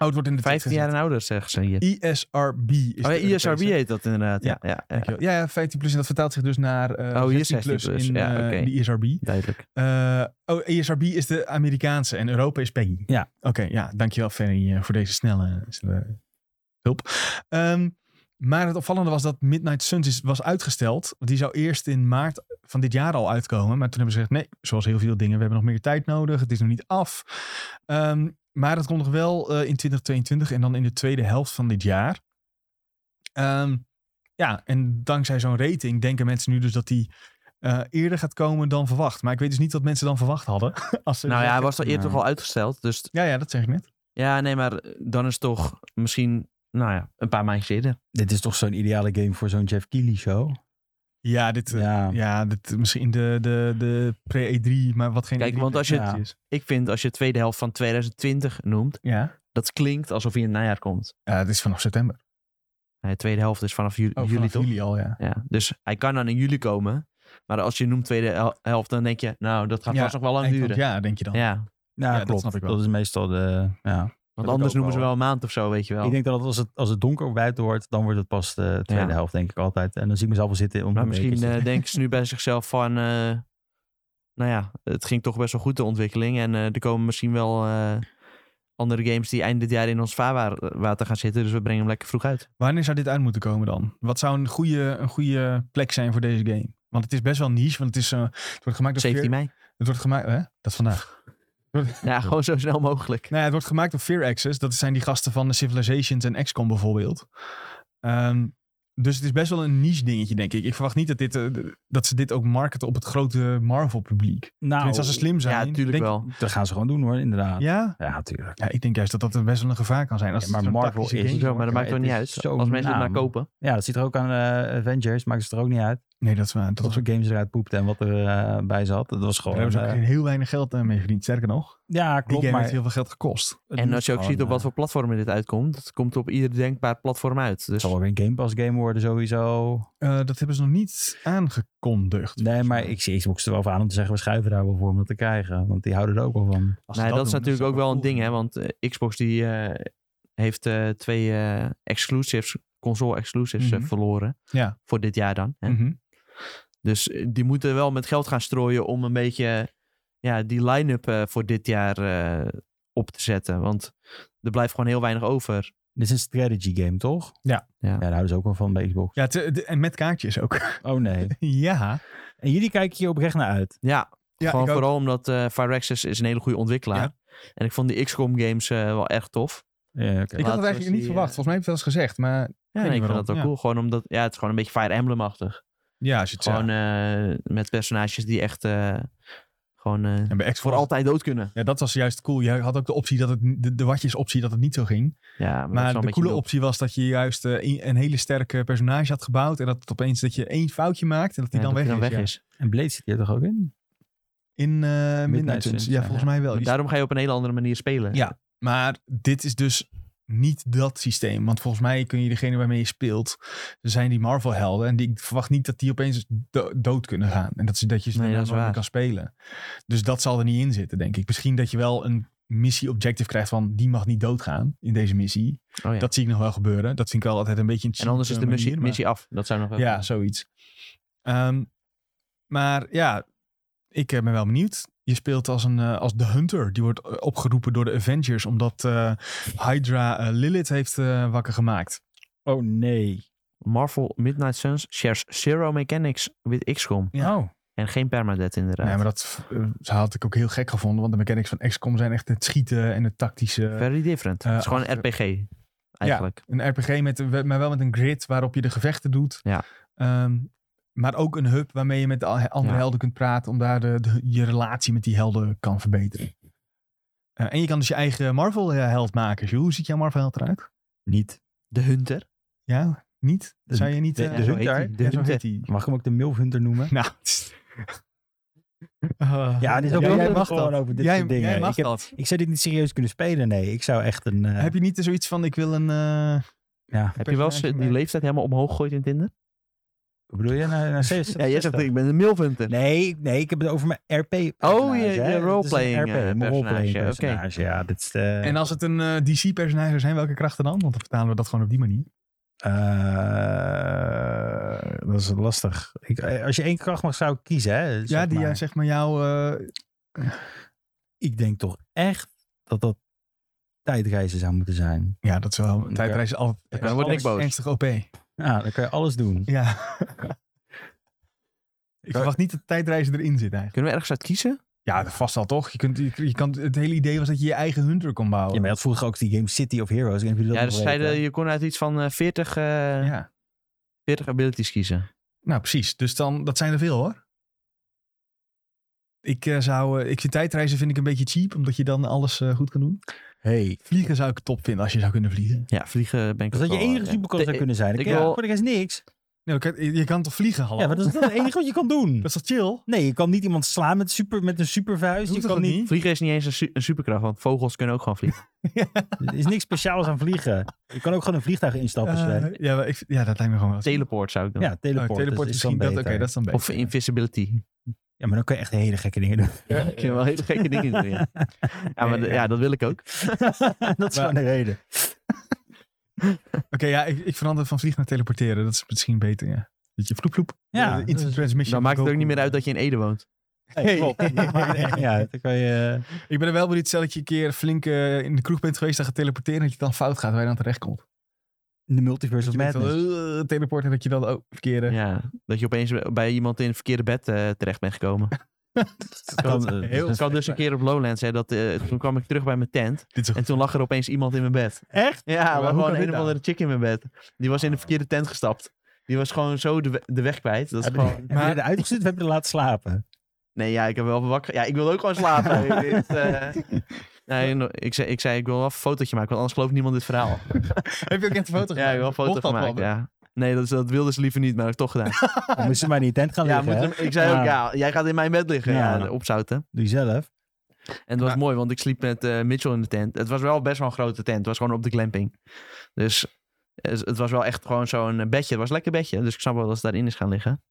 Speaker 1: Oh, het wordt in de tekst
Speaker 2: 15 jaar en
Speaker 1: gezet.
Speaker 2: ouder, zeggen ze hier.
Speaker 1: ISRB. Is
Speaker 2: oh
Speaker 1: de
Speaker 2: ja, ISRB
Speaker 1: Europese.
Speaker 2: heet dat inderdaad. Ja, ja, ja,
Speaker 1: Dankjewel. Ja, ja, 15 plus. En dat vertaalt zich dus naar eh,
Speaker 2: Oh, hier
Speaker 1: 16 plus,
Speaker 2: 16 plus.
Speaker 1: in
Speaker 2: Ja,
Speaker 1: eh,
Speaker 2: oké.
Speaker 1: de ISRB.
Speaker 2: duidelijk.
Speaker 1: Eh, oh, ESRB is de Amerikaanse en Europa is E. Peggy.
Speaker 3: Ja.
Speaker 1: Oké, ja, dankjewel Ferry eh, voor deze snelle, snelle hulp. Ehm, maar het opvallende was dat Midnight Suns is, was uitgesteld. Want die zou eerst in maart van dit jaar al uitkomen. Maar toen hebben ze gezegd, nee, zoals heel veel dingen, we hebben nog meer tijd nodig. Het is nog niet af. Ehm, maar dat komt nog wel eh, in 2022 en dan in de tweede helft van dit jaar. Ehm, ja, en dankzij zo'n rating denken mensen nu dus dat die eh, eerder gaat komen dan verwacht. Maar ik weet dus niet wat mensen dan verwacht hadden. Als ze
Speaker 2: Nou ja, hij
Speaker 1: zeggen-
Speaker 2: was al eerder
Speaker 3: Nou.
Speaker 2: toch al uitgesteld. Dus
Speaker 1: ja, ja, dat zeg ik net.
Speaker 2: ja, nee, maar eh, dan is het toch misschien, nou ja, een paar maandjes eerder.
Speaker 3: Dit is toch zo'n ideale game voor zo'n Jeff Keighley show?
Speaker 1: Ja, dit, eh,
Speaker 3: Ja.
Speaker 1: Ja, dit, misschien de, de, de pre-E3, maar wat geen
Speaker 2: Kijk,
Speaker 1: E3
Speaker 2: want als je
Speaker 1: presentie
Speaker 3: het-
Speaker 1: is.
Speaker 2: Ik vind als je tweede helft van 2020 noemt,
Speaker 1: Ja.
Speaker 2: dat klinkt alsof hij in het najaar komt.
Speaker 1: ja, het is vanaf september.
Speaker 2: Nee, de Eh, tweede helft is vanaf ju-
Speaker 1: Oh,
Speaker 2: juli
Speaker 1: vanaf
Speaker 2: toch?
Speaker 1: juli al, ja.
Speaker 2: Ja, dus hij kan dan in juli komen. Maar als je noemt tweede hel- helft, dan denk je, nou, dat gaat
Speaker 1: Ja,
Speaker 2: vast nog wel lang
Speaker 1: Eind van het
Speaker 2: duren.
Speaker 1: jaar, denk je dan.
Speaker 2: Ja,
Speaker 3: Ja,
Speaker 1: Ja, dat
Speaker 3: klopt.
Speaker 1: snap ik wel.
Speaker 3: is meestal de... Ja.
Speaker 2: want
Speaker 3: ik
Speaker 2: anders
Speaker 3: ook
Speaker 2: noemen ze
Speaker 3: wel.
Speaker 2: wel een maand of zo, weet je wel.
Speaker 3: Ik denk dat het als, het als het donker buiten wordt, dan wordt het pas de tweede
Speaker 2: Ja.
Speaker 3: helft, denk ik altijd. En dan zie ik mezelf wel zitten om
Speaker 2: maar
Speaker 3: een
Speaker 2: misschien
Speaker 3: bekertje-
Speaker 2: eh, denken ze nu bij zichzelf van, eh, nou ja, het ging toch best wel goed de ontwikkeling. En eh, er komen misschien wel eh, andere games die eind dit jaar in ons vaarwater gaan zitten. Dus we brengen hem lekker vroeg uit.
Speaker 1: Wanneer zou dit uit moeten komen dan? Wat zou een goede, een goede plek zijn voor deze game? Want het is best wel niche, want het, is, eh, het wordt gemaakt door...
Speaker 2: 17
Speaker 1: Fear-
Speaker 2: mei.
Speaker 1: Het wordt gemaakt... Hè? Dat vandaag.
Speaker 2: Ja, gewoon zo snel mogelijk.
Speaker 1: Nou ja, het wordt gemaakt door Fear Access. Dat zijn die gasten van de Civilizations en XCOM bijvoorbeeld. Ehm, dus het is best wel een niche dingetje, denk ik. Ik verwacht niet dat, dit, eh, dat ze dit ook marketen op het grote Marvel-publiek.
Speaker 3: Nou,
Speaker 1: Tenminste, als ze slim zijn.
Speaker 2: ja,
Speaker 1: denk
Speaker 2: natuurlijk
Speaker 1: ik-
Speaker 2: wel.
Speaker 3: dat gaan ze gewoon doen hoor, inderdaad.
Speaker 1: Ja?
Speaker 3: Ja, tuurlijk.
Speaker 1: ja, ik denk juist dat dat best wel een gevaar kan zijn. Als
Speaker 3: Ja,
Speaker 1: het zo'n
Speaker 3: maar Marvel
Speaker 1: tactische
Speaker 3: is
Speaker 1: game
Speaker 3: zo-
Speaker 2: Zo, maar dat
Speaker 3: maar
Speaker 2: maakt toch
Speaker 3: het
Speaker 2: niet
Speaker 3: is
Speaker 2: uit.
Speaker 3: zo'n
Speaker 2: Als mensen het maar
Speaker 3: naam.
Speaker 2: kopen.
Speaker 3: Ja, dat ziet er ook aan eh, Avengers, maakt het er ook niet uit.
Speaker 1: Nee, dat is waar. Dat
Speaker 3: Wat
Speaker 1: was
Speaker 3: voor
Speaker 1: ook...
Speaker 3: games eruit poepte en wat er eh, bij zat. Dat was
Speaker 1: Daar
Speaker 3: gewoon...
Speaker 1: hebben ze ook
Speaker 3: eh,
Speaker 1: heel weinig geld eh, mee verdiend. Sterker nog,
Speaker 3: ja,
Speaker 1: die
Speaker 3: klopt,
Speaker 1: game
Speaker 3: maar...
Speaker 1: heeft heel veel geld gekost.
Speaker 3: het
Speaker 2: En
Speaker 3: moet
Speaker 2: als je ook
Speaker 3: gewoon,
Speaker 2: ziet op
Speaker 3: eh,
Speaker 2: wat voor platformen dit uitkomt, het komt op ieder denkbaar platform uit.
Speaker 3: Het
Speaker 2: Dus
Speaker 3: zal wel weer een Game Pass game worden sowieso.
Speaker 1: Eh, dat hebben ze nog niet aangekondigd.
Speaker 3: Nee, maar ik zie Xbox er wel van aan om te zeggen... we schuiven daar wel voor om dat te krijgen. Want die houden er ook wel van.
Speaker 1: Als ze
Speaker 2: nou, dat is
Speaker 1: doen,
Speaker 2: natuurlijk
Speaker 1: zou
Speaker 2: ook
Speaker 1: ik
Speaker 2: wel een
Speaker 1: cool
Speaker 2: ding, hè?
Speaker 1: vinden.
Speaker 2: Want eh, Xbox die eh, heeft eh, twee eh, exclusives, console exclusives eh,
Speaker 1: Mhm.
Speaker 2: verloren.
Speaker 1: Ja.
Speaker 2: Voor dit jaar dan. Hè?
Speaker 1: Mhm.
Speaker 2: Dus eh, die moeten wel met geld gaan strooien om een beetje eh, ja, die line-up eh, voor dit jaar eh, op te zetten. Want er blijft gewoon heel weinig over.
Speaker 3: Dit is een strategy game, toch?
Speaker 1: Ja.
Speaker 2: Ja.
Speaker 3: Ja, daar houden ze ook wel van bij Xbox.
Speaker 1: Ja, het, het- en met kaartjes ook.
Speaker 3: Oh nee.
Speaker 1: ja.
Speaker 3: En jullie kijken hier oprecht naar uit.
Speaker 2: Ja,
Speaker 1: ja
Speaker 2: gewoon
Speaker 1: ik ook.
Speaker 2: vooral omdat eh Firaxis is een hele goede ontwikkelaar.
Speaker 1: Ja.
Speaker 2: En ik vond die XCOM games eh, wel erg tof.
Speaker 3: Ja, oké.
Speaker 1: Ik had het
Speaker 2: Laatst was
Speaker 1: eigenlijk niet
Speaker 2: die,
Speaker 1: verwacht.
Speaker 2: eh,
Speaker 1: Volgens mij heb ik het wel eens gezegd. Maar
Speaker 2: Ja,
Speaker 1: weet
Speaker 2: en ik
Speaker 1: niet
Speaker 2: vind
Speaker 1: waarom.
Speaker 2: dat wel
Speaker 1: Ja.
Speaker 2: cool. Gewoon omdat, ja, het is gewoon een beetje Fire Emblem-achtig.
Speaker 1: ja, als je het
Speaker 2: Gewoon
Speaker 1: zegt.
Speaker 2: eh, met personages die echt eh, gewoon eh,
Speaker 1: En bij
Speaker 2: voor
Speaker 1: Xbox-
Speaker 2: altijd dood kunnen.
Speaker 1: Ja, dat was juist cool. Je had ook de optie dat het, de, de watjes optie dat het niet zo ging.
Speaker 2: Ja, maar, dat is wel
Speaker 1: Maar
Speaker 2: een
Speaker 1: de
Speaker 2: beetje
Speaker 1: coole
Speaker 2: doel.
Speaker 1: optie was dat je juist eh, een, een hele sterke personage had gebouwd. En dat het opeens dat je één foutje maakt en dat die
Speaker 2: Ja,
Speaker 1: dan,
Speaker 2: dat
Speaker 1: weg,
Speaker 2: die
Speaker 1: is, ja.
Speaker 3: En Blade zit hier toch ook in?
Speaker 1: In eh Midnight, Suns.
Speaker 3: Suns,
Speaker 1: Ja,
Speaker 3: ja.
Speaker 1: volgens mij wel.
Speaker 2: Maar
Speaker 1: Die-
Speaker 2: Daarom ga je op een hele andere manier spelen.
Speaker 1: Ja. Maar dit is dus niet dat systeem. Want volgens mij kun je degene waarmee je speelt, zijn die Marvel helden. En die, ik verwacht niet dat die opeens do- dood kunnen gaan. En dat, ze- dat je ze
Speaker 2: Nee,
Speaker 1: daarna
Speaker 2: dat is
Speaker 1: nooit meer
Speaker 2: waar.
Speaker 1: kan spelen. Dus dat zal er niet in zitten, denk ik. Misschien dat je wel een missie objective krijgt van die mag niet doodgaan in deze missie.
Speaker 2: Oh, ja.
Speaker 1: Dat zie ik nog wel gebeuren. Dat vind ik wel altijd een beetje een
Speaker 2: en anders is
Speaker 1: cheap, eh,
Speaker 2: de missie,
Speaker 1: manier, maar-
Speaker 2: missie af. Dat zou nog wel
Speaker 1: ja,
Speaker 2: kunnen.
Speaker 1: zoiets. Ehm, maar ja, ik eh, ben wel benieuwd. Je speelt als, een, eh, als de Hunter. Die wordt eh, opgeroepen door de Avengers. Omdat eh, Hydra eh, Lilith heeft eh, wakker gemaakt.
Speaker 3: Oh nee.
Speaker 2: Marvel Midnight Suns shares zero mechanics with XCOM.
Speaker 1: Ja.
Speaker 3: Oh.
Speaker 2: En geen permadeath inderdaad.
Speaker 1: Nee, maar dat eh, had ik ook heel gek gevonden. Want de mechanics van XCOM zijn echt het schieten en het tactische.
Speaker 2: Very different.
Speaker 1: eh,
Speaker 2: het is gewoon een
Speaker 1: achter-
Speaker 2: RPG eigenlijk.
Speaker 1: Een RPG, met, maar wel met een grid waarop je de gevechten doet.
Speaker 2: Ja.
Speaker 1: Ehm, maar ook een hub waarmee je met al- andere
Speaker 2: Ja.
Speaker 1: helden kunt praten. Om daar de, de- je relatie met die helden kan verbeteren. Eh, en je kan dus je eigen Marvel-held maken. Sjoe, hoe ziet jouw Marvel-held eruit?
Speaker 3: Niet.
Speaker 2: De Hunter.
Speaker 1: Ja, niet?
Speaker 3: De-
Speaker 1: Zou je niet...
Speaker 3: de-
Speaker 1: eh,
Speaker 3: de
Speaker 1: ja,
Speaker 2: zo
Speaker 3: Hunter?
Speaker 2: heet hij. De
Speaker 1: zo
Speaker 2: Hunter.
Speaker 1: heet hij.
Speaker 3: Mag ik hem ook de Milf Hunter noemen?
Speaker 1: Nou... tss. Ah.
Speaker 3: Ja, dit is ook
Speaker 1: Jij-
Speaker 3: wel
Speaker 1: jij
Speaker 3: leuk
Speaker 1: mag
Speaker 3: gewoon
Speaker 1: dat.
Speaker 3: over dit
Speaker 1: Jij-
Speaker 3: soort dingen.
Speaker 1: jij mag
Speaker 3: ik, heb-
Speaker 1: dat.
Speaker 3: ik zou dit niet serieus kunnen spelen, nee. Ik zou echt een... eh,
Speaker 1: Heb je niet zoiets van, ik wil een... eh,
Speaker 3: ja.
Speaker 2: Heb je wel eens
Speaker 1: personage
Speaker 2: eh, die
Speaker 1: maken?
Speaker 2: leeftijd helemaal omhoog gegooid in Tinder?
Speaker 3: Wat bedoel je? Naar, naar 60?
Speaker 2: Ja, jij zegt ik ben een milventer.
Speaker 3: Nee, nee, ik heb het over mijn RP.
Speaker 2: Oh, je-
Speaker 3: personage,
Speaker 2: je
Speaker 3: hè. Het is een
Speaker 2: roleplaying,
Speaker 3: RP,
Speaker 2: eh,
Speaker 3: mijn
Speaker 2: personage,
Speaker 3: roleplaying
Speaker 2: oké.
Speaker 3: personage. Ja, dit is de,
Speaker 1: En als het een DC-personage zou zijn, welke krachten dan? Want dan vertalen we dat gewoon op die manier.
Speaker 3: eh, dat is lastig. Ik, eh, als je één kracht mag, zou ik kiezen. Hè,
Speaker 1: ja,
Speaker 3: zeg
Speaker 1: die
Speaker 3: maar.
Speaker 1: eh, zeg maar jouw... eh,
Speaker 3: Ik denk toch echt dat dat tijdreizen zou moeten zijn.
Speaker 1: ja, dat is wel... Tijdreis is altijd...
Speaker 2: Dan word ik boos.
Speaker 1: Ernstig OP.
Speaker 3: Ja, dan kan je alles doen.
Speaker 1: Ja. ik verwacht niet dat tijdreizen erin zit eigenlijk.
Speaker 2: Kunnen we ergens uit kiezen?
Speaker 1: Ja, dat vast al toch? Je kunt, je, je kan, het hele idee was dat je je eigen hunter kon
Speaker 3: Ja,
Speaker 1: bouwen.
Speaker 3: maar je had vroeger ook die game City of Heroes. Ik weet niet of jullie
Speaker 2: Ja,
Speaker 3: dat
Speaker 2: dus
Speaker 3: nog
Speaker 2: zeiden,
Speaker 3: weten.
Speaker 2: je kon uit iets van eh, 40, eh,
Speaker 1: Ja.
Speaker 2: 40 abilities kiezen.
Speaker 1: Nou, precies. Dus dan, dat zijn er veel hoor. Ik, eh, zou, eh, ik vind tijdreizen vind ik een beetje cheap, omdat je dan alles eh, goed kan doen.
Speaker 3: Hey.
Speaker 1: Vliegen zou ik top vinden als je zou kunnen vliegen.
Speaker 2: Ja, vliegen ben ik
Speaker 3: Dus dat
Speaker 2: ook wel,
Speaker 3: je
Speaker 2: eh,
Speaker 3: enige
Speaker 2: Oh, ja.
Speaker 3: superkracht
Speaker 2: De-
Speaker 3: zou kunnen zijn. Dan
Speaker 2: ik
Speaker 3: kan je
Speaker 2: wil- Oh.
Speaker 3: voor de rest niks.
Speaker 1: Nee, maar kijk, je kan toch vliegen, hallo?
Speaker 3: Ja, maar dat is het enige wat je kan doen.
Speaker 1: Dat is toch chill?
Speaker 3: Nee, je kan niet iemand slaan met, super, met een supervuist.
Speaker 1: Doe
Speaker 3: Je
Speaker 1: toch
Speaker 3: kan
Speaker 1: dat
Speaker 3: niet,
Speaker 1: niet?
Speaker 2: Vliegen is niet eens een, su- een superkracht, want vogels kunnen ook gewoon vliegen.
Speaker 3: er is niks speciaals aan vliegen. Je kan ook gewoon een vliegtuig instappen, Sven.
Speaker 1: Eh, ja, maar ik, ja, dat lijkt me gewoon wel.
Speaker 2: Teleport zou ik dan.
Speaker 3: ja, teleport. dus
Speaker 1: Oh, teleport
Speaker 3: is
Speaker 1: misschien.
Speaker 3: dan
Speaker 1: dat- Oké,
Speaker 3: beter.
Speaker 1: dat is dan beter.
Speaker 2: Of invisibility.
Speaker 3: Ja, maar dan kan je echt hele gekke dingen doen.
Speaker 2: Ja, ik vind wel hele gekke dingen doen. Ja, ja, maar
Speaker 1: Nee,
Speaker 2: de-
Speaker 1: ja.
Speaker 2: ja, dat wil ik ook.
Speaker 3: dat is
Speaker 1: Maar-
Speaker 3: gewoon de reden.
Speaker 1: Oké, ja, ik, ik verander van vliegen naar teleporteren. Dat is misschien beter, ja. Dat je vloep vloep.
Speaker 3: Ja,
Speaker 1: de instant
Speaker 3: dus-
Speaker 1: transmission.
Speaker 2: Dan maakt het ook niet meer uit
Speaker 1: dat
Speaker 2: dat je in Ede woont.
Speaker 3: Hey, klopt.
Speaker 1: Hey.
Speaker 3: ja, dan kan je...
Speaker 2: eh,
Speaker 1: Ik ben er wel benieuwd, stel dat je een keer flink eh, in de kroeg bent geweest en gaat teleporteren, dat je dan fout gaat waar je dan terecht komt.
Speaker 3: In de multiverse of madness.
Speaker 1: teleporten eh, dat je dan ook verkeerde.
Speaker 2: Ja, dat je opeens bij iemand in het verkeerde bed eh, terecht bent gekomen.
Speaker 3: Dat kan, eh,
Speaker 1: heel-
Speaker 2: Ik
Speaker 3: dus-
Speaker 2: had dus een keer op Lowlands, hè, dat, eh, toen kwam ik terug bij mijn tent.
Speaker 1: Dit is een
Speaker 2: En toen lag er opeens iemand in mijn bed.
Speaker 3: Echt?
Speaker 2: Ja,
Speaker 1: hoe
Speaker 2: maar
Speaker 1: kan
Speaker 2: gewoon
Speaker 1: dit
Speaker 2: een of
Speaker 1: nou?
Speaker 2: andere chick in mijn bed. Die was in de verkeerde tent gestapt. Die was gewoon zo de, we- de weg kwijt. Dat is
Speaker 3: Heb je-
Speaker 2: gewoon...
Speaker 3: heb je eruit gezet of heb je er laten slapen?
Speaker 2: Nee, ja, ik heb wel wakker... Ja, ik wilde ook gewoon slapen. Ik- dit, eh, Nee, no- ik, zei, ik zei, ik wil wel een fotootje maken, want anders gelooft niemand dit verhaal.
Speaker 1: Heb je ook echt een foto
Speaker 2: Ja, ik wil een foto
Speaker 1: Mocht dat
Speaker 2: gemaakt,
Speaker 1: wel?
Speaker 2: ja. Nee, dat, is- dat wilde ze liever niet, maar dat heb ik toch gedaan.
Speaker 3: Dan moest je maar in die tent gaan
Speaker 2: Ja,
Speaker 3: liggen.
Speaker 2: moet
Speaker 3: hè?
Speaker 2: hem- ik zei ook, ja, jij gaat in mijn bed liggen. Ja,
Speaker 3: Ja.
Speaker 2: opzouten.
Speaker 3: Doe je zelf.
Speaker 2: En het was mooi, want ik sliep met eh, Mitchell in de tent. Het was wel best wel een grote tent. Het was gewoon op de glamping. Dus eh, het was wel echt gewoon zo'n eh, bedje. Het was een lekker bedje. Dus ik snap wel dat ze daarin is gaan liggen.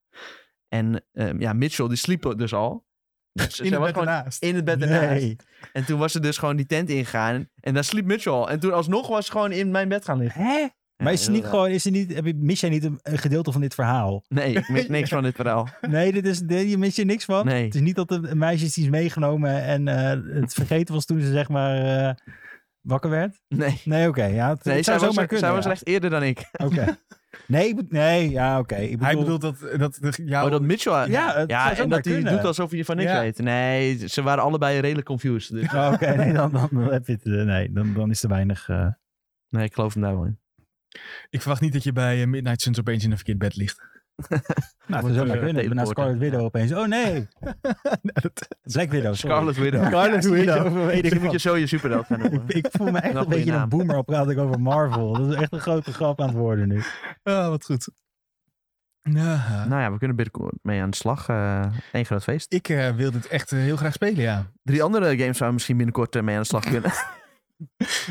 Speaker 2: En ehm, ja, Mitchell die sliep dus al. Dus
Speaker 1: In
Speaker 2: zij
Speaker 1: de
Speaker 2: was
Speaker 1: bed
Speaker 2: gewoon
Speaker 1: ernaast.
Speaker 2: in het bed ernaast. En toen was ze dus gewoon die tent ingegaan. En daar sliep Mitchell al. En toen alsnog was ze gewoon in mijn bed gaan liggen.
Speaker 3: Hè? Maar is het niet
Speaker 2: inderdaad.
Speaker 3: gewoon, is het niet, heb je, mis jij niet een, een gedeelte van dit verhaal?
Speaker 2: Nee, ik weet niks van dit verhaal.
Speaker 3: Nee, dit is, dit, je mist je niks van.
Speaker 2: Nee.
Speaker 3: Het is niet dat een een meisje is die is meegenomen en eh, het vergeten was toen ze zeg maar eh, wakker werd.
Speaker 2: Nee.
Speaker 3: Nee, oké. ja, het,
Speaker 2: Nee,
Speaker 3: het
Speaker 2: zij
Speaker 3: zou
Speaker 2: was,
Speaker 3: zomaar kunnen.
Speaker 2: zij was
Speaker 3: ja.
Speaker 2: echt eerder dan ik.
Speaker 3: Oké. Nee, ik bedo- nee, ja, oké. Ik
Speaker 1: Hij
Speaker 3: bedoel-
Speaker 1: bedoelt dat, dat de- jouw...
Speaker 2: Oh, dat Mitchell...
Speaker 3: Ja, het zou
Speaker 2: en
Speaker 3: zomaar
Speaker 2: dat hij
Speaker 3: kunnen.
Speaker 2: doet alsof hij van niks
Speaker 1: Ja.
Speaker 2: weet. Nee, ze waren allebei redelijk confused. Dus.
Speaker 3: Oh, Oké, nee, dan, dan, heb je het, eh, nee, dan, dan is er weinig. eh,
Speaker 2: Nee, ik geloof hem daar wel in.
Speaker 1: Ik verwacht niet dat je bij eh, Midnight Suns opeens in een verkeerd bed ligt.
Speaker 3: nou, het zou zomaar
Speaker 2: eh,
Speaker 3: kunnen. Ik ben naar
Speaker 2: teleporten.
Speaker 3: Scarlet Widow opeens. Oh nee,
Speaker 1: Ah,
Speaker 3: Black Widow. sorry.
Speaker 2: Scarlet Widow.
Speaker 3: Scarlet Widow. weet ik
Speaker 2: Misschien moet
Speaker 3: wat.
Speaker 2: je zo je superheld gaan noemen.
Speaker 3: Ik voel me echt
Speaker 2: Wel
Speaker 3: een
Speaker 2: goede
Speaker 3: beetje
Speaker 2: naam.
Speaker 3: een boomer op praat ik over Marvel. Dat is echt een grote grap aan het worden nu.
Speaker 1: Oh, wat goed. Nou,
Speaker 2: nou ja, we kunnen binnenkort mee aan de slag. eh Eén groot feest.
Speaker 1: ik eh, wil dit echt eh, heel graag spelen, ja.
Speaker 2: Drie andere games waar we misschien binnenkort eh, mee aan de slag kunnen.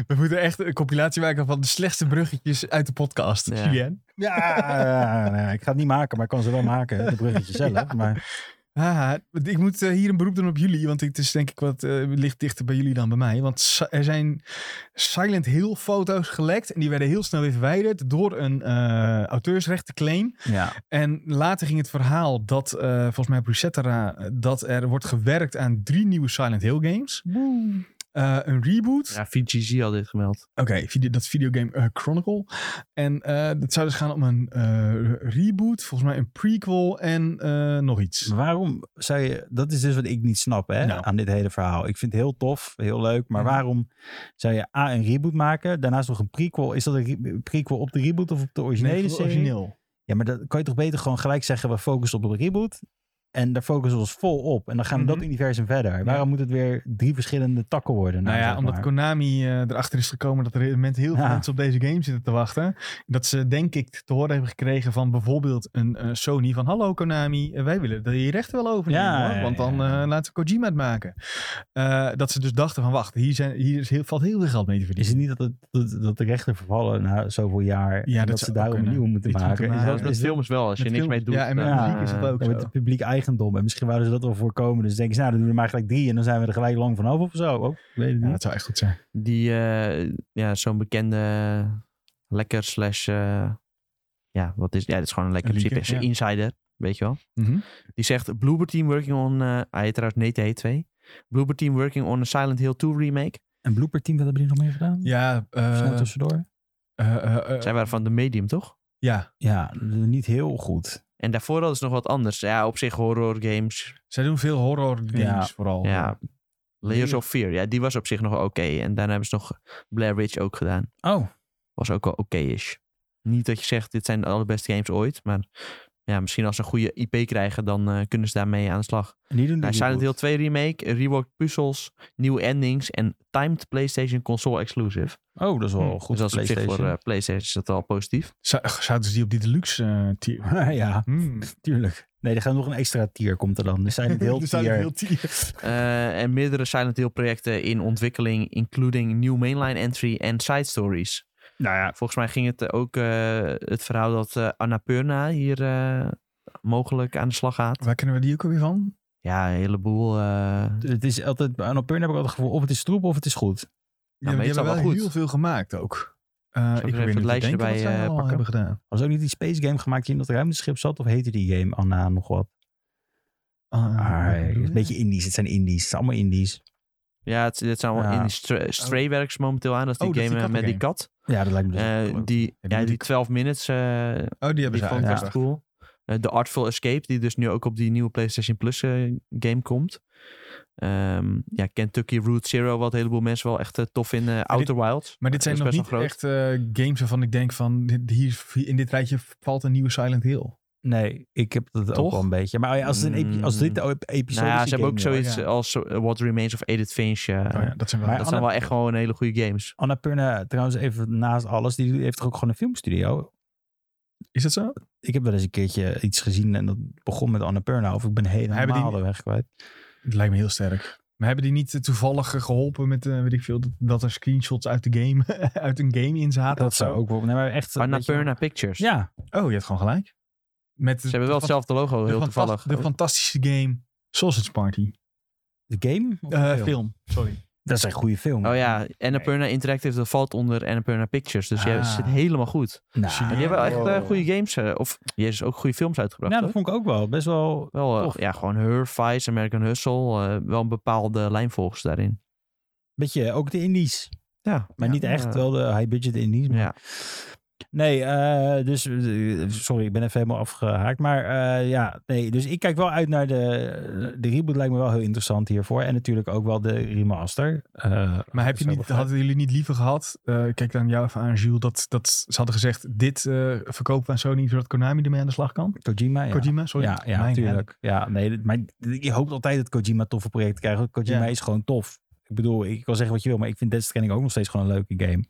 Speaker 1: We moeten echt een compilatie maken van de slechtste bruggetjes uit de podcast.
Speaker 2: Ja.
Speaker 1: Julien.
Speaker 3: Ja, eh, nou ja, ik ga het niet maken, maar ik kan ze wel maken. De bruggetje zelf. Maar
Speaker 1: Haha, ik moet eh, hier een beroep doen op jullie, want het is denk ik wat eh, ligt dichter bij jullie dan bij mij. Want si- er zijn Silent Hill foto's gelekt en die werden heel snel weer verwijderd door een eh auteursrechtenclaim.
Speaker 3: ja.
Speaker 1: En later ging het verhaal dat, eh, volgens mij Brucetera, eh, dat er wordt gewerkt aan drie nieuwe Silent Hill games. Eh, een reboot.
Speaker 2: Ja, VGG had dit gemeld.
Speaker 1: Oké, video- dat videogame eh, Chronicle. En eh dat zou dus gaan om een eh, reboot, volgens mij een prequel en eh, nog iets.
Speaker 3: Maar waarom zou je... Dat is dus wat ik niet snap hè,
Speaker 1: Nou.
Speaker 3: aan dit hele verhaal. Ik vind het heel tof, heel leuk. Maar
Speaker 1: Mhm.
Speaker 3: waarom zou je A, een reboot maken? Daarnaast nog een prequel. Is dat een re- prequel op de reboot of op de originele
Speaker 1: Nee,
Speaker 3: serie? Ja, maar dat kan je toch beter gewoon gelijk zeggen... we focussen op de reboot. En daar focussen we ons vol op. En dan gaan we
Speaker 1: Mhm.
Speaker 3: dat universum verder. Waarom moet het weer drie verschillende takken worden?
Speaker 1: Nou ja,
Speaker 3: zeg
Speaker 1: omdat
Speaker 3: maar?
Speaker 1: Konami eh, erachter is gekomen dat er met heel veel
Speaker 3: Ja.
Speaker 1: mensen op deze game zitten te wachten. Dat ze denk ik te horen hebben gekregen van bijvoorbeeld een eh, Sony van hallo Konami, eh, wij willen je rechten wel overnemen
Speaker 3: Ja,
Speaker 1: hoor,
Speaker 3: ja,
Speaker 1: want
Speaker 3: ja,
Speaker 1: dan
Speaker 3: ja.
Speaker 1: eh, laten we Kojima het maken. Eh, dat ze dus dachten van wacht, hier, zijn, hier is heel, valt heel veel geld mee te
Speaker 3: Is
Speaker 1: verdienen.
Speaker 3: het niet dat, het, dat, dat de rechten vervallen na zoveel jaar? en
Speaker 1: Ja, dat zou
Speaker 3: dat, ze
Speaker 1: ook
Speaker 3: daarom
Speaker 1: kunnen.
Speaker 3: nieuw moeten
Speaker 1: Iets
Speaker 3: maken.
Speaker 1: moeten
Speaker 3: Is
Speaker 1: maken.
Speaker 2: dat is met
Speaker 3: is dat-
Speaker 2: films wel. Als je
Speaker 1: met
Speaker 2: niks
Speaker 1: films-
Speaker 2: mee doet.
Speaker 1: ja, en met
Speaker 2: dan,
Speaker 1: muziek is dat
Speaker 2: eh,
Speaker 1: ook
Speaker 3: Ja,
Speaker 1: zo.
Speaker 3: met het publiek eigendom. En misschien wouden ze dat wel voorkomen. Dus denken ze, nou, dan doen we maar gelijk drie. En dan zijn we er gelijk lang vanaf of zo. Oh, ik weet het
Speaker 1: Ja,
Speaker 3: niet.
Speaker 1: dat zou echt goed zijn.
Speaker 2: Die, eh, ja, zo'n bekende lekker slash, eh, ja, wat is, ja, dit is gewoon een lekker
Speaker 1: Een
Speaker 2: principe.
Speaker 1: leaker,
Speaker 2: Is een
Speaker 1: ja.
Speaker 2: insider, weet je wel.
Speaker 1: Mhm.
Speaker 2: Die zegt, Bloober Team working on, eh hij heet trouwens Nate 2. Bloober Team working on a Silent Hill 2 remake.
Speaker 3: En blooper team, wat hebben die nog meer gedaan?
Speaker 1: Ja, eh,
Speaker 3: Snel tussendoor.
Speaker 1: eh, eh, eh,
Speaker 2: Zij waren van The Medium, toch?
Speaker 1: ja,
Speaker 3: Ja, niet heel goed.
Speaker 2: En daarvoor hadden ze nog wat anders. Ja, op zich horror games.
Speaker 1: zij doen veel horror games
Speaker 3: Ja.
Speaker 1: vooral.
Speaker 2: Ja. Layers
Speaker 1: Oh. Leer-
Speaker 2: of Fear, ja, die was op zich nog wel oké. En daarna hebben ze nog Blair Witch ook gedaan.
Speaker 3: Oh.
Speaker 2: Was ook wel oké-ish. Niet dat je zegt, dit zijn de allerbeste games ooit. Maar ja, misschien als ze een goede IP krijgen, dan eh, kunnen ze daarmee aan de slag.
Speaker 3: Die doen
Speaker 2: Nou,
Speaker 3: die
Speaker 2: Silent
Speaker 3: goed.
Speaker 2: Hill 2 remake, reworked puzzels, nieuwe endings en timed PlayStation console exclusive.
Speaker 3: Oh, dat is wel goed.
Speaker 2: dus dat is op zich voor
Speaker 3: PlayStation.
Speaker 2: eh, PlayStation is dat al positief.
Speaker 1: Zou- eh, Zouden ze die op die deluxe eh, tier?
Speaker 3: ja,
Speaker 1: Hmm.
Speaker 3: tuurlijk. Nee, er gaat nog een extra tier, komt er dan. De Silent Hill
Speaker 1: Er staan er
Speaker 3: tier.
Speaker 1: heel tier.
Speaker 2: Eh, en meerdere Silent Hill projecten in ontwikkeling, including new mainline entry en side stories.
Speaker 3: Nou ja.
Speaker 2: Volgens mij ging het eh, ook eh, het verhaal dat eh Annapurna hier eh, mogelijk aan de slag gaat.
Speaker 1: Waar kennen we die ook alweer van?
Speaker 2: Ja, een heleboel. eh,
Speaker 3: Het is altijd, bij Annapurna heb ik altijd het gevoel, of het is troep of het is goed.
Speaker 1: Ja,
Speaker 2: Nou,
Speaker 1: maar die
Speaker 2: meestal
Speaker 1: hebben wel
Speaker 2: wel goed.
Speaker 1: heel veel gemaakt ook. Eh, ik
Speaker 2: even
Speaker 1: probeer nu
Speaker 2: het
Speaker 1: te
Speaker 2: lijstje
Speaker 1: denken wat
Speaker 2: erbij,
Speaker 1: zij
Speaker 2: eh,
Speaker 1: allemaal
Speaker 2: pakken?
Speaker 1: hebben gedaan.
Speaker 3: Was ook niet die space game gemaakt die in dat ruimteschip zat? Of heette die game Anna nog wat?
Speaker 1: Ah,
Speaker 3: Ah,
Speaker 1: wat bedoel
Speaker 3: een
Speaker 1: je?
Speaker 3: beetje Indisch. Het zijn Indies. Het zijn allemaal Indies.
Speaker 2: ja, het, dit zijn allemaal
Speaker 3: Ja.
Speaker 2: in die stra- Stray werks momenteel aan. Dat is die
Speaker 1: Oh, dat is
Speaker 2: game
Speaker 1: die
Speaker 2: eh, met die
Speaker 1: kattengame.
Speaker 2: kat.
Speaker 3: Ja, dat lijkt me dus
Speaker 2: Eh,
Speaker 3: ook wel leuk.
Speaker 2: die,
Speaker 1: die
Speaker 2: ja,
Speaker 1: moet
Speaker 2: die
Speaker 1: ik-
Speaker 2: 12 minutes eh,
Speaker 1: Oh, die hebben
Speaker 2: Die
Speaker 1: ze
Speaker 2: vond ik best
Speaker 1: uitgebracht.
Speaker 2: cool. Eh, de Artful Escape, die dus nu ook op die nieuwe PlayStation Plus eh, game komt. Ehm, ja, Kentucky Route Zero, wat een heleboel mensen wel echt eh, tof vinden. Outer Wilds.
Speaker 1: Maar dit zijn
Speaker 2: Dat
Speaker 1: nog
Speaker 2: is
Speaker 1: niet
Speaker 2: best wel
Speaker 1: echt eh, games waarvan ik denk van, dit- hier, in dit rijtje valt een nieuwe Silent Hill.
Speaker 3: Nee, ik heb dat ook
Speaker 1: Toch?
Speaker 3: wel een beetje. Maar oh als, het een epi- als dit de ep- episode
Speaker 2: Nou
Speaker 3: is,
Speaker 2: ja,
Speaker 3: die
Speaker 2: ze hebben ook
Speaker 3: game nu, hoor.
Speaker 2: zoiets
Speaker 1: ja.
Speaker 2: als eh, What Remains of Edith Finch. eh,
Speaker 1: Oh ja, dat zijn wel...
Speaker 3: Maar-
Speaker 2: Dat zijn wel echt gewoon hele goede games.
Speaker 3: Annapurna, eh, trouwens even naast alles, die heeft toch ook gewoon een filmstudio?
Speaker 1: is dat zo?
Speaker 3: Ik heb wel eens een keertje iets gezien en dat begon met Annapurna. Of ik ben
Speaker 1: Hebben die-
Speaker 3: helemaal de weg kwijt.
Speaker 1: Dat lijkt me heel sterk. Maar hebben die niet eh, toevallig eh, geholpen met, eh, weet ik veel, dat, dat er screenshots uit, de game, uit een game in zaten?
Speaker 3: Dat
Speaker 1: of
Speaker 3: zou
Speaker 1: zo?
Speaker 3: ook wel... Nee, maar echt een
Speaker 2: Annapurna Pictures.
Speaker 3: beetje- Ja,
Speaker 1: Oh, je hebt gewoon gelijk. Met
Speaker 2: Ze hebben wel hetzelfde logo, heel toevallig.
Speaker 1: De fantastische game Sausage Party.
Speaker 3: de game? of de
Speaker 1: Eh,
Speaker 3: film?
Speaker 1: film, sorry.
Speaker 3: Dat is een goede film.
Speaker 2: Oh ja, Annapurna Interactive, dat valt onder Annapurna Pictures. Dus ja,
Speaker 1: Ah.
Speaker 2: het zit helemaal goed.
Speaker 3: Nou,
Speaker 1: Genie-
Speaker 2: En die hebben wel echt eh,
Speaker 1: Wow.
Speaker 2: goede games, eh, of jezus, ook goede films uitgebracht.
Speaker 3: ja,
Speaker 2: hoor.
Speaker 3: dat vond ik ook wel. Best wel...
Speaker 2: Wel, eh,
Speaker 3: Tof.
Speaker 2: ja, gewoon Her, Vice, American Hustle. eh, wel een bepaalde lijn volgens daarin.
Speaker 3: Beetje ook de indies.
Speaker 2: Ja,
Speaker 3: Maar
Speaker 2: ja,
Speaker 3: niet echt
Speaker 2: eh,
Speaker 3: wel de high-budget indies. Maar...
Speaker 2: Ja.
Speaker 3: Nee, eh, dus eh, sorry, ik ben even helemaal afgehaakt. Maar eh, ja, nee, dus ik kijk wel uit naar de, de reboot lijkt me wel heel interessant hiervoor. En natuurlijk ook wel de remaster. Eh,
Speaker 1: Maar heb je
Speaker 3: dat is
Speaker 1: niet,
Speaker 3: wel
Speaker 1: hadden jullie niet liever gehad, eh, kijk dan jou even aan Jules, dat, dat ze hadden gezegd, dit eh, verkopen we aan Sony zodat Konami ermee aan de slag kan?
Speaker 3: Kojima, ja.
Speaker 1: Kojima, sorry.
Speaker 3: Ja, ja
Speaker 1: Mijn
Speaker 3: natuurlijk. Ja, nee, dit- maar je hoopt altijd dat Kojima toffe projecten krijgt. want Kojima
Speaker 1: Ja.
Speaker 3: is gewoon tof. Ik bedoel, ik kan zeggen wat je wil, maar ik vind Death Stranding ook nog steeds gewoon een leuke game.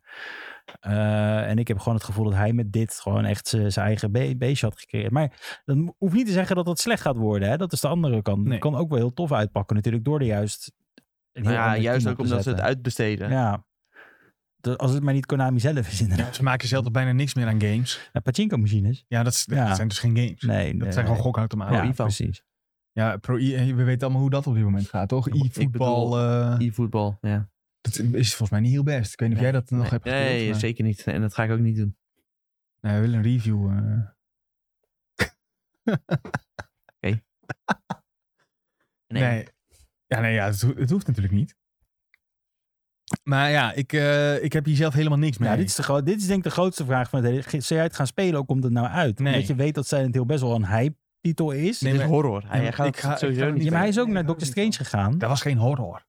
Speaker 3: Eh, en ik heb gewoon het gevoel dat hij met dit gewoon echt z- zijn eigen be- beestje had gecreëerd. Maar dat mo- hoeft niet te zeggen dat dat slecht gaat worden. Hè? Dat is de andere kant.
Speaker 1: Nee.
Speaker 3: Het kan ook wel heel tof uitpakken natuurlijk door er juist... een heel
Speaker 2: Nou ja,
Speaker 3: ander
Speaker 2: juist
Speaker 3: team op
Speaker 2: ook
Speaker 3: te
Speaker 2: omdat ze het
Speaker 3: zetten.
Speaker 2: uitbesteden.
Speaker 3: Ja. Dat- als het maar niet Konami zelf is inderdaad.
Speaker 1: hand. Ze maken zelf toch bijna niks meer aan games.
Speaker 3: Ja, Pachinko machines?
Speaker 1: Ja, dat, is- dat
Speaker 3: Ja.
Speaker 1: zijn dus geen games.
Speaker 3: Nee.
Speaker 1: dat
Speaker 3: nee,
Speaker 1: zijn gewoon
Speaker 3: nee.
Speaker 1: gokautomaten.
Speaker 3: Ja,
Speaker 2: Pro-Evo.
Speaker 3: precies.
Speaker 1: Ja, pro we weten allemaal hoe dat op dit moment gaat, toch?
Speaker 2: bedoel-
Speaker 1: E-voetbal, eh,
Speaker 2: E-voetbal, ja.
Speaker 1: dat is volgens mij niet heel best. Ik weet niet of
Speaker 2: Nee.
Speaker 1: jij dat nog hebt gespeeld.
Speaker 2: nee,
Speaker 1: maar-
Speaker 2: zeker niet. En dat ga ik ook niet doen.
Speaker 1: Nee, we willen een review. eh.
Speaker 2: Nee.
Speaker 1: Nee. Ja, nee, ja, het, ho- het hoeft natuurlijk niet. Maar ja, ik, eh, ik heb hier zelf helemaal niks mee.
Speaker 3: Ja, dit is, de gro- dit is denk ik de grootste vraag van het hele... Zou jij het gaan spelen of komt het nou uit?
Speaker 1: Nee.
Speaker 3: Omdat je weet dat Silent Hill best wel een hype-titel is.
Speaker 1: Nee,
Speaker 2: Dit
Speaker 1: maar-
Speaker 2: is horror.
Speaker 1: maar
Speaker 2: Hij gaat
Speaker 1: ik ga- ik
Speaker 2: sowieso
Speaker 1: ga het
Speaker 2: niet
Speaker 1: niet
Speaker 3: ja, maar hij
Speaker 2: doen.
Speaker 3: is ook
Speaker 1: Nee,
Speaker 3: naar
Speaker 1: dat
Speaker 3: Doctor
Speaker 1: is niet
Speaker 3: Strange gegaan.
Speaker 1: Dat was geen horror.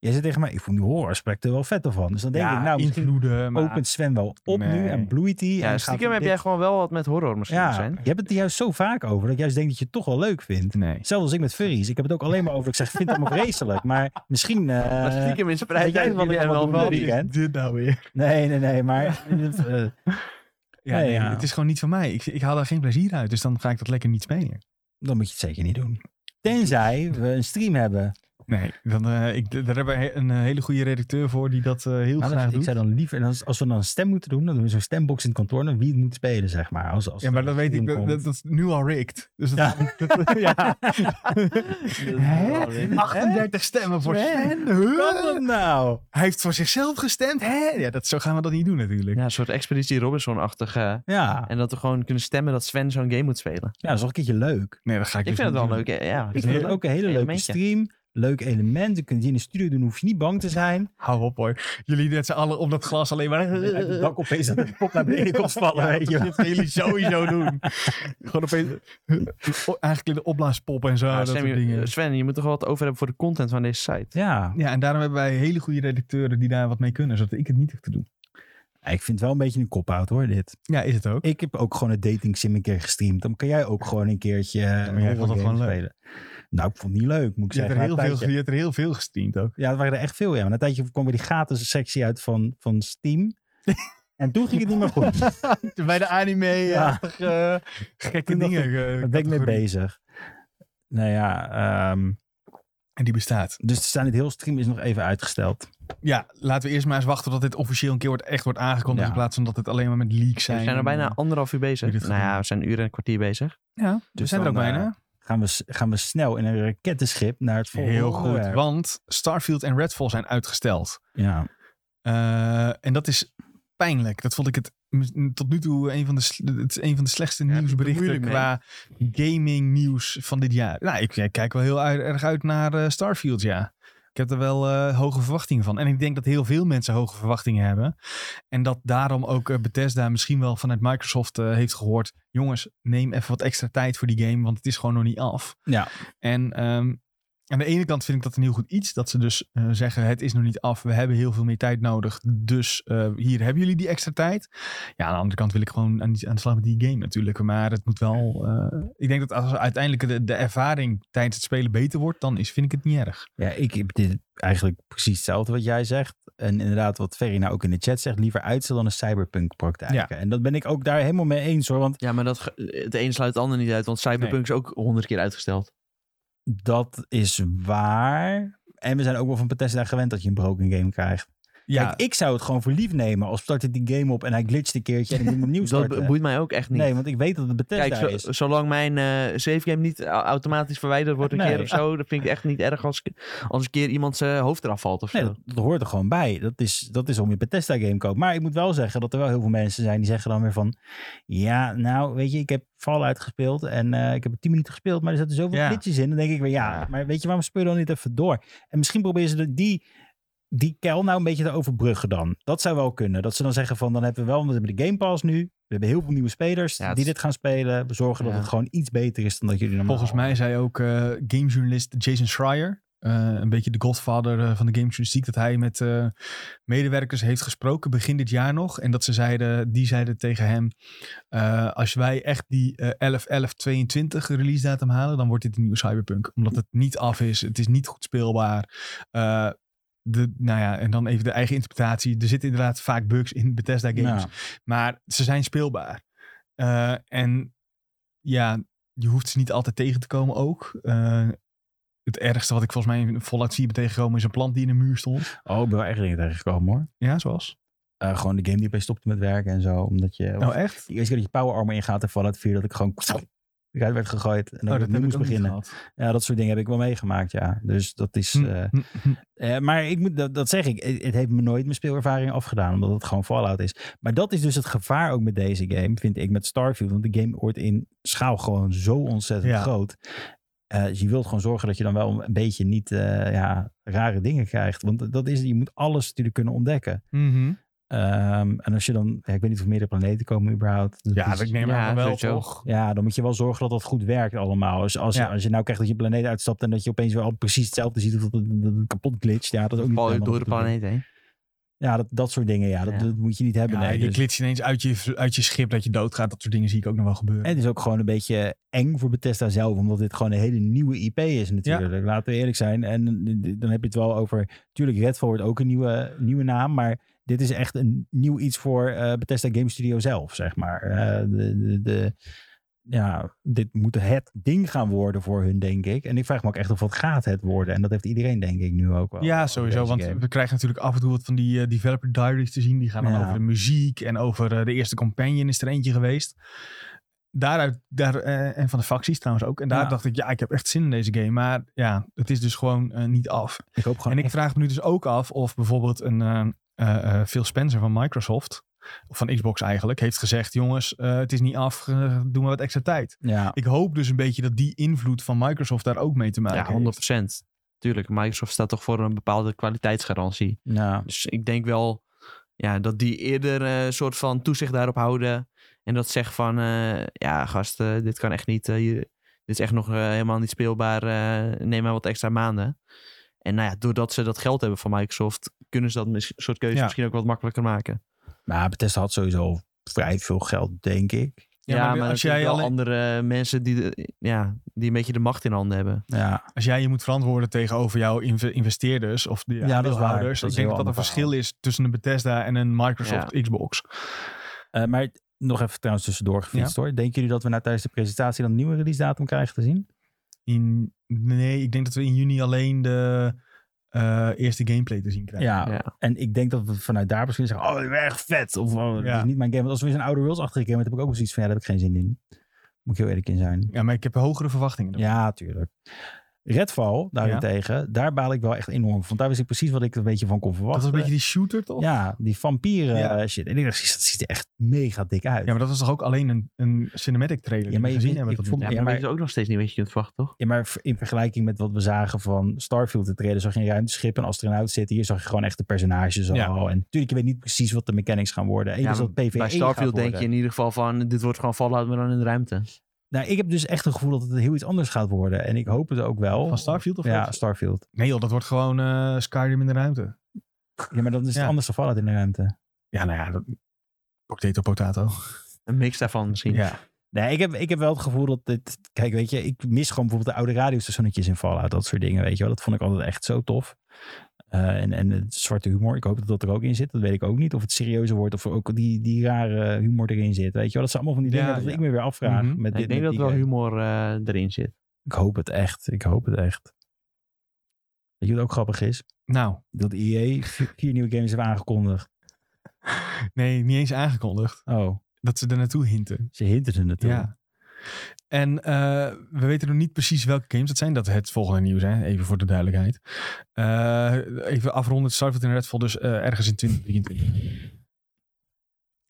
Speaker 3: Jij zit tegen mij, ik voel die horroraspecten wel vet ervan. Dus dan denk ik, nou, misschien
Speaker 1: invloeden. Maar,
Speaker 3: opent Sven wel op nu
Speaker 1: Nee.
Speaker 3: en bloeit hij.
Speaker 2: Ja,
Speaker 3: en
Speaker 2: stiekem
Speaker 3: gaat
Speaker 2: heb
Speaker 3: hij
Speaker 2: jij gewoon wel wat met horror misschien
Speaker 3: Ja, Eh,
Speaker 2: zijn.
Speaker 3: je hebt het er juist zo vaak over dat ik juist denk dat je het toch wel leuk vindt.
Speaker 1: nee.
Speaker 3: Zelfs als ik met furries. Ik heb het ook alleen maar over. Ik zeg, ik vind het allemaal vreselijk. Maar misschien... eh,
Speaker 2: Maar stiekem is
Speaker 3: weet
Speaker 2: spreidt
Speaker 3: jij
Speaker 2: uit
Speaker 3: wat
Speaker 2: wat
Speaker 3: jullie
Speaker 2: jij wel
Speaker 3: allemaal
Speaker 2: van
Speaker 3: doen?
Speaker 2: die-
Speaker 3: weekend.
Speaker 1: dit nou weer?
Speaker 3: nee, nee, nee. Maar eh,
Speaker 1: Ja,
Speaker 3: Nee,
Speaker 1: nee,
Speaker 3: ja.
Speaker 1: Het is gewoon niet van mij. Ik, ik haal daar geen plezier uit. Dus dan ga ik dat lekker niet spelen.
Speaker 3: dan moet je het zeker niet doen. Tenzij we een stream hebben.
Speaker 1: Nee, dan, eh, ik, daar hebben we he- een eh, hele goede redacteur voor die dat eh, heel
Speaker 3: Maar Nou, dat-
Speaker 1: graag
Speaker 3: ik
Speaker 1: doet.
Speaker 3: zou dan liever... en Als, als we dan een stem moeten doen, dan doen we zo'n stembox in het kantoor. Dan wie het moet spelen, zeg maar. Als, als
Speaker 1: Ja, maar dat weet ik. Dat,
Speaker 3: komt.
Speaker 1: dat is nu al rigged. Dus dat,
Speaker 3: Ja.
Speaker 1: dat- ja. Hè?
Speaker 2: Hè?
Speaker 1: 38 stemmen voor
Speaker 3: Hè?
Speaker 1: Sven.
Speaker 3: Kan
Speaker 1: Huh?
Speaker 3: dat nou?
Speaker 1: Hij heeft voor zichzelf gestemd. Hè? Ja, dat, zo gaan we dat niet doen natuurlijk.
Speaker 2: Ja, een soort Expeditie Robinson-achtige. eh,
Speaker 3: Ja.
Speaker 2: En dat we gewoon kunnen stemmen dat Sven zo'n game moet spelen.
Speaker 3: ja, dat is wel een keertje leuk.
Speaker 1: Nee, dat ga ik,
Speaker 2: Ik
Speaker 1: dus
Speaker 2: vind het
Speaker 1: niet doen.
Speaker 2: wel leuk. hè? Ja,
Speaker 3: Ik
Speaker 2: vind
Speaker 3: vind
Speaker 2: het
Speaker 3: het ook een hele leuke
Speaker 2: Elementje.
Speaker 3: stream. Leuk element. Je kunt het hier in de studio doen. hoef je niet bang te zijn.
Speaker 1: Hou op hoor. Jullie net z'n allen op dat glas alleen maar...
Speaker 3: Uit het dak opeens dat de pop naar beneden komt vallen.
Speaker 1: Ja,
Speaker 3: weet je
Speaker 1: dat
Speaker 3: wel.
Speaker 1: gaan jullie sowieso doen. Gewoon opeens... eh, o- Eigenlijk de opblaaspop en zo.
Speaker 2: Ja, eh,
Speaker 1: dat
Speaker 2: Sam,
Speaker 1: soort
Speaker 2: je-
Speaker 1: dingen.
Speaker 2: Sven, je moet toch wel wat over hebben voor de content van deze site.
Speaker 3: Ja,
Speaker 1: Ja, en daarom hebben wij hele goede redacteuren die daar wat mee kunnen. Zodat ik het niet hoef te doen.
Speaker 3: ik vind het wel een beetje een kop-out hoor, dit.
Speaker 1: Ja, is het ook.
Speaker 3: Ik heb ook gewoon een dating sim een keer gestreamd. Dan kan jij ook gewoon een keertje ja,
Speaker 1: maar jij vond dat gewoon leuk.
Speaker 3: spelen. Nou, ik vond het niet leuk, moet ik
Speaker 1: Je hebt,
Speaker 3: zeggen.
Speaker 1: er
Speaker 3: Na
Speaker 1: heel
Speaker 3: een
Speaker 1: veel,
Speaker 3: tijdje-
Speaker 1: je hebt er heel veel gesteamd ook.
Speaker 3: Ja, er waren er echt veel, ja. Maar na een tijdje kwam weer die gratis sectie uit van, van Steam. en toen ging het niet meer goed. Daar
Speaker 1: Bij de anime. eh,
Speaker 3: Ja.
Speaker 1: achtige, gekke
Speaker 3: Toen dacht
Speaker 1: dingen. eh,
Speaker 3: ben ik mee
Speaker 1: categorie.
Speaker 3: bezig. Nou ja, ehm,
Speaker 1: En die bestaat.
Speaker 3: dus er staan niet heel stream is nog even uitgesteld.
Speaker 1: Ja, laten we eerst maar eens wachten tot dit officieel een keer wordt, echt wordt aangekondigd.
Speaker 3: Ja.
Speaker 1: In plaats van dat het alleen maar met leaks zijn.
Speaker 2: we zijn er bijna anderhalf uur bezig.
Speaker 1: Doe dit
Speaker 2: Nou ja,
Speaker 1: gewoon.
Speaker 2: we zijn een uur en een kwartier bezig.
Speaker 1: Ja, we
Speaker 3: Dus
Speaker 1: zijn
Speaker 3: dan,
Speaker 1: er ook bijna.
Speaker 3: Gaan we, s- gaan we snel in een rakettenschip naar het volgende
Speaker 1: Heel goed,
Speaker 3: onderwerp.
Speaker 1: want Starfield en Redfall zijn uitgesteld.
Speaker 3: Ja,
Speaker 1: Eh, en dat is pijnlijk. Dat vond ik het m- tot nu toe een van de, sl- het is een van de slechtste
Speaker 2: Ja,
Speaker 1: nieuwsberichten
Speaker 2: moeilijk mee.
Speaker 1: qua gaming nieuws van dit jaar. Nou, ik, ik kijk wel heel uit- erg uit naar eh, Starfield, ja. Ik heb er wel eh, hoge verwachtingen van. En ik denk dat heel veel mensen hoge verwachtingen hebben. En dat daarom ook eh, Bethesda misschien wel vanuit Microsoft eh, heeft gehoord... jongens, neem even wat extra tijd voor die game, want het is gewoon nog niet af.
Speaker 3: ja.
Speaker 1: En ehm, aan de ene kant vind ik dat een heel goed iets. Dat ze dus eh, zeggen, het is nog niet af. We hebben heel veel meer tijd nodig. Dus eh, hier hebben jullie die extra tijd. Ja, aan de andere kant wil ik gewoon aan, die- aan de slag met die game natuurlijk. Maar het moet wel... eh, ik denk dat als uiteindelijk de, de ervaring tijdens het spelen beter wordt... dan is, vind ik het niet erg.
Speaker 3: Ja, ik heb dit eigenlijk precies hetzelfde wat jij zegt. En inderdaad, wat Ferry nou ook in de chat zegt, liever uitstellen dan een cyberpunk praktijken. En dat ben ik ook daar helemaal mee eens hoor. Want
Speaker 2: Ja, maar dat, ge- het een sluit het ander niet uit, want Cyberpunk
Speaker 1: Nee.
Speaker 2: is ook honderd keer uitgesteld.
Speaker 3: dat is waar. En we zijn ook wel van Bethesda gewend dat je een broken game krijgt.
Speaker 1: Ja,
Speaker 3: Kijk, ik zou het gewoon voor lief nemen als start ik die game op en hij glitcht een keertje en ik moet hem opnieuw
Speaker 2: Dat
Speaker 3: starten.
Speaker 2: be- boeit mij ook echt niet.
Speaker 3: nee, want ik weet dat het Bethesda
Speaker 2: Kijk, zo-
Speaker 3: is.
Speaker 2: zolang mijn eh save game niet au- automatisch verwijderd wordt een
Speaker 3: Nee.
Speaker 2: keer of zo, dat vind ik echt niet erg als, ik- als een keer iemand zijn hoofd eraf valt of zo.
Speaker 3: Nee, dat, dat hoort er gewoon bij. Dat is, dat is om je Bethesda game koopt. Maar ik moet wel zeggen dat er wel heel veel mensen zijn die zeggen dan weer van... Ja, nou, weet je, ik heb Fallout gespeeld en eh, ik heb het 10 minuten gespeeld. Maar er zaten zoveel
Speaker 1: Ja.
Speaker 3: glitches in. Dan denk ik weer, ja,
Speaker 2: Ja.
Speaker 3: maar weet je, waarom speel je dan niet even door? En misschien proberen ze de- die, die kuil nou een beetje te overbruggen dan. Dat zou wel kunnen. Dat ze dan zeggen van, dan hebben we wel, want we hebben de Game Pass nu. We hebben heel veel nieuwe spelers
Speaker 2: Ja, het
Speaker 3: die
Speaker 2: is-
Speaker 3: dit gaan spelen. We zorgen
Speaker 2: Ja.
Speaker 3: dat het gewoon iets beter is dan dat jullie normaal...
Speaker 1: volgens mij zei ook eh, gamejournalist Jason Schreier... eh, een beetje de godfather eh, van de gamejournalistiek... dat hij met eh, medewerkers heeft gesproken begin dit jaar nog. En dat ze zeiden, die zeiden tegen hem... eh, als wij echt die eh, 11-11-22 release datum halen... dan wordt dit een nieuwe Cyberpunk. Omdat het niet af is, het is niet goed speelbaar... Eh, de, nou ja, en dan even de eigen interpretatie. Er zitten inderdaad vaak bugs in Bethesda games.
Speaker 3: Ja.
Speaker 1: Maar ze zijn speelbaar. Eh, en ja, je hoeft ze niet altijd tegen te komen ook. Eh, het ergste wat ik volgens mij in Fallout 4 ben tegengekomen is een plant die in de muur stond.
Speaker 3: Oh, ik ben wel echt dingen tegengekomen hoor.
Speaker 1: Ja, zoals.
Speaker 3: Eh, gewoon de game die bij stopte met werken en zo. Omdat je...
Speaker 1: Nou echt?
Speaker 3: De eerste keer dat je power armor ingaat en Fallout 4, dat ik gewoon eruit werd gegooid
Speaker 1: Oh,
Speaker 3: en Nou, dat, ik opnieuw moest beginnen. Ja, dat soort dingen heb ik wel meegemaakt, ja. Dus dat is...
Speaker 1: Hm.
Speaker 3: eh, eh, maar ik moet, dat, dat zeg ik, het het heeft me nooit mijn speelervaring afgedaan, omdat het gewoon Fallout is. Maar dat is dus het gevaar ook met deze game, vind ik, met Starfield. Want de game wordt in schaal gewoon zo ontzettend
Speaker 1: Ja.
Speaker 3: groot. Eh, dus je wilt gewoon zorgen dat je dan wel een beetje
Speaker 1: hm,
Speaker 3: niet eh, ja, rare dingen krijgt. Want dat is, je moet alles natuurlijk kunnen ontdekken. Ehm, en als je dan, ja, ik weet niet of meerdere planeten komen überhaupt. dus Dat
Speaker 1: Ja,
Speaker 3: is-
Speaker 1: ik neem
Speaker 2: ja,
Speaker 1: aan wel,
Speaker 2: sowieso.
Speaker 1: toch?
Speaker 3: ja, dan moet je wel zorgen dat dat goed werkt allemaal. Dus als, je-
Speaker 1: Ja.
Speaker 3: als je nou krijgt dat je planeet uitstapt en dat je opeens wel precies hetzelfde ziet of dat het, dat het kapot glitcht. Ja, dat is ook niet
Speaker 2: Val je
Speaker 3: helemaal
Speaker 2: door de
Speaker 3: de bedoeling.
Speaker 2: planeet heen.
Speaker 3: Ja, dat, dat soort dingen. Ja, dat,
Speaker 2: Ja.
Speaker 3: dat moet je niet hebben.
Speaker 1: Ja,
Speaker 3: nee,
Speaker 1: je
Speaker 3: dus-
Speaker 1: klitst ineens uit je, uit je schip dat je doodgaat. Dat soort dingen zie ik ook nog wel gebeuren.
Speaker 3: En het is ook gewoon een beetje eng voor Bethesda zelf, omdat dit gewoon een hele nieuwe IP is natuurlijk. Laten we eerlijk zijn. En eh, dan heb je het wel over, natuurlijk Redfall wordt ook een nieuwe, nieuwe naam, maar dit is echt een nieuw iets voor eh, Bethesda Game Studio zelf, zeg maar. Eh, de, de, de- ja, dit moet het ding gaan worden voor hun, denk ik. En ik vraag me ook echt of wat gaat het worden. En dat heeft iedereen, denk ik, nu ook wel.
Speaker 1: ja, sowieso.
Speaker 3: deze
Speaker 1: Want
Speaker 3: game.
Speaker 1: we krijgen natuurlijk af en toe wat van die eh, developer diaries te zien. Die gaan dan
Speaker 3: Ja.
Speaker 1: over de muziek en over eh, de eerste companion is er eentje geweest. Daaruit, daar, eh, en van de facties trouwens ook. En daar
Speaker 3: Ja.
Speaker 1: dacht ik, ja, ik heb echt zin in deze game. Maar ja, het is dus gewoon eh, niet af.
Speaker 3: Ik hoop gewoon
Speaker 1: En ik
Speaker 3: echt-
Speaker 1: vraag me nu dus ook af of bijvoorbeeld een eh, eh, eh, Phil Spencer van Microsoft, of van Xbox eigenlijk, heeft gezegd: jongens, eh, het is niet af, eh, doen we wat extra tijd.
Speaker 3: ja.
Speaker 1: Ik hoop dus een beetje dat die invloed van Microsoft daar ook mee te maken heeft.
Speaker 2: Ja, 100%. Tuurlijk, Microsoft staat toch voor een bepaalde kwaliteitsgarantie.
Speaker 3: ja.
Speaker 2: Dus ik denk wel ja, dat die eerder een soort van toezicht daarop houden. En dat zegt van, eh, ja gast, eh, dit kan echt niet. eh, je- dit is echt nog eh, helemaal niet speelbaar. eh, neem maar wat extra maanden. En nou ja, doordat ze dat geld hebben van Microsoft, kunnen ze dat mis- soort keuze
Speaker 1: Ja.
Speaker 2: misschien ook wat makkelijker maken.
Speaker 3: Maar Bethesda had sowieso vrij veel geld, denk ik.
Speaker 1: Ja,
Speaker 2: Ja,
Speaker 1: maar
Speaker 2: maar,
Speaker 1: als
Speaker 2: als
Speaker 1: jij
Speaker 2: jij wel
Speaker 1: alleen-
Speaker 2: andere eh, mensen die, de- ja, die een beetje de macht in handen hebben.
Speaker 3: Ja.
Speaker 1: Als jij je moet verantwoorden tegenover jouw inve- investeerders of de
Speaker 3: Ja, dat is waar. Dat
Speaker 1: aandeelhouders,
Speaker 3: is
Speaker 1: ik
Speaker 3: een
Speaker 1: denk dat
Speaker 3: heel
Speaker 1: dat een
Speaker 3: ander
Speaker 1: verschil is tussen een Bethesda en een Microsoft Xbox.
Speaker 3: Eh, maar nog even trouwens tussendoor gefietst hoor. Denken jullie dat we nou tijdens de presentatie dan een nieuwe release datum krijgen te zien?
Speaker 1: In, nee, ik denk dat we in juni alleen de eh, eerste gameplay te zien
Speaker 3: Ja.
Speaker 1: krijgen.
Speaker 2: Ja.
Speaker 3: En ik denk dat we vanuit daar misschien zeggen, oh, erg vet. Of oh, dat
Speaker 1: Ja.
Speaker 3: is niet mijn game. Want als we weer zo'n oude Worlds achtige game hebben, heb ik ook zoiets van, ja, daar heb ik geen zin in. Moet ik heel eerlijk in zijn.
Speaker 1: Ja, maar ik heb hogere verwachtingen. ervan.
Speaker 3: Ja, tuurlijk. Redfall, daarentegen, daar baal ik wel echt enorm van. Daar wist ik precies wat ik er een beetje van kon
Speaker 1: dat
Speaker 3: verwachten.
Speaker 1: was een beetje die shooter toch?
Speaker 3: Ja, die vampieren
Speaker 1: Ja.
Speaker 3: eh, shit. En ik dacht, "Jezus, dat ziet er echt mega dik uit.
Speaker 1: Ja, maar dat was toch ook alleen een, een cinematic trailer
Speaker 3: Ja,
Speaker 1: die
Speaker 3: maar
Speaker 1: we
Speaker 3: je
Speaker 1: gezien
Speaker 3: weet-
Speaker 1: hebben.
Speaker 3: ik
Speaker 1: Dat vond
Speaker 2: Ja,
Speaker 1: ik
Speaker 2: maar,
Speaker 3: Ja,
Speaker 2: dan
Speaker 3: maar-
Speaker 2: weet je ook nog steeds niet wat je kunt verwachten, toch?
Speaker 3: Ja, maar in vergelijking met wat we zagen van Starfield te treden, zag je een ruimteschip, een astronaut zitten. Hier zag je gewoon echt de personages al.
Speaker 1: Ja.
Speaker 3: En natuurlijk, je weet niet precies wat de mechanics gaan worden. En
Speaker 2: Ja,
Speaker 3: dus dat
Speaker 2: maar
Speaker 3: PvE
Speaker 2: Bij
Speaker 3: gaat
Speaker 2: Starfield denk
Speaker 3: worden.
Speaker 2: je in ieder geval van, dit wordt gewoon Fallout, maar dan in de ruimte.
Speaker 3: Nou, ik heb dus echt het gevoel dat het heel iets anders gaat worden. En ik hoop het ook wel.
Speaker 1: van Starfield of
Speaker 3: Ja,
Speaker 1: wat?
Speaker 3: Starfield.
Speaker 1: Nee joh, dat wordt gewoon eh, Skyrim in de ruimte.
Speaker 3: Ja, maar dan is het
Speaker 1: Ja.
Speaker 3: anders dan Fallout in de ruimte.
Speaker 1: Ja, nou ja, dat... potato potato.
Speaker 2: Een mix daarvan misschien.
Speaker 1: Ja.
Speaker 3: Nee, ik heb, ik heb wel het gevoel dat dit... Kijk, weet je, ik mis gewoon bijvoorbeeld de oude radiostationnetjes in Fallout. Dat soort dingen, weet je wel. Dat vond ik altijd echt zo tof. Eh, en, en het zwarte humor, ik hoop dat dat er ook in zit. Dat weet ik ook niet. Of het serieuzer wordt of er ook die, die rare humor erin zit. Weet je wel, dat zijn allemaal van die dingen
Speaker 1: Ja,
Speaker 3: dat
Speaker 1: ja.
Speaker 3: ik me weer afvraag.
Speaker 1: Mhm.
Speaker 3: met
Speaker 2: Ja,
Speaker 3: dit,
Speaker 2: ik denk
Speaker 3: met
Speaker 2: dat
Speaker 3: die
Speaker 2: wel
Speaker 3: game.
Speaker 2: humor eh, erin zit.
Speaker 3: Ik hoop het echt. Ik hoop het echt. Weet je wat ook grappig is?
Speaker 1: Nou,
Speaker 3: Dat EA vier vier nieuwe games heeft aangekondigd.
Speaker 1: nee, niet eens aangekondigd.
Speaker 3: Oh,
Speaker 1: Dat ze er naartoe hinten.
Speaker 3: ze hinterden het toen.
Speaker 1: Ja. En eh, we weten nog niet precies welke games dat zijn. Dat is het volgende nieuws, hè? even voor de duidelijkheid. Eh, even afronden, Starfield en Redfall dus eh, ergens in 2023.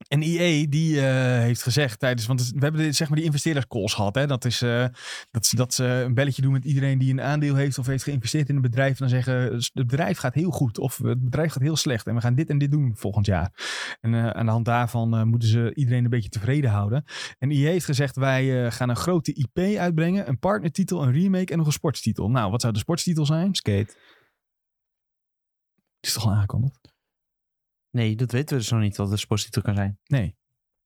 Speaker 1: En EA die eh, heeft gezegd tijdens, want het- we hebben de, zeg maar die investeerderscalls gehad. Hè? Dat is eh, dat, ze, dat ze een belletje doen met iedereen die een aandeel heeft of heeft geïnvesteerd in een bedrijf. En dan zeggen, het bedrijf gaat heel goed of het bedrijf gaat heel slecht. En we gaan dit en dit doen volgend jaar. En eh, aan de hand daarvan eh, moeten ze iedereen een beetje tevreden houden. En EA heeft gezegd, wij eh, gaan een grote IP uitbrengen. Een partnertitel, een remake en nog een sportstitel. Nou, wat zou de sportstitel zijn? Het
Speaker 3: Skate.
Speaker 1: is toch al aangekondigd?
Speaker 2: Nee, dat weten we dus nog niet wat de sporttitel kan zijn.
Speaker 1: Nee,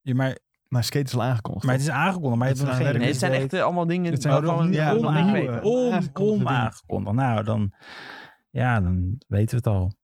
Speaker 3: Ja, maar,
Speaker 1: maar Skate is al aangekondigd.
Speaker 3: maar het is aangekondigd, maar
Speaker 1: Dat
Speaker 3: je hebt
Speaker 1: is
Speaker 3: nog
Speaker 1: aan
Speaker 3: geen...
Speaker 1: werk.
Speaker 2: Nee, het zijn echt eh, allemaal dingen
Speaker 1: Het zijn
Speaker 2: waarvan
Speaker 1: nog
Speaker 2: we
Speaker 1: niet- ja,
Speaker 2: nog
Speaker 1: nog
Speaker 2: niet
Speaker 1: niet,
Speaker 2: weten.
Speaker 1: eh, onaangekondigde dingen.
Speaker 3: onaangekondigd. Nou, dan, ja, dan weten we het al.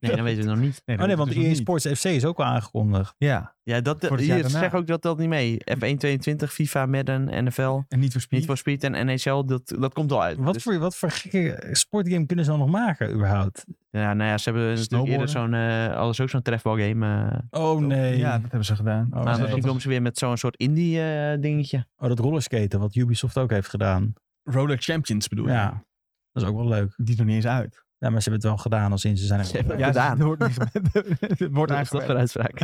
Speaker 2: Nee, dan weten we het nog niet.
Speaker 1: dat
Speaker 3: oh nee,
Speaker 1: weet
Speaker 3: want
Speaker 1: ik dus nog
Speaker 3: EA
Speaker 1: niet.
Speaker 3: Sports FC is ook al aangekondigd.
Speaker 1: Ja,
Speaker 2: Ja, dat,
Speaker 1: Voor het jaar
Speaker 2: hier, zeg
Speaker 1: daarna.
Speaker 2: ook dat dat niet mee. F1 22, FIFA, Madden, NFL,
Speaker 1: en niet voor
Speaker 2: Need
Speaker 1: Speed.
Speaker 2: for Speed en NHL, dat, dat komt al uit.
Speaker 3: Wat,
Speaker 2: Dus,
Speaker 3: voor, wat voor gekke sportgame kunnen ze dan nog maken, überhaupt?
Speaker 2: ja, nou ja, ze hebben natuurlijk
Speaker 1: Snowboarden.
Speaker 2: eerder zo'n, eh alles ook zo'n trefbalgame. eh
Speaker 3: Oh nee.
Speaker 1: Ja, dat hebben ze gedaan. Ah,
Speaker 3: Oh,
Speaker 2: maar
Speaker 3: nee.
Speaker 2: misschien komen ze weer met zo'n soort indie eh, dingetje.
Speaker 3: oh, dat rollerskaten, wat Ubisoft ook heeft gedaan.
Speaker 1: Roller Champions bedoel je?
Speaker 3: Ja, dat is ook wel leuk.
Speaker 1: Die is nog niet eens uit.
Speaker 3: Ja, maar ze hebben het wel gedaan als in ze zijn...
Speaker 2: Ze hebben
Speaker 3: Ja,
Speaker 2: het gedaan.
Speaker 1: het wordt, niet gewerkt. Het wordt
Speaker 2: dat is toch
Speaker 1: aangewerkt.
Speaker 2: een uitspraak.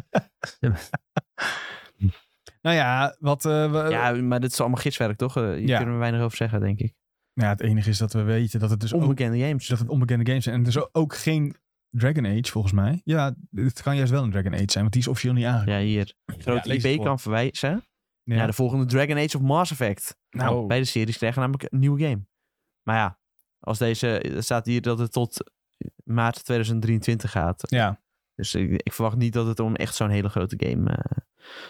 Speaker 1: Nou ja, wat, eh, we-
Speaker 2: ja, maar dit is allemaal gidswerk, toch? Eh, Hier
Speaker 1: Ja.
Speaker 2: kunnen we weinig over zeggen, denk ik.
Speaker 1: Nou ja, het enige is dat we weten dat het dus ook,
Speaker 2: Onbekende games.
Speaker 1: dat het onbekende games zijn. En dus ook geen Dragon Age volgens mij. Ja, het kan juist wel een Dragon Age zijn, want die is officieel niet aangekomen.
Speaker 2: Ja, hier.
Speaker 1: lees
Speaker 2: Grote
Speaker 1: het
Speaker 2: IP
Speaker 1: voor.
Speaker 2: kan verwijzen
Speaker 1: Ja.
Speaker 2: naar de volgende Dragon Age of Mass Effect.
Speaker 1: Nou,
Speaker 3: Oh.
Speaker 2: Beide series krijgen namelijk een nieuwe game. Maar ja, als deze... Er staat hier dat het tot maart 2023 gaat.
Speaker 1: ja.
Speaker 2: Dus ik, ik verwacht niet dat het om echt zo'n hele grote game eh,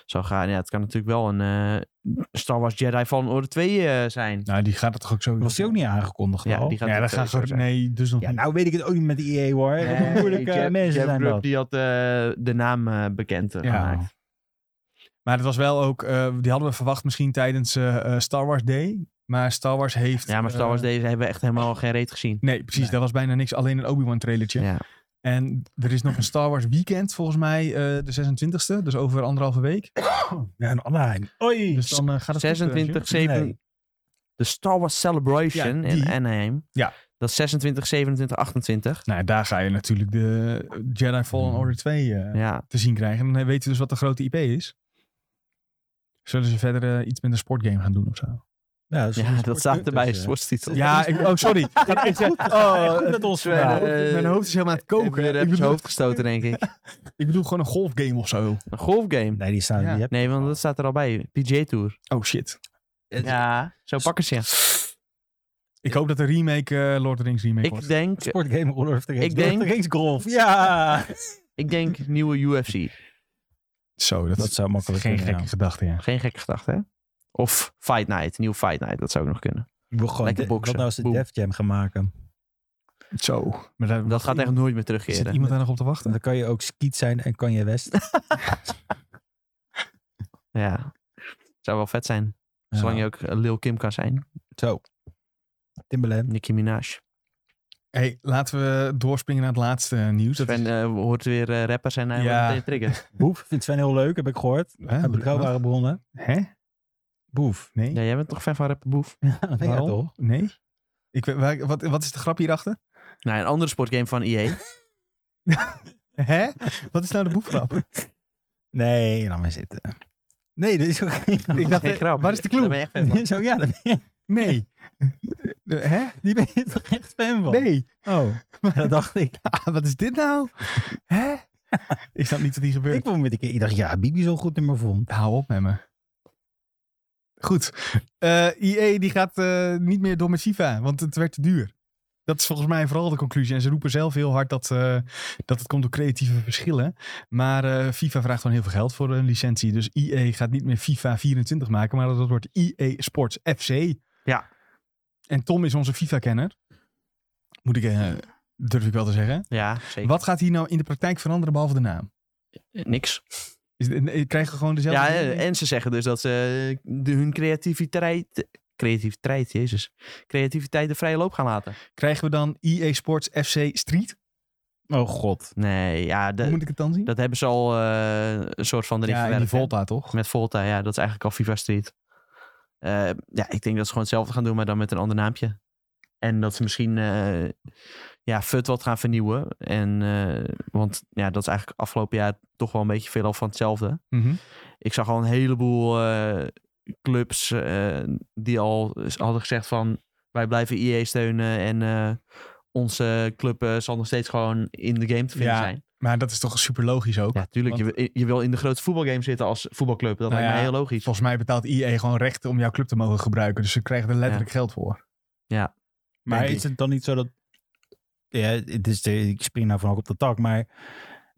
Speaker 2: zou gaan. Ja, het kan natuurlijk wel een eh, Star Wars Jedi Fallen Order 2 eh, zijn.
Speaker 1: nou, die gaat het toch ook zo.
Speaker 3: Was die ook niet aangekondigd
Speaker 2: Ja,
Speaker 3: al?
Speaker 2: die gaat
Speaker 1: ja,
Speaker 2: het
Speaker 1: dat gaat
Speaker 2: sowieso
Speaker 1: gewoon-
Speaker 2: zijn.
Speaker 1: Nee, dus nog
Speaker 3: Ja,
Speaker 1: niet.
Speaker 3: nou weet ik het ook niet met die EA hoor. Wat een
Speaker 2: Nee,
Speaker 3: moeilijke
Speaker 2: Eh, Jeff-
Speaker 3: eh, mensen
Speaker 2: Jeff
Speaker 3: zijn
Speaker 2: Grubb,
Speaker 3: dat.
Speaker 2: die had eh, de naam eh, bekend eh,
Speaker 1: Ja.
Speaker 2: gemaakt.
Speaker 1: Maar het was wel ook, eh, die hadden we verwacht misschien tijdens eh, eh, Star Wars Day. Maar Star Wars heeft...
Speaker 2: Ja, maar Star
Speaker 1: eh,
Speaker 2: Wars deze hebben we echt helemaal geen reet gezien.
Speaker 1: Nee, precies.
Speaker 3: Nee.
Speaker 1: Dat was bijna niks. Alleen een Obi-Wan trailertje.
Speaker 2: Ja.
Speaker 1: En er is nog een Star Wars weekend volgens mij eh, de 26e. Dus over anderhalve week.
Speaker 3: Ja, een Anaheim. Oei.
Speaker 1: Dus dan eh, gaat het goed, eh,
Speaker 2: 26,
Speaker 1: Jim.
Speaker 2: 7...
Speaker 3: Nee.
Speaker 2: De Star Wars
Speaker 1: Ja,
Speaker 2: Celebration in
Speaker 1: die.
Speaker 2: Anaheim.
Speaker 1: Ja.
Speaker 2: Dat is 26, 27, 28.
Speaker 1: Nou, daar ga je natuurlijk de Jedi Fallen
Speaker 2: Hmm.
Speaker 1: Order 2 eh,
Speaker 2: Ja,
Speaker 1: te zien krijgen. En dan weten we dus wat de grote IP is. Zullen ze verder eh, iets met een sportgame gaan doen of zo?
Speaker 3: Ja,
Speaker 2: ja, dat staat erbij.
Speaker 3: eh,
Speaker 2: sportstitel.
Speaker 1: Ja, ik, oh sorry. ik zeg, oh,
Speaker 3: met ons
Speaker 2: Sven, eh,
Speaker 3: vandaag.
Speaker 1: mijn hoofd is helemaal aan het
Speaker 2: Heb je
Speaker 1: koken.
Speaker 2: weer
Speaker 1: Ik
Speaker 2: op zijn
Speaker 1: bedoel,
Speaker 2: hoofd gestoten, denk ik.
Speaker 1: ik bedoel gewoon een golfgame of zo.
Speaker 2: Een golfgame.
Speaker 3: Nee, die staan
Speaker 1: Ja.
Speaker 3: die heb
Speaker 2: Nee, want dat staat er al bij. PJ Tour.
Speaker 1: Oh shit.
Speaker 2: Ja, zo pakken ze. je.
Speaker 1: Ik hoop dat de remake eh, Lord of the Rings remake
Speaker 2: Ik
Speaker 1: wordt.
Speaker 2: denk,
Speaker 3: Sportgame Roller of the Rings.
Speaker 2: Ik
Speaker 3: Lord of
Speaker 2: denk-
Speaker 3: the Rings Golf. Ja.
Speaker 2: ik denk nieuwe UFC.
Speaker 1: Zo, dat,
Speaker 3: Dat
Speaker 1: is
Speaker 3: zou makkelijk
Speaker 1: geen
Speaker 3: kunnen,
Speaker 1: gekke
Speaker 3: ja.
Speaker 1: gedachte, ja.
Speaker 2: Geen gekke gedachte, hè? Of Fight Night. Nieuw Fight Night. Dat zou ook nog kunnen.
Speaker 3: Ik wil gewoon
Speaker 2: Lekker
Speaker 3: de-
Speaker 2: boksen.
Speaker 3: Wat nou als ze
Speaker 2: Boem.
Speaker 3: Def Jam gaan maken?
Speaker 1: Zo. Maar daar,
Speaker 2: Dat gaat echt nooit meer terugkeren.
Speaker 1: Zit iemand daar nog op te wachten?
Speaker 3: Dan kan je ook Skeet zijn en kan je West.
Speaker 2: Ja. Zou wel vet zijn. Zolang je ook eh, Lil Kim kan zijn.
Speaker 3: Zo. Timberland.
Speaker 2: Nicki Minaj.
Speaker 1: Hey, laten we doorspringen naar het laatste nieuws. Dat
Speaker 2: Sven
Speaker 1: is-
Speaker 2: eh, hoort weer eh, rappers en hij
Speaker 1: Ja.
Speaker 2: wordt meteen triggerd.
Speaker 3: Boef vindt Sven heel leuk, heb ik gehoord.
Speaker 1: Hè,
Speaker 3: Uit
Speaker 1: wat-
Speaker 3: betrouwbare bronnen.
Speaker 1: Hè?
Speaker 3: Boef.
Speaker 1: Nee?
Speaker 2: Ja, jij bent toch fan van rapper Boef?
Speaker 3: Ja,
Speaker 1: Waarom?
Speaker 3: toch?
Speaker 1: Nee? Ik, weet- waar- wat, wat is de grap hierachter?
Speaker 2: Nou, een andere sportgame van EA.
Speaker 1: Hè? Wat is nou de boefgrap?
Speaker 3: Nee, laat maar zitten. Nee, dat is ook geen
Speaker 1: Ik dacht,
Speaker 2: Geen
Speaker 1: eh,
Speaker 2: grap.
Speaker 1: waar is de clue?
Speaker 2: Daar ben je echt fan van.
Speaker 3: Zo, ja, daar ben je,
Speaker 1: Nee. De- Hè?
Speaker 3: die ben je toch echt fan van?
Speaker 1: Nee.
Speaker 3: Oh, maar dat dacht ik.
Speaker 1: Ah, wat is dit nou? Hè? Ik snap niet wat hier gebeurt.
Speaker 3: Ik vond met een keer, ik dacht, ja, Bibi zo'n goed nummer vond.
Speaker 1: Hou op met me. Goed. Eh IE die gaat eh, niet meer door met FIFA, want het werd te duur. Dat is volgens mij vooral de conclusie. En ze roepen zelf heel hard dat, eh, dat het komt door creatieve verschillen. Maar eh, FIFA vraagt gewoon heel veel geld voor een licentie. Dus IE gaat niet meer FIFA 24 maken, maar dat wordt IE Sports FC.
Speaker 2: Ja.
Speaker 1: En Tom is onze FIFA-kenner. Moet ik, eh, durf ik wel te zeggen.
Speaker 2: Ja, zeker. Eh,
Speaker 1: Wat gaat hier nou in de praktijk veranderen behalve de naam?
Speaker 2: Niks.
Speaker 1: Is, eh, krijgen we gewoon dezelfde...
Speaker 2: Ja,
Speaker 1: dingen?
Speaker 2: eh, en ze zeggen dus dat ze eh, de, hun creativiteit... Creativiteit, jezus. Creativiteit de vrije loop gaan laten.
Speaker 1: Krijgen we dan EA Sports FC Street?
Speaker 3: Oh god.
Speaker 2: Nee, ja, de-
Speaker 1: Hoe moet ik het dan zien?
Speaker 2: Eh, dat hebben ze al eh, een soort van erin
Speaker 1: ja, in die
Speaker 2: verwerkt, hè.
Speaker 1: Volta toch?
Speaker 2: Met Volta, ja. Dat is eigenlijk al FIFA Street. Eh, ja, ik denk dat ze gewoon hetzelfde gaan doen, maar dan met een ander naampje. En dat ze misschien eh ja, FUT wat gaan vernieuwen. En, eh, want ja, dat is eigenlijk afgelopen jaar toch wel een beetje veel van hetzelfde.
Speaker 1: Mhm.
Speaker 2: Ik zag al een heleboel eh, clubs eh, die al s- hadden gezegd van... wij blijven EA steunen en eh, onze club eh, zal nog steeds gewoon in de game te vinden
Speaker 1: Ja,
Speaker 2: zijn.
Speaker 1: Maar dat is toch super logisch ook?
Speaker 2: Ja, tuurlijk. Je, wil- je wil in de grote voetbalgame zitten als voetbalclub. Dat
Speaker 1: Nou
Speaker 2: lijkt me
Speaker 1: ja,
Speaker 2: heel logisch.
Speaker 1: Volgens mij betaalt EA gewoon rechten om jouw club te mogen gebruiken. Dus ze krijgen er letterlijk geld voor.
Speaker 2: Ja.
Speaker 3: Maar
Speaker 1: Denk
Speaker 3: is het dan niet zo dat... Ja, het is de, ik spring nou van ook op de tak, maar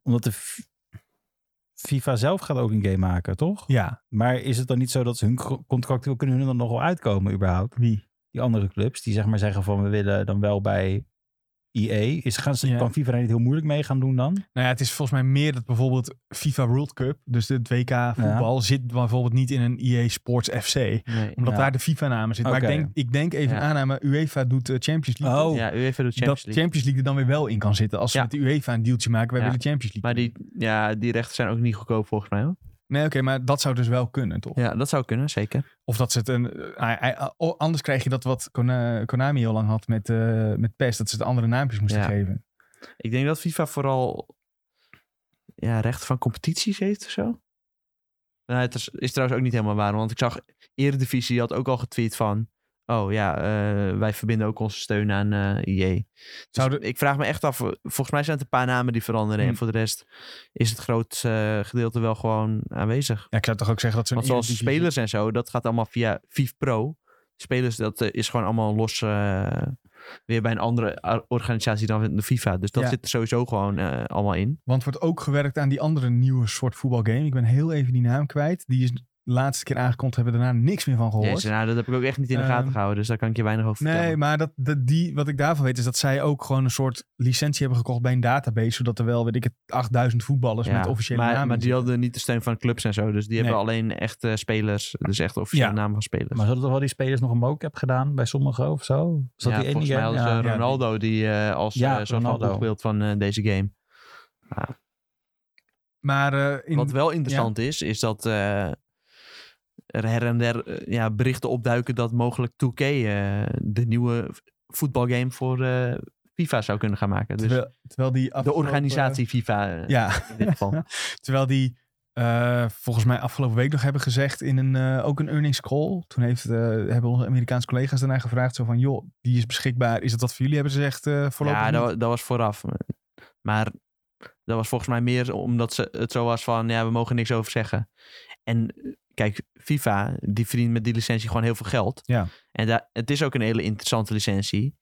Speaker 3: omdat de F- FIFA zelf gaat ook een game maken, toch?
Speaker 1: Ja,
Speaker 3: Maar is het dan niet zo dat ze hun gro- contractueel kunnen hun er nog wel uitkomen überhaupt?
Speaker 1: wie?
Speaker 3: Die andere clubs die zeg maar zeggen van we willen dan wel bij EA. Is, gaan ze,
Speaker 1: Ja.
Speaker 3: Kan FIFA daar niet heel moeilijk mee gaan doen dan?
Speaker 1: Nou ja, het is volgens mij meer dat bijvoorbeeld FIFA World Cup, dus de WK voetbal, zit bijvoorbeeld niet in een EA Sports FC.
Speaker 2: Nee.
Speaker 1: Omdat
Speaker 3: Ja.
Speaker 1: daar de FIFA-namen zitten. Maar
Speaker 3: Oké.
Speaker 1: ik denk, ik denk even
Speaker 2: Ja.
Speaker 1: aanname, UEFA doet eh, Champions League.
Speaker 3: Oh.
Speaker 2: Ja, UEFA doet
Speaker 1: dat
Speaker 2: Champions League.
Speaker 1: Champions League er dan weer wel in kan zitten. Als ze
Speaker 2: Ja.
Speaker 1: met de UEFA een deeltje maken, wij
Speaker 2: Ja.
Speaker 1: willen Champions League.
Speaker 2: Maar die, ja, die rechten zijn ook niet goedkoop volgens mij. Hoor.
Speaker 1: Nee, oké, maar dat zou dus wel kunnen, toch?
Speaker 2: Ja, dat zou kunnen, zeker.
Speaker 1: Of dat ze het een. eh, eh, eh, oh, anders krijg je dat wat Kona- Konami heel lang had met, eh, met PES, dat ze het andere naampjes moesten
Speaker 2: Ja.
Speaker 1: geven.
Speaker 2: Ik denk dat FIFA vooral ja, rechten van competities heeft of zo. Nou, het is, is trouwens ook niet helemaal waar. Want ik zag Eredivisie had ook al getweet van... Oh ja, eh, wij verbinden ook onze steun aan eh EA. Dus
Speaker 1: Zouden-
Speaker 2: Ik vraag me echt af, eh, volgens mij zijn het een paar namen die veranderen.
Speaker 1: Hmm.
Speaker 2: En voor de rest is het grootste eh, gedeelte wel gewoon aanwezig.
Speaker 1: Ja, ik zou toch ook zeggen dat zo'n
Speaker 2: Want zoals
Speaker 1: Eredivisie-
Speaker 2: spelers en zo, dat gaat allemaal via VIV Pro. Spelers, dat eh, is gewoon allemaal los eh, weer bij een andere ar- organisatie dan de FIFA. Dus dat
Speaker 1: Ja.
Speaker 2: zit er sowieso gewoon eh, allemaal in.
Speaker 1: Want wordt ook gewerkt aan die andere nieuwe soort voetbalgame. Ik ben heel even die naam kwijt. Die is de laatste keer aangekondigd, hebben we daarna niks meer van gehoord.
Speaker 2: Jezus, nou, dat heb ik ook echt niet in de gaten
Speaker 1: Ehm,
Speaker 2: gehouden. Dus daar kan ik je weinig over vertellen.
Speaker 1: Nee, maar dat, dat die, wat ik daarvan weet is dat zij ook gewoon een soort licentie hebben gekocht bij een database. Zodat er wel, weet ik het, 8000 voetballers
Speaker 2: Ja,
Speaker 1: met officiële
Speaker 2: maar,
Speaker 1: namen
Speaker 2: Maar
Speaker 1: in
Speaker 2: die hadden niet de steun van clubs en zo. Dus die hebben
Speaker 1: Nee.
Speaker 2: alleen echt eh, spelers. Dus echt officiële
Speaker 1: Ja.
Speaker 2: namen van spelers.
Speaker 3: Maar zullen toch wel die spelers nog een mocap gedaan bij sommigen of zo? Is dat
Speaker 2: ja,
Speaker 3: die
Speaker 2: volgens
Speaker 3: enige?
Speaker 2: mij hadden
Speaker 3: Ja.
Speaker 2: ze
Speaker 1: ja,
Speaker 2: Ronaldo die eh, als
Speaker 3: Ja,
Speaker 2: eh, soort van
Speaker 3: Ronaldo.
Speaker 2: voorbeeld van eh, deze game.
Speaker 1: Maar eh, in,
Speaker 2: Wat wel interessant is, is dat eh, er her en der eh, ja, berichten opduiken dat mogelijk 2K eh, de nieuwe v- voetbalgame voor eh, FIFA zou kunnen gaan maken. Dus
Speaker 1: terwijl, terwijl die
Speaker 2: de
Speaker 1: afgelopen-
Speaker 2: organisatie FIFA eh,
Speaker 1: Ja,
Speaker 2: in dit geval.
Speaker 1: terwijl die eh, volgens mij afgelopen week nog hebben gezegd in een, eh, ook een earnings call. Toen heeft, eh, hebben onze Amerikaanse collega's daarna gevraagd. Zo van, joh, die is beschikbaar. Is het dat voor jullie? Hebben ze gezegd eh voorlopig
Speaker 2: Ja,
Speaker 1: niet.
Speaker 2: dat, wa- dat was vooraf. Maar dat was volgens mij meer omdat ze het zo was van... ja, we mogen niks over zeggen. En kijk, FIFA, die verdient met die licentie gewoon heel veel geld.
Speaker 1: Ja.
Speaker 2: En daar, het is ook een hele interessante licentie.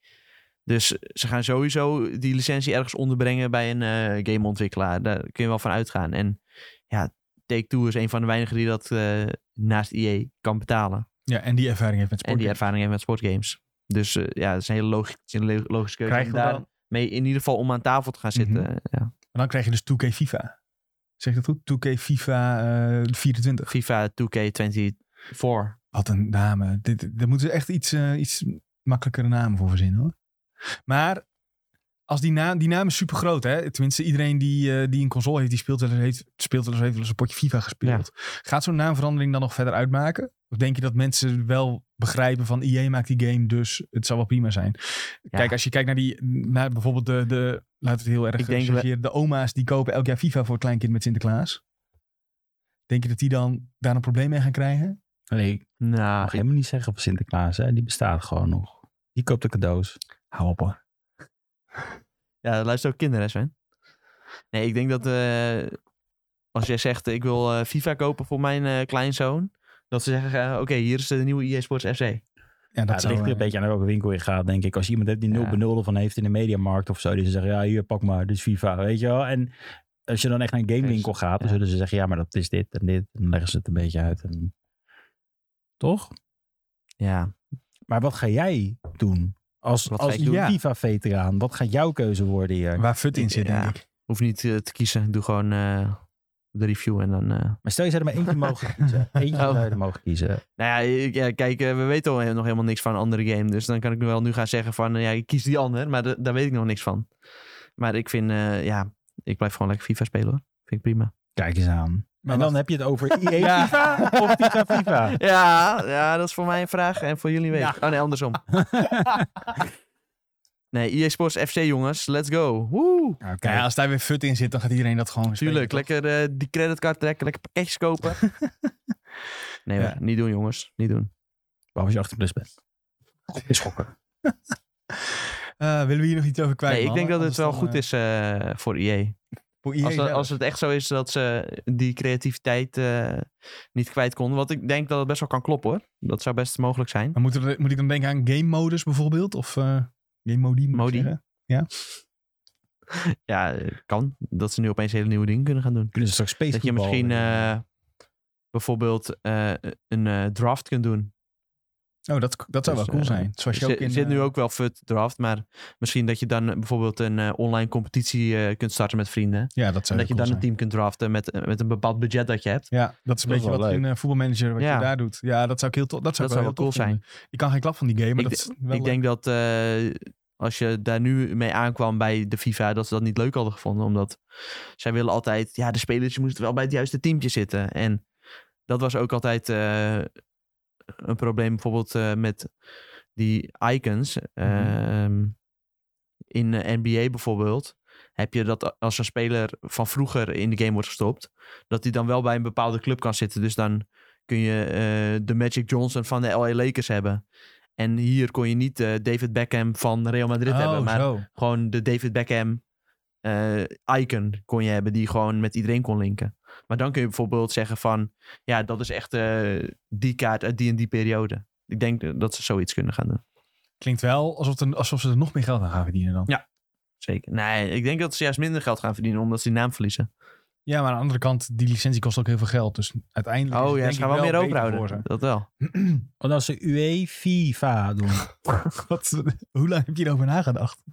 Speaker 2: Dus ze gaan sowieso die licentie ergens onderbrengen... bij een eh, gameontwikkelaar. Daar kun je wel van uitgaan. En ja, Take-Two is een van de weinigen die dat eh, naast EA kan betalen.
Speaker 1: Ja, en die ervaring heeft met
Speaker 2: En
Speaker 1: sport.
Speaker 2: die ervaring heeft met sportgames. Dus eh, ja, dat is een hele logische, logische keuze.
Speaker 1: Krijgen
Speaker 2: om
Speaker 1: we
Speaker 2: daar-
Speaker 1: dan-
Speaker 2: mee in ieder geval om aan tafel te gaan
Speaker 3: Mhm.
Speaker 2: zitten. ja.
Speaker 1: Maar dan krijg je dus 2K FIFA. Zeg ik dat goed? 2K FIFA eh, 24.
Speaker 2: FIFA 2K24.
Speaker 1: Wat een naam. Dit, dit- daar moeten ze echt iets, eh, iets makkelijkere namen voor verzinnen hoor. Maar als die, naam, die naam is super groot, hè? Tenminste, iedereen die, eh, die een console heeft, die speelt wel eens, heeft, speelt wel eens, heeft wel eens een potje FIFA gespeeld. Gaat zo'n naamverandering dan nog verder uitmaken? Of denk je dat mensen wel begrijpen van IE maakt die game, dus het zal wel prima zijn? Kijk, als je kijkt naar die, naar bijvoorbeeld de, de laten we het heel
Speaker 2: Ik
Speaker 1: erg
Speaker 2: denk we-
Speaker 1: zeggen, de oma's die kopen elk jaar FIFA voor het kleinkind met Sinterklaas. Denk je dat die dan daar een probleem mee gaan krijgen?
Speaker 3: Nee, ik
Speaker 2: Nou,
Speaker 3: mag helemaal niet zeggen op Sinterklaas. Hè? Die bestaat gewoon nog. Die koopt de cadeaus.
Speaker 1: Hou op hoor.
Speaker 2: ja, dat luisteren ook kinderen, hè, Sven. Nee, ik denk dat eh, als jij zegt, eh, ik wil eh, FIFA kopen voor mijn eh, kleinzoon. Dat ze zeggen, eh, oké, hier is de nieuwe EA Sports FC.
Speaker 1: Ja,
Speaker 3: Dat
Speaker 1: dat zou,
Speaker 3: ligt er een
Speaker 1: eh,
Speaker 3: beetje aan welke winkel je gaat, denk ik. Als je iemand hebt die nul
Speaker 2: Ja.
Speaker 3: benulde van heeft in de mediamarkt of zo. Die ze zeggen, ja, hier, pak maar. Dit is FIFA, weet je wel. En als je dan echt naar een gamewinkel gaat, dan
Speaker 2: ja.
Speaker 3: zullen ze zeggen, ja, maar dat is dit en dit. En dan leggen ze het een beetje uit. En... Toch?
Speaker 2: Ja,
Speaker 3: Maar wat ga jij doen? Als,
Speaker 2: Wat ga
Speaker 3: als
Speaker 2: ik doen?
Speaker 1: Ja.
Speaker 3: FIFA-veteraan, wat gaat jouw keuze worden hier?
Speaker 1: waar fut in zit,
Speaker 2: Ja.
Speaker 1: denk ik.
Speaker 2: hoef niet eh, te kiezen. Doe gewoon eh, de review en dan... eh,
Speaker 3: Maar stel je zou er maar eentje mogen kiezen. Eentje
Speaker 2: Oh.
Speaker 3: zou je er mogen kiezen.
Speaker 2: Nou ja, ik- ja, kijk, eh, we weten al he- nog helemaal niks van een andere game. Dus dan kan ik wel nu gaan zeggen van, eh, ja, ik kies die ander. Maar da- daar weet ik nog niks van. Maar ik vind, eh, ja, ik blijf gewoon lekker FIFA spelen hoor. Vind ik prima.
Speaker 3: Kijk eens aan. en dan heb je het over EA
Speaker 1: Ja.
Speaker 3: FIFA of FIFA FIFA.
Speaker 2: Ja, ja, dat is voor mij een vraag en voor jullie weet.
Speaker 3: Ja.
Speaker 2: Oh nee, andersom. nee, EA Sports FC jongens, let's go. Woe!
Speaker 3: Oké.
Speaker 1: Ja, als daar weer fut in zit, dan gaat iedereen dat gewoon spelen,
Speaker 2: Tuurlijk,
Speaker 1: toch?
Speaker 2: lekker eh, die creditcard trekken, lekker pakketjes kopen. nee hoor,
Speaker 1: Ja.
Speaker 2: niet doen jongens, niet doen.
Speaker 3: Behalve als je 18 plus bent. Is schokken.
Speaker 1: Eh, willen we hier nog iets over kwijt?
Speaker 2: Nee, ik denk
Speaker 1: mannen?
Speaker 2: dat het wel
Speaker 1: Anders dan,
Speaker 2: goed is eh, voor EA.
Speaker 1: eh, voor EA
Speaker 2: Als, dat-
Speaker 1: zelf.
Speaker 2: als het echt zo is dat ze die creativiteit eh, niet kwijt konden. Want ik denk dat het best wel kan kloppen hoor. Dat zou best mogelijk zijn.
Speaker 1: Maar moet, er- moet ik dan denken aan game modus bijvoorbeeld? Of eh, game modi? moet ik
Speaker 2: Modi.
Speaker 1: zeggen?
Speaker 2: Ja, eh, kan. Dat ze nu opeens hele nieuwe dingen kunnen gaan doen.
Speaker 3: Kunnen ze straks space
Speaker 2: Dat je
Speaker 3: voetbal
Speaker 2: misschien
Speaker 3: doen?
Speaker 2: eh, bijvoorbeeld eh, een eh, draft kunt doen.
Speaker 1: Oh, dat, dat zou
Speaker 2: Dus,
Speaker 1: wel cool
Speaker 2: eh,
Speaker 1: zijn. Zoals je
Speaker 2: Er
Speaker 1: ook in,
Speaker 2: zit nu
Speaker 1: eh,
Speaker 2: ook wel FUT draft. Maar misschien dat je dan eh, bijvoorbeeld een eh, online competitie eh, kunt starten met vrienden.
Speaker 1: Ja, dat
Speaker 2: En
Speaker 1: zou
Speaker 2: dat je
Speaker 1: cool
Speaker 2: dan
Speaker 1: zijn.
Speaker 2: een team kunt draften met, eh, met een bepaald budget dat je hebt.
Speaker 1: Ja, dat is een
Speaker 3: Dat is
Speaker 1: beetje
Speaker 3: wel
Speaker 1: wat
Speaker 3: leuk.
Speaker 1: in eh, voetbalmanager wat
Speaker 2: Ja.
Speaker 1: je daar doet. Ja, dat zou ik heel tof. Dat zou,
Speaker 2: Dat zou wel
Speaker 1: ik wel heel
Speaker 2: cool
Speaker 1: tof vinden. Ik kan geen klap van die game, maar
Speaker 2: Ik
Speaker 1: dat is wel
Speaker 2: ik denk dat eh, als je daar nu mee aankwam bij de FIFA, dat ze dat niet leuk hadden gevonden. Omdat zij willen altijd, ja, de spelers moesten wel bij het juiste teamje zitten. En dat was ook altijd eh, een probleem bijvoorbeeld eh, met die icons. Ehm, in de NBA bijvoorbeeld heb je dat als een speler van vroeger in de game wordt gestopt, dat hij dan wel bij een bepaalde club kan zitten. Dus dan kun je eh, de Magic Johnson van de LA Lakers hebben. En hier kon je niet eh, David Beckham van Real Madrid hebben. Maar
Speaker 1: Oh, zo.
Speaker 2: gewoon de David Beckham eh, icon kon je hebben die gewoon met iedereen kon linken. Maar dan kun je bijvoorbeeld zeggen van, ja, dat is echt eh, die kaart uit die en die periode. Ik denk eh, dat ze zoiets kunnen gaan doen.
Speaker 1: Klinkt wel alsof, het een- alsof ze er nog meer geld aan gaan verdienen dan.
Speaker 2: Ja. Zeker. Nee, ik denk dat ze juist minder geld gaan verdienen omdat ze die naam verliezen.
Speaker 1: Ja, maar aan de andere kant, die licentie kost ook heel veel geld. Dus uiteindelijk is
Speaker 2: Oh
Speaker 1: het
Speaker 2: ja,
Speaker 1: denk
Speaker 2: ze gaan
Speaker 1: ik
Speaker 2: wel
Speaker 1: beter
Speaker 2: meer
Speaker 1: voor
Speaker 2: overhouden. Dat wel.
Speaker 3: Want als Oh, ze UEFA doen,
Speaker 1: ze. Wat- hoe lang heb je hierover nagedacht?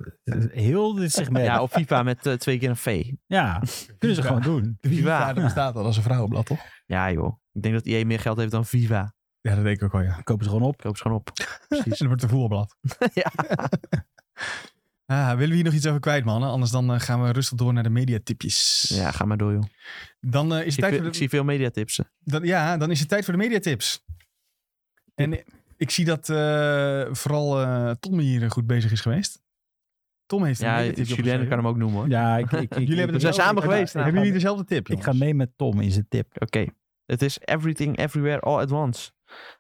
Speaker 3: heel dit segment,
Speaker 2: Ja,
Speaker 3: ja,
Speaker 2: of FIFA met eh, twee keer een V.
Speaker 3: kunnen ze gewoon doen.
Speaker 2: Viva.
Speaker 1: Ja, dat bestaat al als een vrouwenblad, toch?
Speaker 2: Ja joh. Ik denk dat IE meer geld heeft dan Viva.
Speaker 1: Ja, dat denk ik ook wel, ja.
Speaker 3: Kopen ze gewoon op.
Speaker 2: Koop ze gewoon op.
Speaker 1: En dan wordt het een voetbalblad.
Speaker 2: Ja.
Speaker 1: Ah, willen we hier nog iets over kwijt, mannen? Anders dan eh, gaan we rustig door naar de mediatipjes.
Speaker 2: Ja, ga maar door joh.
Speaker 1: Dan, eh, is
Speaker 2: Ik,
Speaker 1: het tijd
Speaker 2: zie,
Speaker 1: voor
Speaker 2: ik
Speaker 1: de,
Speaker 2: zie veel mediatipsen.
Speaker 1: dan, ja, dan is het tijd voor de mediatips. En ik zie dat eh, vooral eh, Tom hier goed bezig is geweest. Tom heeft een
Speaker 2: Ja,
Speaker 1: mediatip
Speaker 2: Julien kan hem ook noemen hoor.
Speaker 3: Ja, ik, ik, ik,
Speaker 1: Jullie hebben
Speaker 2: We zijn
Speaker 1: dezelfde-
Speaker 2: samen geweest.
Speaker 1: Hebben jullie dezelfde tip?
Speaker 3: ik
Speaker 1: jongens?
Speaker 3: ga mee met Tom in zijn tip.
Speaker 2: Oké. Het is Everything Everywhere All at Once.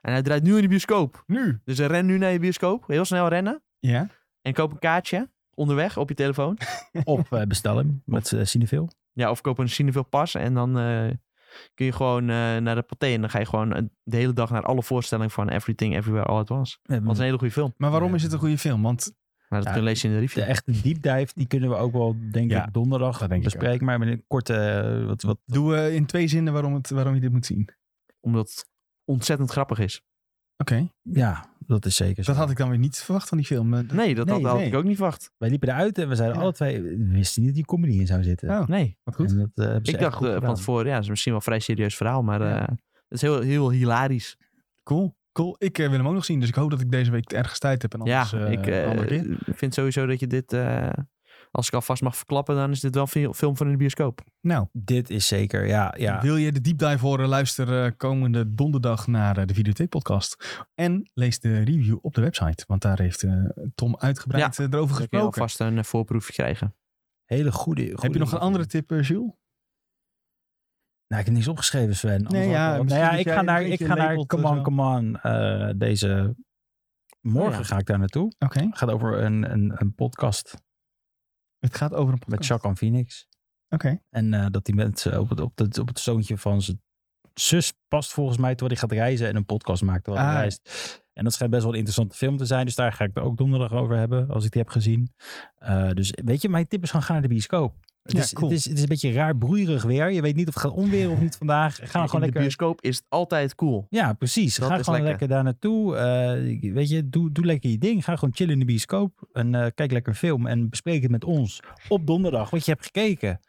Speaker 2: En hij draait nu in de bioscoop.
Speaker 1: nu.
Speaker 2: Dus ren nu naar je bioscoop. Heel snel rennen.
Speaker 1: Ja.
Speaker 2: En koop een kaartje. Onderweg op je telefoon.
Speaker 3: Op eh, bestel hem met eh, Cineville.
Speaker 2: Ja, of koop een Cineville pas. En dan eh, kun je gewoon eh, naar de paté. En dan ga je gewoon eh, de hele dag naar alle voorstellingen van Everything Everywhere All at Once.
Speaker 3: We hebben
Speaker 1: Mm.
Speaker 2: Want het is een hele goede film.
Speaker 1: Maar waarom is het een goede film? Want
Speaker 2: Maar dat
Speaker 3: Ja,
Speaker 2: kun je lezen in de
Speaker 3: De
Speaker 2: review.
Speaker 3: echte deep dive, die kunnen we ook wel, denk
Speaker 1: Ja,
Speaker 3: ik, donderdag
Speaker 1: dat denk ik
Speaker 3: bespreken. maar met een korte, eh, wat, wat,
Speaker 1: doen we in twee zinnen waarom, het, waarom je dit moet zien. Oké.
Speaker 2: Omdat het ontzettend grappig is.
Speaker 3: ja, dat is zeker zo.
Speaker 1: Dat had ik dan weer niet verwacht van die film. Eh,
Speaker 2: Nee, dat
Speaker 3: Nee,
Speaker 2: had, had
Speaker 1: nee.
Speaker 2: ik ook niet verwacht.
Speaker 3: Wij liepen eruit en we zeiden
Speaker 1: Ja.
Speaker 3: alle twee, we wisten niet dat die comedy in zou zitten.
Speaker 1: Ja,
Speaker 2: Nee.
Speaker 1: Wat goed.
Speaker 3: En dat, eh, hebben ze
Speaker 2: Ik
Speaker 3: echt
Speaker 2: dacht
Speaker 3: goed
Speaker 2: eh, van
Speaker 3: gedaan.
Speaker 2: tevoren, ja, dat is misschien wel een vrij serieus verhaal. Maar eh,
Speaker 1: Ja.
Speaker 2: het is heel, heel hilarisch.
Speaker 1: Cool. Cool. Ik eh, wil hem ook nog zien. Dus ik hoop dat ik deze week ergens tijd heb. En anders,
Speaker 2: ja,
Speaker 1: eh,
Speaker 2: ik
Speaker 1: een
Speaker 2: eh,
Speaker 1: andere keer.
Speaker 2: vind sowieso dat je dit, eh, als ik alvast mag verklappen, dan is dit wel een fi- film van in de bioscoop.
Speaker 1: Nou,
Speaker 3: Dit is zeker, ja. ja.
Speaker 1: wil je de deep dive horen? Luister eh, komende donderdag naar eh, de Videotheek podcast. En lees de review op de website. Want daar heeft eh, Tom uitgebreid eh, erover
Speaker 2: Dan kun je
Speaker 1: gesproken.
Speaker 2: alvast een eh, voorproefje krijgen.
Speaker 3: Hele goede, goede
Speaker 1: Heb je nog een andere tip, eh, Jules?
Speaker 3: Nou, ik heb niks opgeschreven, Sven. Anders
Speaker 1: Nee,
Speaker 3: had ik
Speaker 1: ja,
Speaker 3: wel- nou
Speaker 1: misschien
Speaker 3: ja,
Speaker 1: dat
Speaker 3: ik
Speaker 1: jij
Speaker 3: ga
Speaker 1: een
Speaker 3: naar,
Speaker 1: beetje
Speaker 3: ik ga naar
Speaker 1: labelt
Speaker 3: Come
Speaker 1: of
Speaker 3: On,
Speaker 1: zo.
Speaker 3: Come On eh, deze... Morgen
Speaker 2: ja.
Speaker 3: ga ik daar naartoe.
Speaker 1: Oké.
Speaker 3: Het gaat over een, een, een podcast
Speaker 1: Het gaat over een podcast.
Speaker 3: met Jacques en Phoenix.
Speaker 1: Oké.
Speaker 3: En eh, dat die mensen op het, op, het, op het zoontje van zijn zus past volgens mij terwijl hij gaat reizen en een podcast maakt terwijl hij
Speaker 1: Ah.
Speaker 3: reist. En dat schijnt best wel een interessante film te zijn. Dus daar ga ik het ook donderdag over hebben, als ik die heb gezien. Eh, dus weet je, mijn tip is gewoon ga naar de bioscoop. Het,
Speaker 1: Ja,
Speaker 3: is,
Speaker 1: cool.
Speaker 3: het, is, het is een beetje raar broeierig weer. Je weet niet of het gaat onweer of niet vandaag. Ga
Speaker 2: in
Speaker 3: gewoon
Speaker 2: de
Speaker 3: lekker...
Speaker 2: bioscoop is het altijd cool.
Speaker 3: Ja, precies.
Speaker 2: Dat
Speaker 3: ga
Speaker 2: is
Speaker 3: gewoon lekker,
Speaker 2: lekker.
Speaker 3: daar naartoe. Eh, weet je, doe, doe lekker je ding. Ga gewoon chillen in de bioscoop. En eh, kijk lekker een film. En bespreek het met ons op donderdag wat je hebt gekeken.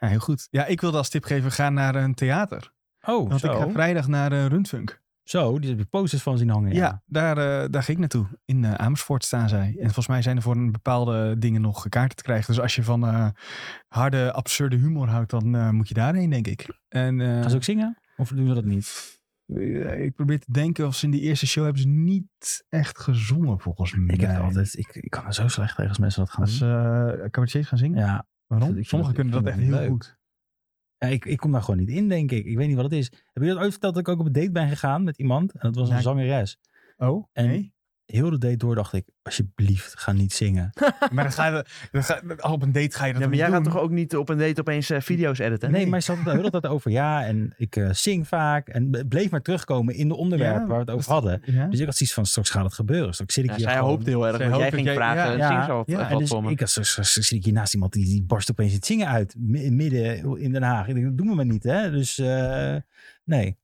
Speaker 1: Ja, heel goed. Ja, ik wilde als tip geven, ga naar een theater.
Speaker 3: Oh,
Speaker 1: Want
Speaker 3: zo.
Speaker 1: ik ga vrijdag naar eh Rundfunk.
Speaker 3: Zo, die heb je posters van zien hangen.
Speaker 1: Ja, daar, eh, daar ging ik naartoe. In eh, Amersfoort staan zij. En volgens mij zijn er voor een bepaalde dingen nog kaarten te krijgen. Dus als je van eh, harde, absurde humor houdt, dan eh, moet je daarheen, denk ik. En, eh,
Speaker 3: Gaan ze ook zingen? Of doen ze dat niet?
Speaker 1: eh, ik probeer te denken of ze in die eerste show hebben ze niet echt gezongen, volgens mij.
Speaker 3: Ik, heb altijd, ik, ik kan er zo slecht tegen als mensen dat gaan
Speaker 1: Als
Speaker 3: doen.
Speaker 1: eh cabaretiers gaan zingen?
Speaker 3: Ja, Ik
Speaker 1: Waarom?
Speaker 3: vind
Speaker 1: Sommigen
Speaker 3: dat- ik
Speaker 1: kunnen dat
Speaker 3: vind
Speaker 1: echt
Speaker 3: dat
Speaker 1: heel
Speaker 3: leuk.
Speaker 1: goed.
Speaker 3: ja ik, ik kom daar gewoon niet in, denk ik. Ik weet niet wat het is. Heb je dat ooit verteld dat ik ook op een date ben gegaan met iemand? En dat was
Speaker 1: Ja,
Speaker 3: een
Speaker 1: ik-
Speaker 3: zangeres.
Speaker 1: Oh,
Speaker 3: En-
Speaker 1: nee.
Speaker 3: Heel de date door dacht ik, alsjeblieft, ga niet zingen.
Speaker 1: Maar dan ga je, dan ga, al op een date ga je dat
Speaker 2: Ja, maar
Speaker 1: dan
Speaker 2: jij gaat
Speaker 1: doen.
Speaker 2: toch ook niet op een date opeens eh, video's editen?
Speaker 3: Nee, maar ze hadden het de hele tijd over ja en ik eh, zing vaak. En het bleef maar terugkomen in de onderwerpen
Speaker 1: Ja,
Speaker 3: waar we het
Speaker 1: dat
Speaker 3: over
Speaker 1: is-
Speaker 3: hadden.
Speaker 1: Ja?
Speaker 3: Dus ik had zoiets van, straks gaat het gebeuren. Straks zit ik
Speaker 2: Ja,
Speaker 3: hier
Speaker 2: zij
Speaker 3: gewoon-
Speaker 2: hoopt heel erg
Speaker 1: Zij
Speaker 2: dat jij
Speaker 1: hoopt
Speaker 2: ging
Speaker 1: dat jij-
Speaker 2: vragen.
Speaker 1: ja,
Speaker 2: Ja, zing
Speaker 3: ja,
Speaker 2: zo,
Speaker 1: ja,
Speaker 2: eh,
Speaker 1: en
Speaker 3: En
Speaker 2: wat
Speaker 3: dus
Speaker 2: voor me.
Speaker 3: ik had, zo, zo- zo zit ik hier naast iemand die, die barst opeens het zingen uit. mi- Midden in Den Haag. Ik denk, dat doen we maar niet, hè. Dus eh, nee,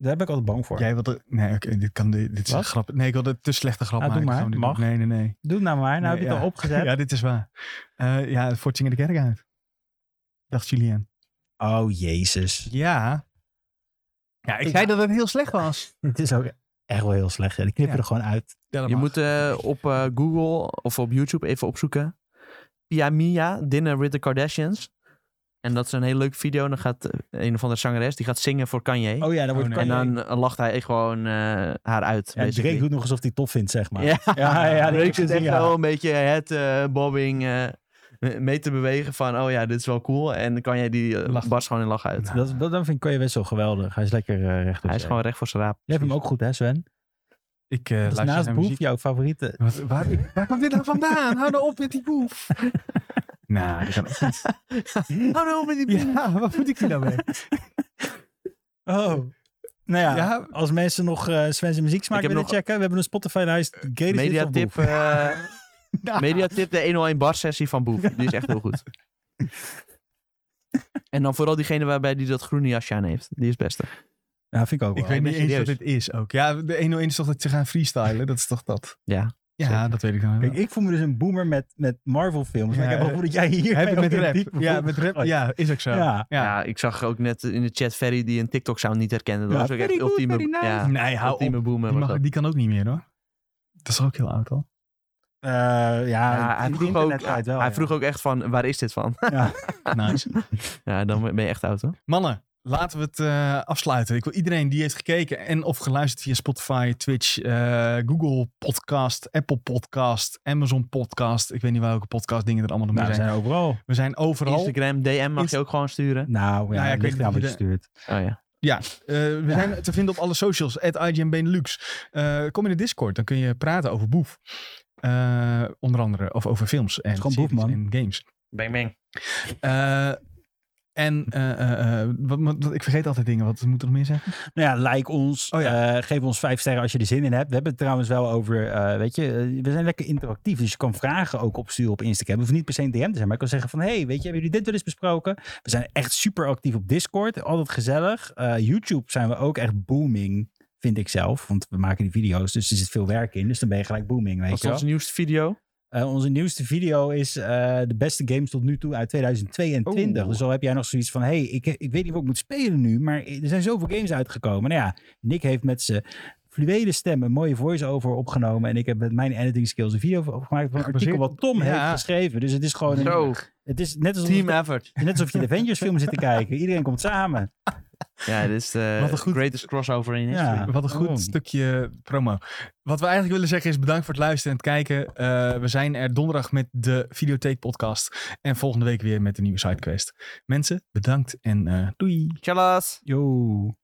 Speaker 3: daar ben ik altijd bang voor.
Speaker 1: Jij wilde... Nee, oké, dit kan... Dit, dit is
Speaker 3: Wat?
Speaker 1: een grap. Nee, ik wilde te slechte grap
Speaker 3: Ah, doe
Speaker 1: maken.
Speaker 3: maar,
Speaker 1: Gaan we niet
Speaker 3: mag.
Speaker 1: doen. Nee, nee, nee.
Speaker 3: Doe het nou maar. Nou
Speaker 1: Nee,
Speaker 3: heb je het
Speaker 1: ja.
Speaker 3: al opgezet.
Speaker 1: Ja, dit is waar. Eh, ja, Fortje in de kerk uit. Dacht Julien.
Speaker 3: Oh, jezus.
Speaker 1: Ja. Ja, ik
Speaker 3: Ik-
Speaker 1: zei dat het heel slecht was.
Speaker 3: Het is ook echt wel heel slecht. hè. Die knippen
Speaker 1: Ja.
Speaker 3: er gewoon uit.
Speaker 2: Je moet eh, op eh, Google of op YouTube even opzoeken. Pia Mia, Dinner with the Kardashians. En dat is een hele leuke video. En Dan gaat eh, een of andere zangeres, die gaat zingen voor Kanye.
Speaker 3: Oh ja, dan wordt
Speaker 1: Oh, nee.
Speaker 2: en
Speaker 3: Kanye-
Speaker 2: dan eh, lacht hij gewoon eh, haar uit.
Speaker 3: Ja,
Speaker 2: basically.
Speaker 3: Drake doet nog alsof hij het tof vindt, zeg maar.
Speaker 2: Ja,
Speaker 3: ja, ja,
Speaker 2: Drake zit echt
Speaker 3: ja.
Speaker 2: wel een beetje het eh, bobbing eh, mee te bewegen van, oh ja, dit is wel cool. En kan jij die eh,
Speaker 1: Lachen.
Speaker 2: barst gewoon in lach uit.
Speaker 1: Nou,
Speaker 3: Dat, dat dan vind ik Kanye West wel geweldig. Hij is lekker eh recht op
Speaker 2: hij is
Speaker 3: zee.
Speaker 2: gewoon recht voor zijn raap.
Speaker 3: Jij hebt hem ook goed, hè, Sven?
Speaker 1: Ik eh
Speaker 3: Dat is
Speaker 1: luister
Speaker 3: naast
Speaker 1: naar
Speaker 3: Boef
Speaker 1: muziek.
Speaker 3: jouw favoriete.
Speaker 1: Wat, waar, ik- waar komt dit nou vandaan? Hou nou op met die boef. Nou, dat kan echt niet.
Speaker 2: Oh no, met die
Speaker 1: Ja, wat moet ik hier nou mee?
Speaker 3: Oh. Nou ja,
Speaker 1: Ja.
Speaker 3: als mensen nog eh Sven's muzieksmaak
Speaker 2: Ik heb
Speaker 3: willen
Speaker 2: nog- Eh,
Speaker 3: checken, we hebben een Spotify-lijst. Greatest Hits of
Speaker 2: Mediatip,
Speaker 3: Boef.
Speaker 2: eh mediatip de 101 bar sessie van Boef. Die is echt heel goed. En dan vooral diegene waarbij die dat groene jasje aan heeft. Die is het beste.
Speaker 3: Ja, vind ik ook
Speaker 1: Ik
Speaker 3: wel.
Speaker 1: weet niet eens
Speaker 2: serieus.
Speaker 1: wat dit is ook. Ja, de 101 is toch dat ze gaan freestylen? Dat is toch dat?
Speaker 2: Ja,
Speaker 1: Ja,
Speaker 2: zeker.
Speaker 1: dat weet ik dan wel.
Speaker 3: Kijk, ik voel me dus een boomer met, met Marvel-films. Maar
Speaker 1: Ja,
Speaker 3: ik heb het
Speaker 1: eh,
Speaker 3: gevoel dat jij hier
Speaker 1: Heb
Speaker 3: mij
Speaker 1: ik
Speaker 3: ook
Speaker 1: met
Speaker 3: in
Speaker 1: rap.
Speaker 3: diep
Speaker 1: Ja,
Speaker 3: voelt.
Speaker 1: met rap. oh, Ja, is ook zo.
Speaker 3: Ja.
Speaker 2: ja. ik zag ook net in de chat Ferry die een TikTok-sound niet herkende. Dat
Speaker 3: Ja,
Speaker 2: was ook echt
Speaker 3: very good,
Speaker 2: ultieme,
Speaker 3: very nice.
Speaker 2: ja,
Speaker 1: Nee, hou op.
Speaker 2: ultieme boomer.
Speaker 1: Die,
Speaker 2: was
Speaker 1: mag-
Speaker 2: dat.
Speaker 1: die kan ook niet meer hoor. Dat is ook heel oud al.
Speaker 3: Eh, ja,
Speaker 2: Ja, hij
Speaker 3: in
Speaker 2: vroeg, ook,
Speaker 3: internet uit wel,
Speaker 2: hij
Speaker 3: ja.
Speaker 2: vroeg ook echt van, waar is dit van?
Speaker 3: Ja.
Speaker 1: Nice.
Speaker 2: Ja, dan ben je echt oud hoor.
Speaker 1: Mannen, laten we het eh, afsluiten. Ik wil iedereen die heeft gekeken en of geluisterd via Spotify, Twitch, eh, Google Podcast, Apple Podcast, Amazon Podcast. Ik weet niet welke podcast dingen er allemaal nog meer
Speaker 3: Nou, we
Speaker 1: zijn.
Speaker 3: zijn overal.
Speaker 1: We zijn overal.
Speaker 2: Instagram, DM mag
Speaker 1: Inst-
Speaker 2: je ook gewoon sturen.
Speaker 3: Nou, ja,
Speaker 1: ja, ik
Speaker 3: ik
Speaker 1: weet
Speaker 3: weet
Speaker 1: niet
Speaker 3: niet
Speaker 1: of
Speaker 3: wat je
Speaker 1: je
Speaker 3: stuurt.
Speaker 2: Oh ja.
Speaker 1: Eh, we zijn te vinden op alle socials. At IGN Benelux. Eh, kom in de Discord. Dan kun je praten over boef. Eh, onder andere. Of over films en,
Speaker 3: gewoon boef,
Speaker 1: series
Speaker 3: man.
Speaker 1: en games.
Speaker 2: Bang bang.
Speaker 1: Eh, en eh, eh, eh, wat, moet- wat- ik vergeet altijd dingen. Wat moet ik nog meer zeggen?
Speaker 3: Nou ja, like ons.
Speaker 1: Oh ja.
Speaker 3: eh, geef ons vijf sterren als je er zin in hebt. We hebben het trouwens wel over, eh, weet je, eh, we zijn lekker interactief. Dus je kan vragen ook opsturen op Instagram. Het hoeft niet per se een DM te zijn, maar je kan zeggen van, hey, weet je, hebben jullie dit wel eens besproken? We zijn echt super actief op Discord. Altijd gezellig. Eh, YouTube zijn we ook echt booming, vind ik zelf. Want we maken die video's, dus er zit veel werk in. Dus dan ben je gelijk booming, weet
Speaker 2: Wat is
Speaker 1: Oh,
Speaker 3: je wel.
Speaker 2: onze nieuwste video?
Speaker 3: Eh, onze nieuwste video is eh, de beste games tot nu toe uit 2022.
Speaker 1: Oeh.
Speaker 3: Dus al heb jij nog zoiets van: hey, ik, ik weet niet wat ik moet spelen nu, maar er zijn zoveel games uitgekomen. Nou ja, Nick heeft met zijn fluwele stem een mooie voice-over opgenomen. En ik heb met mijn editing skills een video opgemaakt van een artikel
Speaker 1: Gebaseerd
Speaker 3: wat Tom
Speaker 1: op- ja.
Speaker 3: heeft geschreven. Dus het is gewoon. Een,
Speaker 2: Zo,
Speaker 3: het is net alsof,
Speaker 2: team
Speaker 3: net
Speaker 2: effort.
Speaker 3: alsof je de Avengers film zit te kijken. Iedereen komt samen.
Speaker 2: Ja, dit is de
Speaker 1: Wat een goed-
Speaker 2: greatest crossover in history.
Speaker 3: Ja.
Speaker 1: Wat een goed
Speaker 3: Oh.
Speaker 1: stukje promo. Wat we eigenlijk willen zeggen is bedankt voor het luisteren en het kijken. Eh, we zijn er donderdag met de Videotheek podcast. En volgende week weer met de nieuwe SideQuest. Mensen, bedankt en eh, doei.
Speaker 2: Tjallas!
Speaker 3: Yo.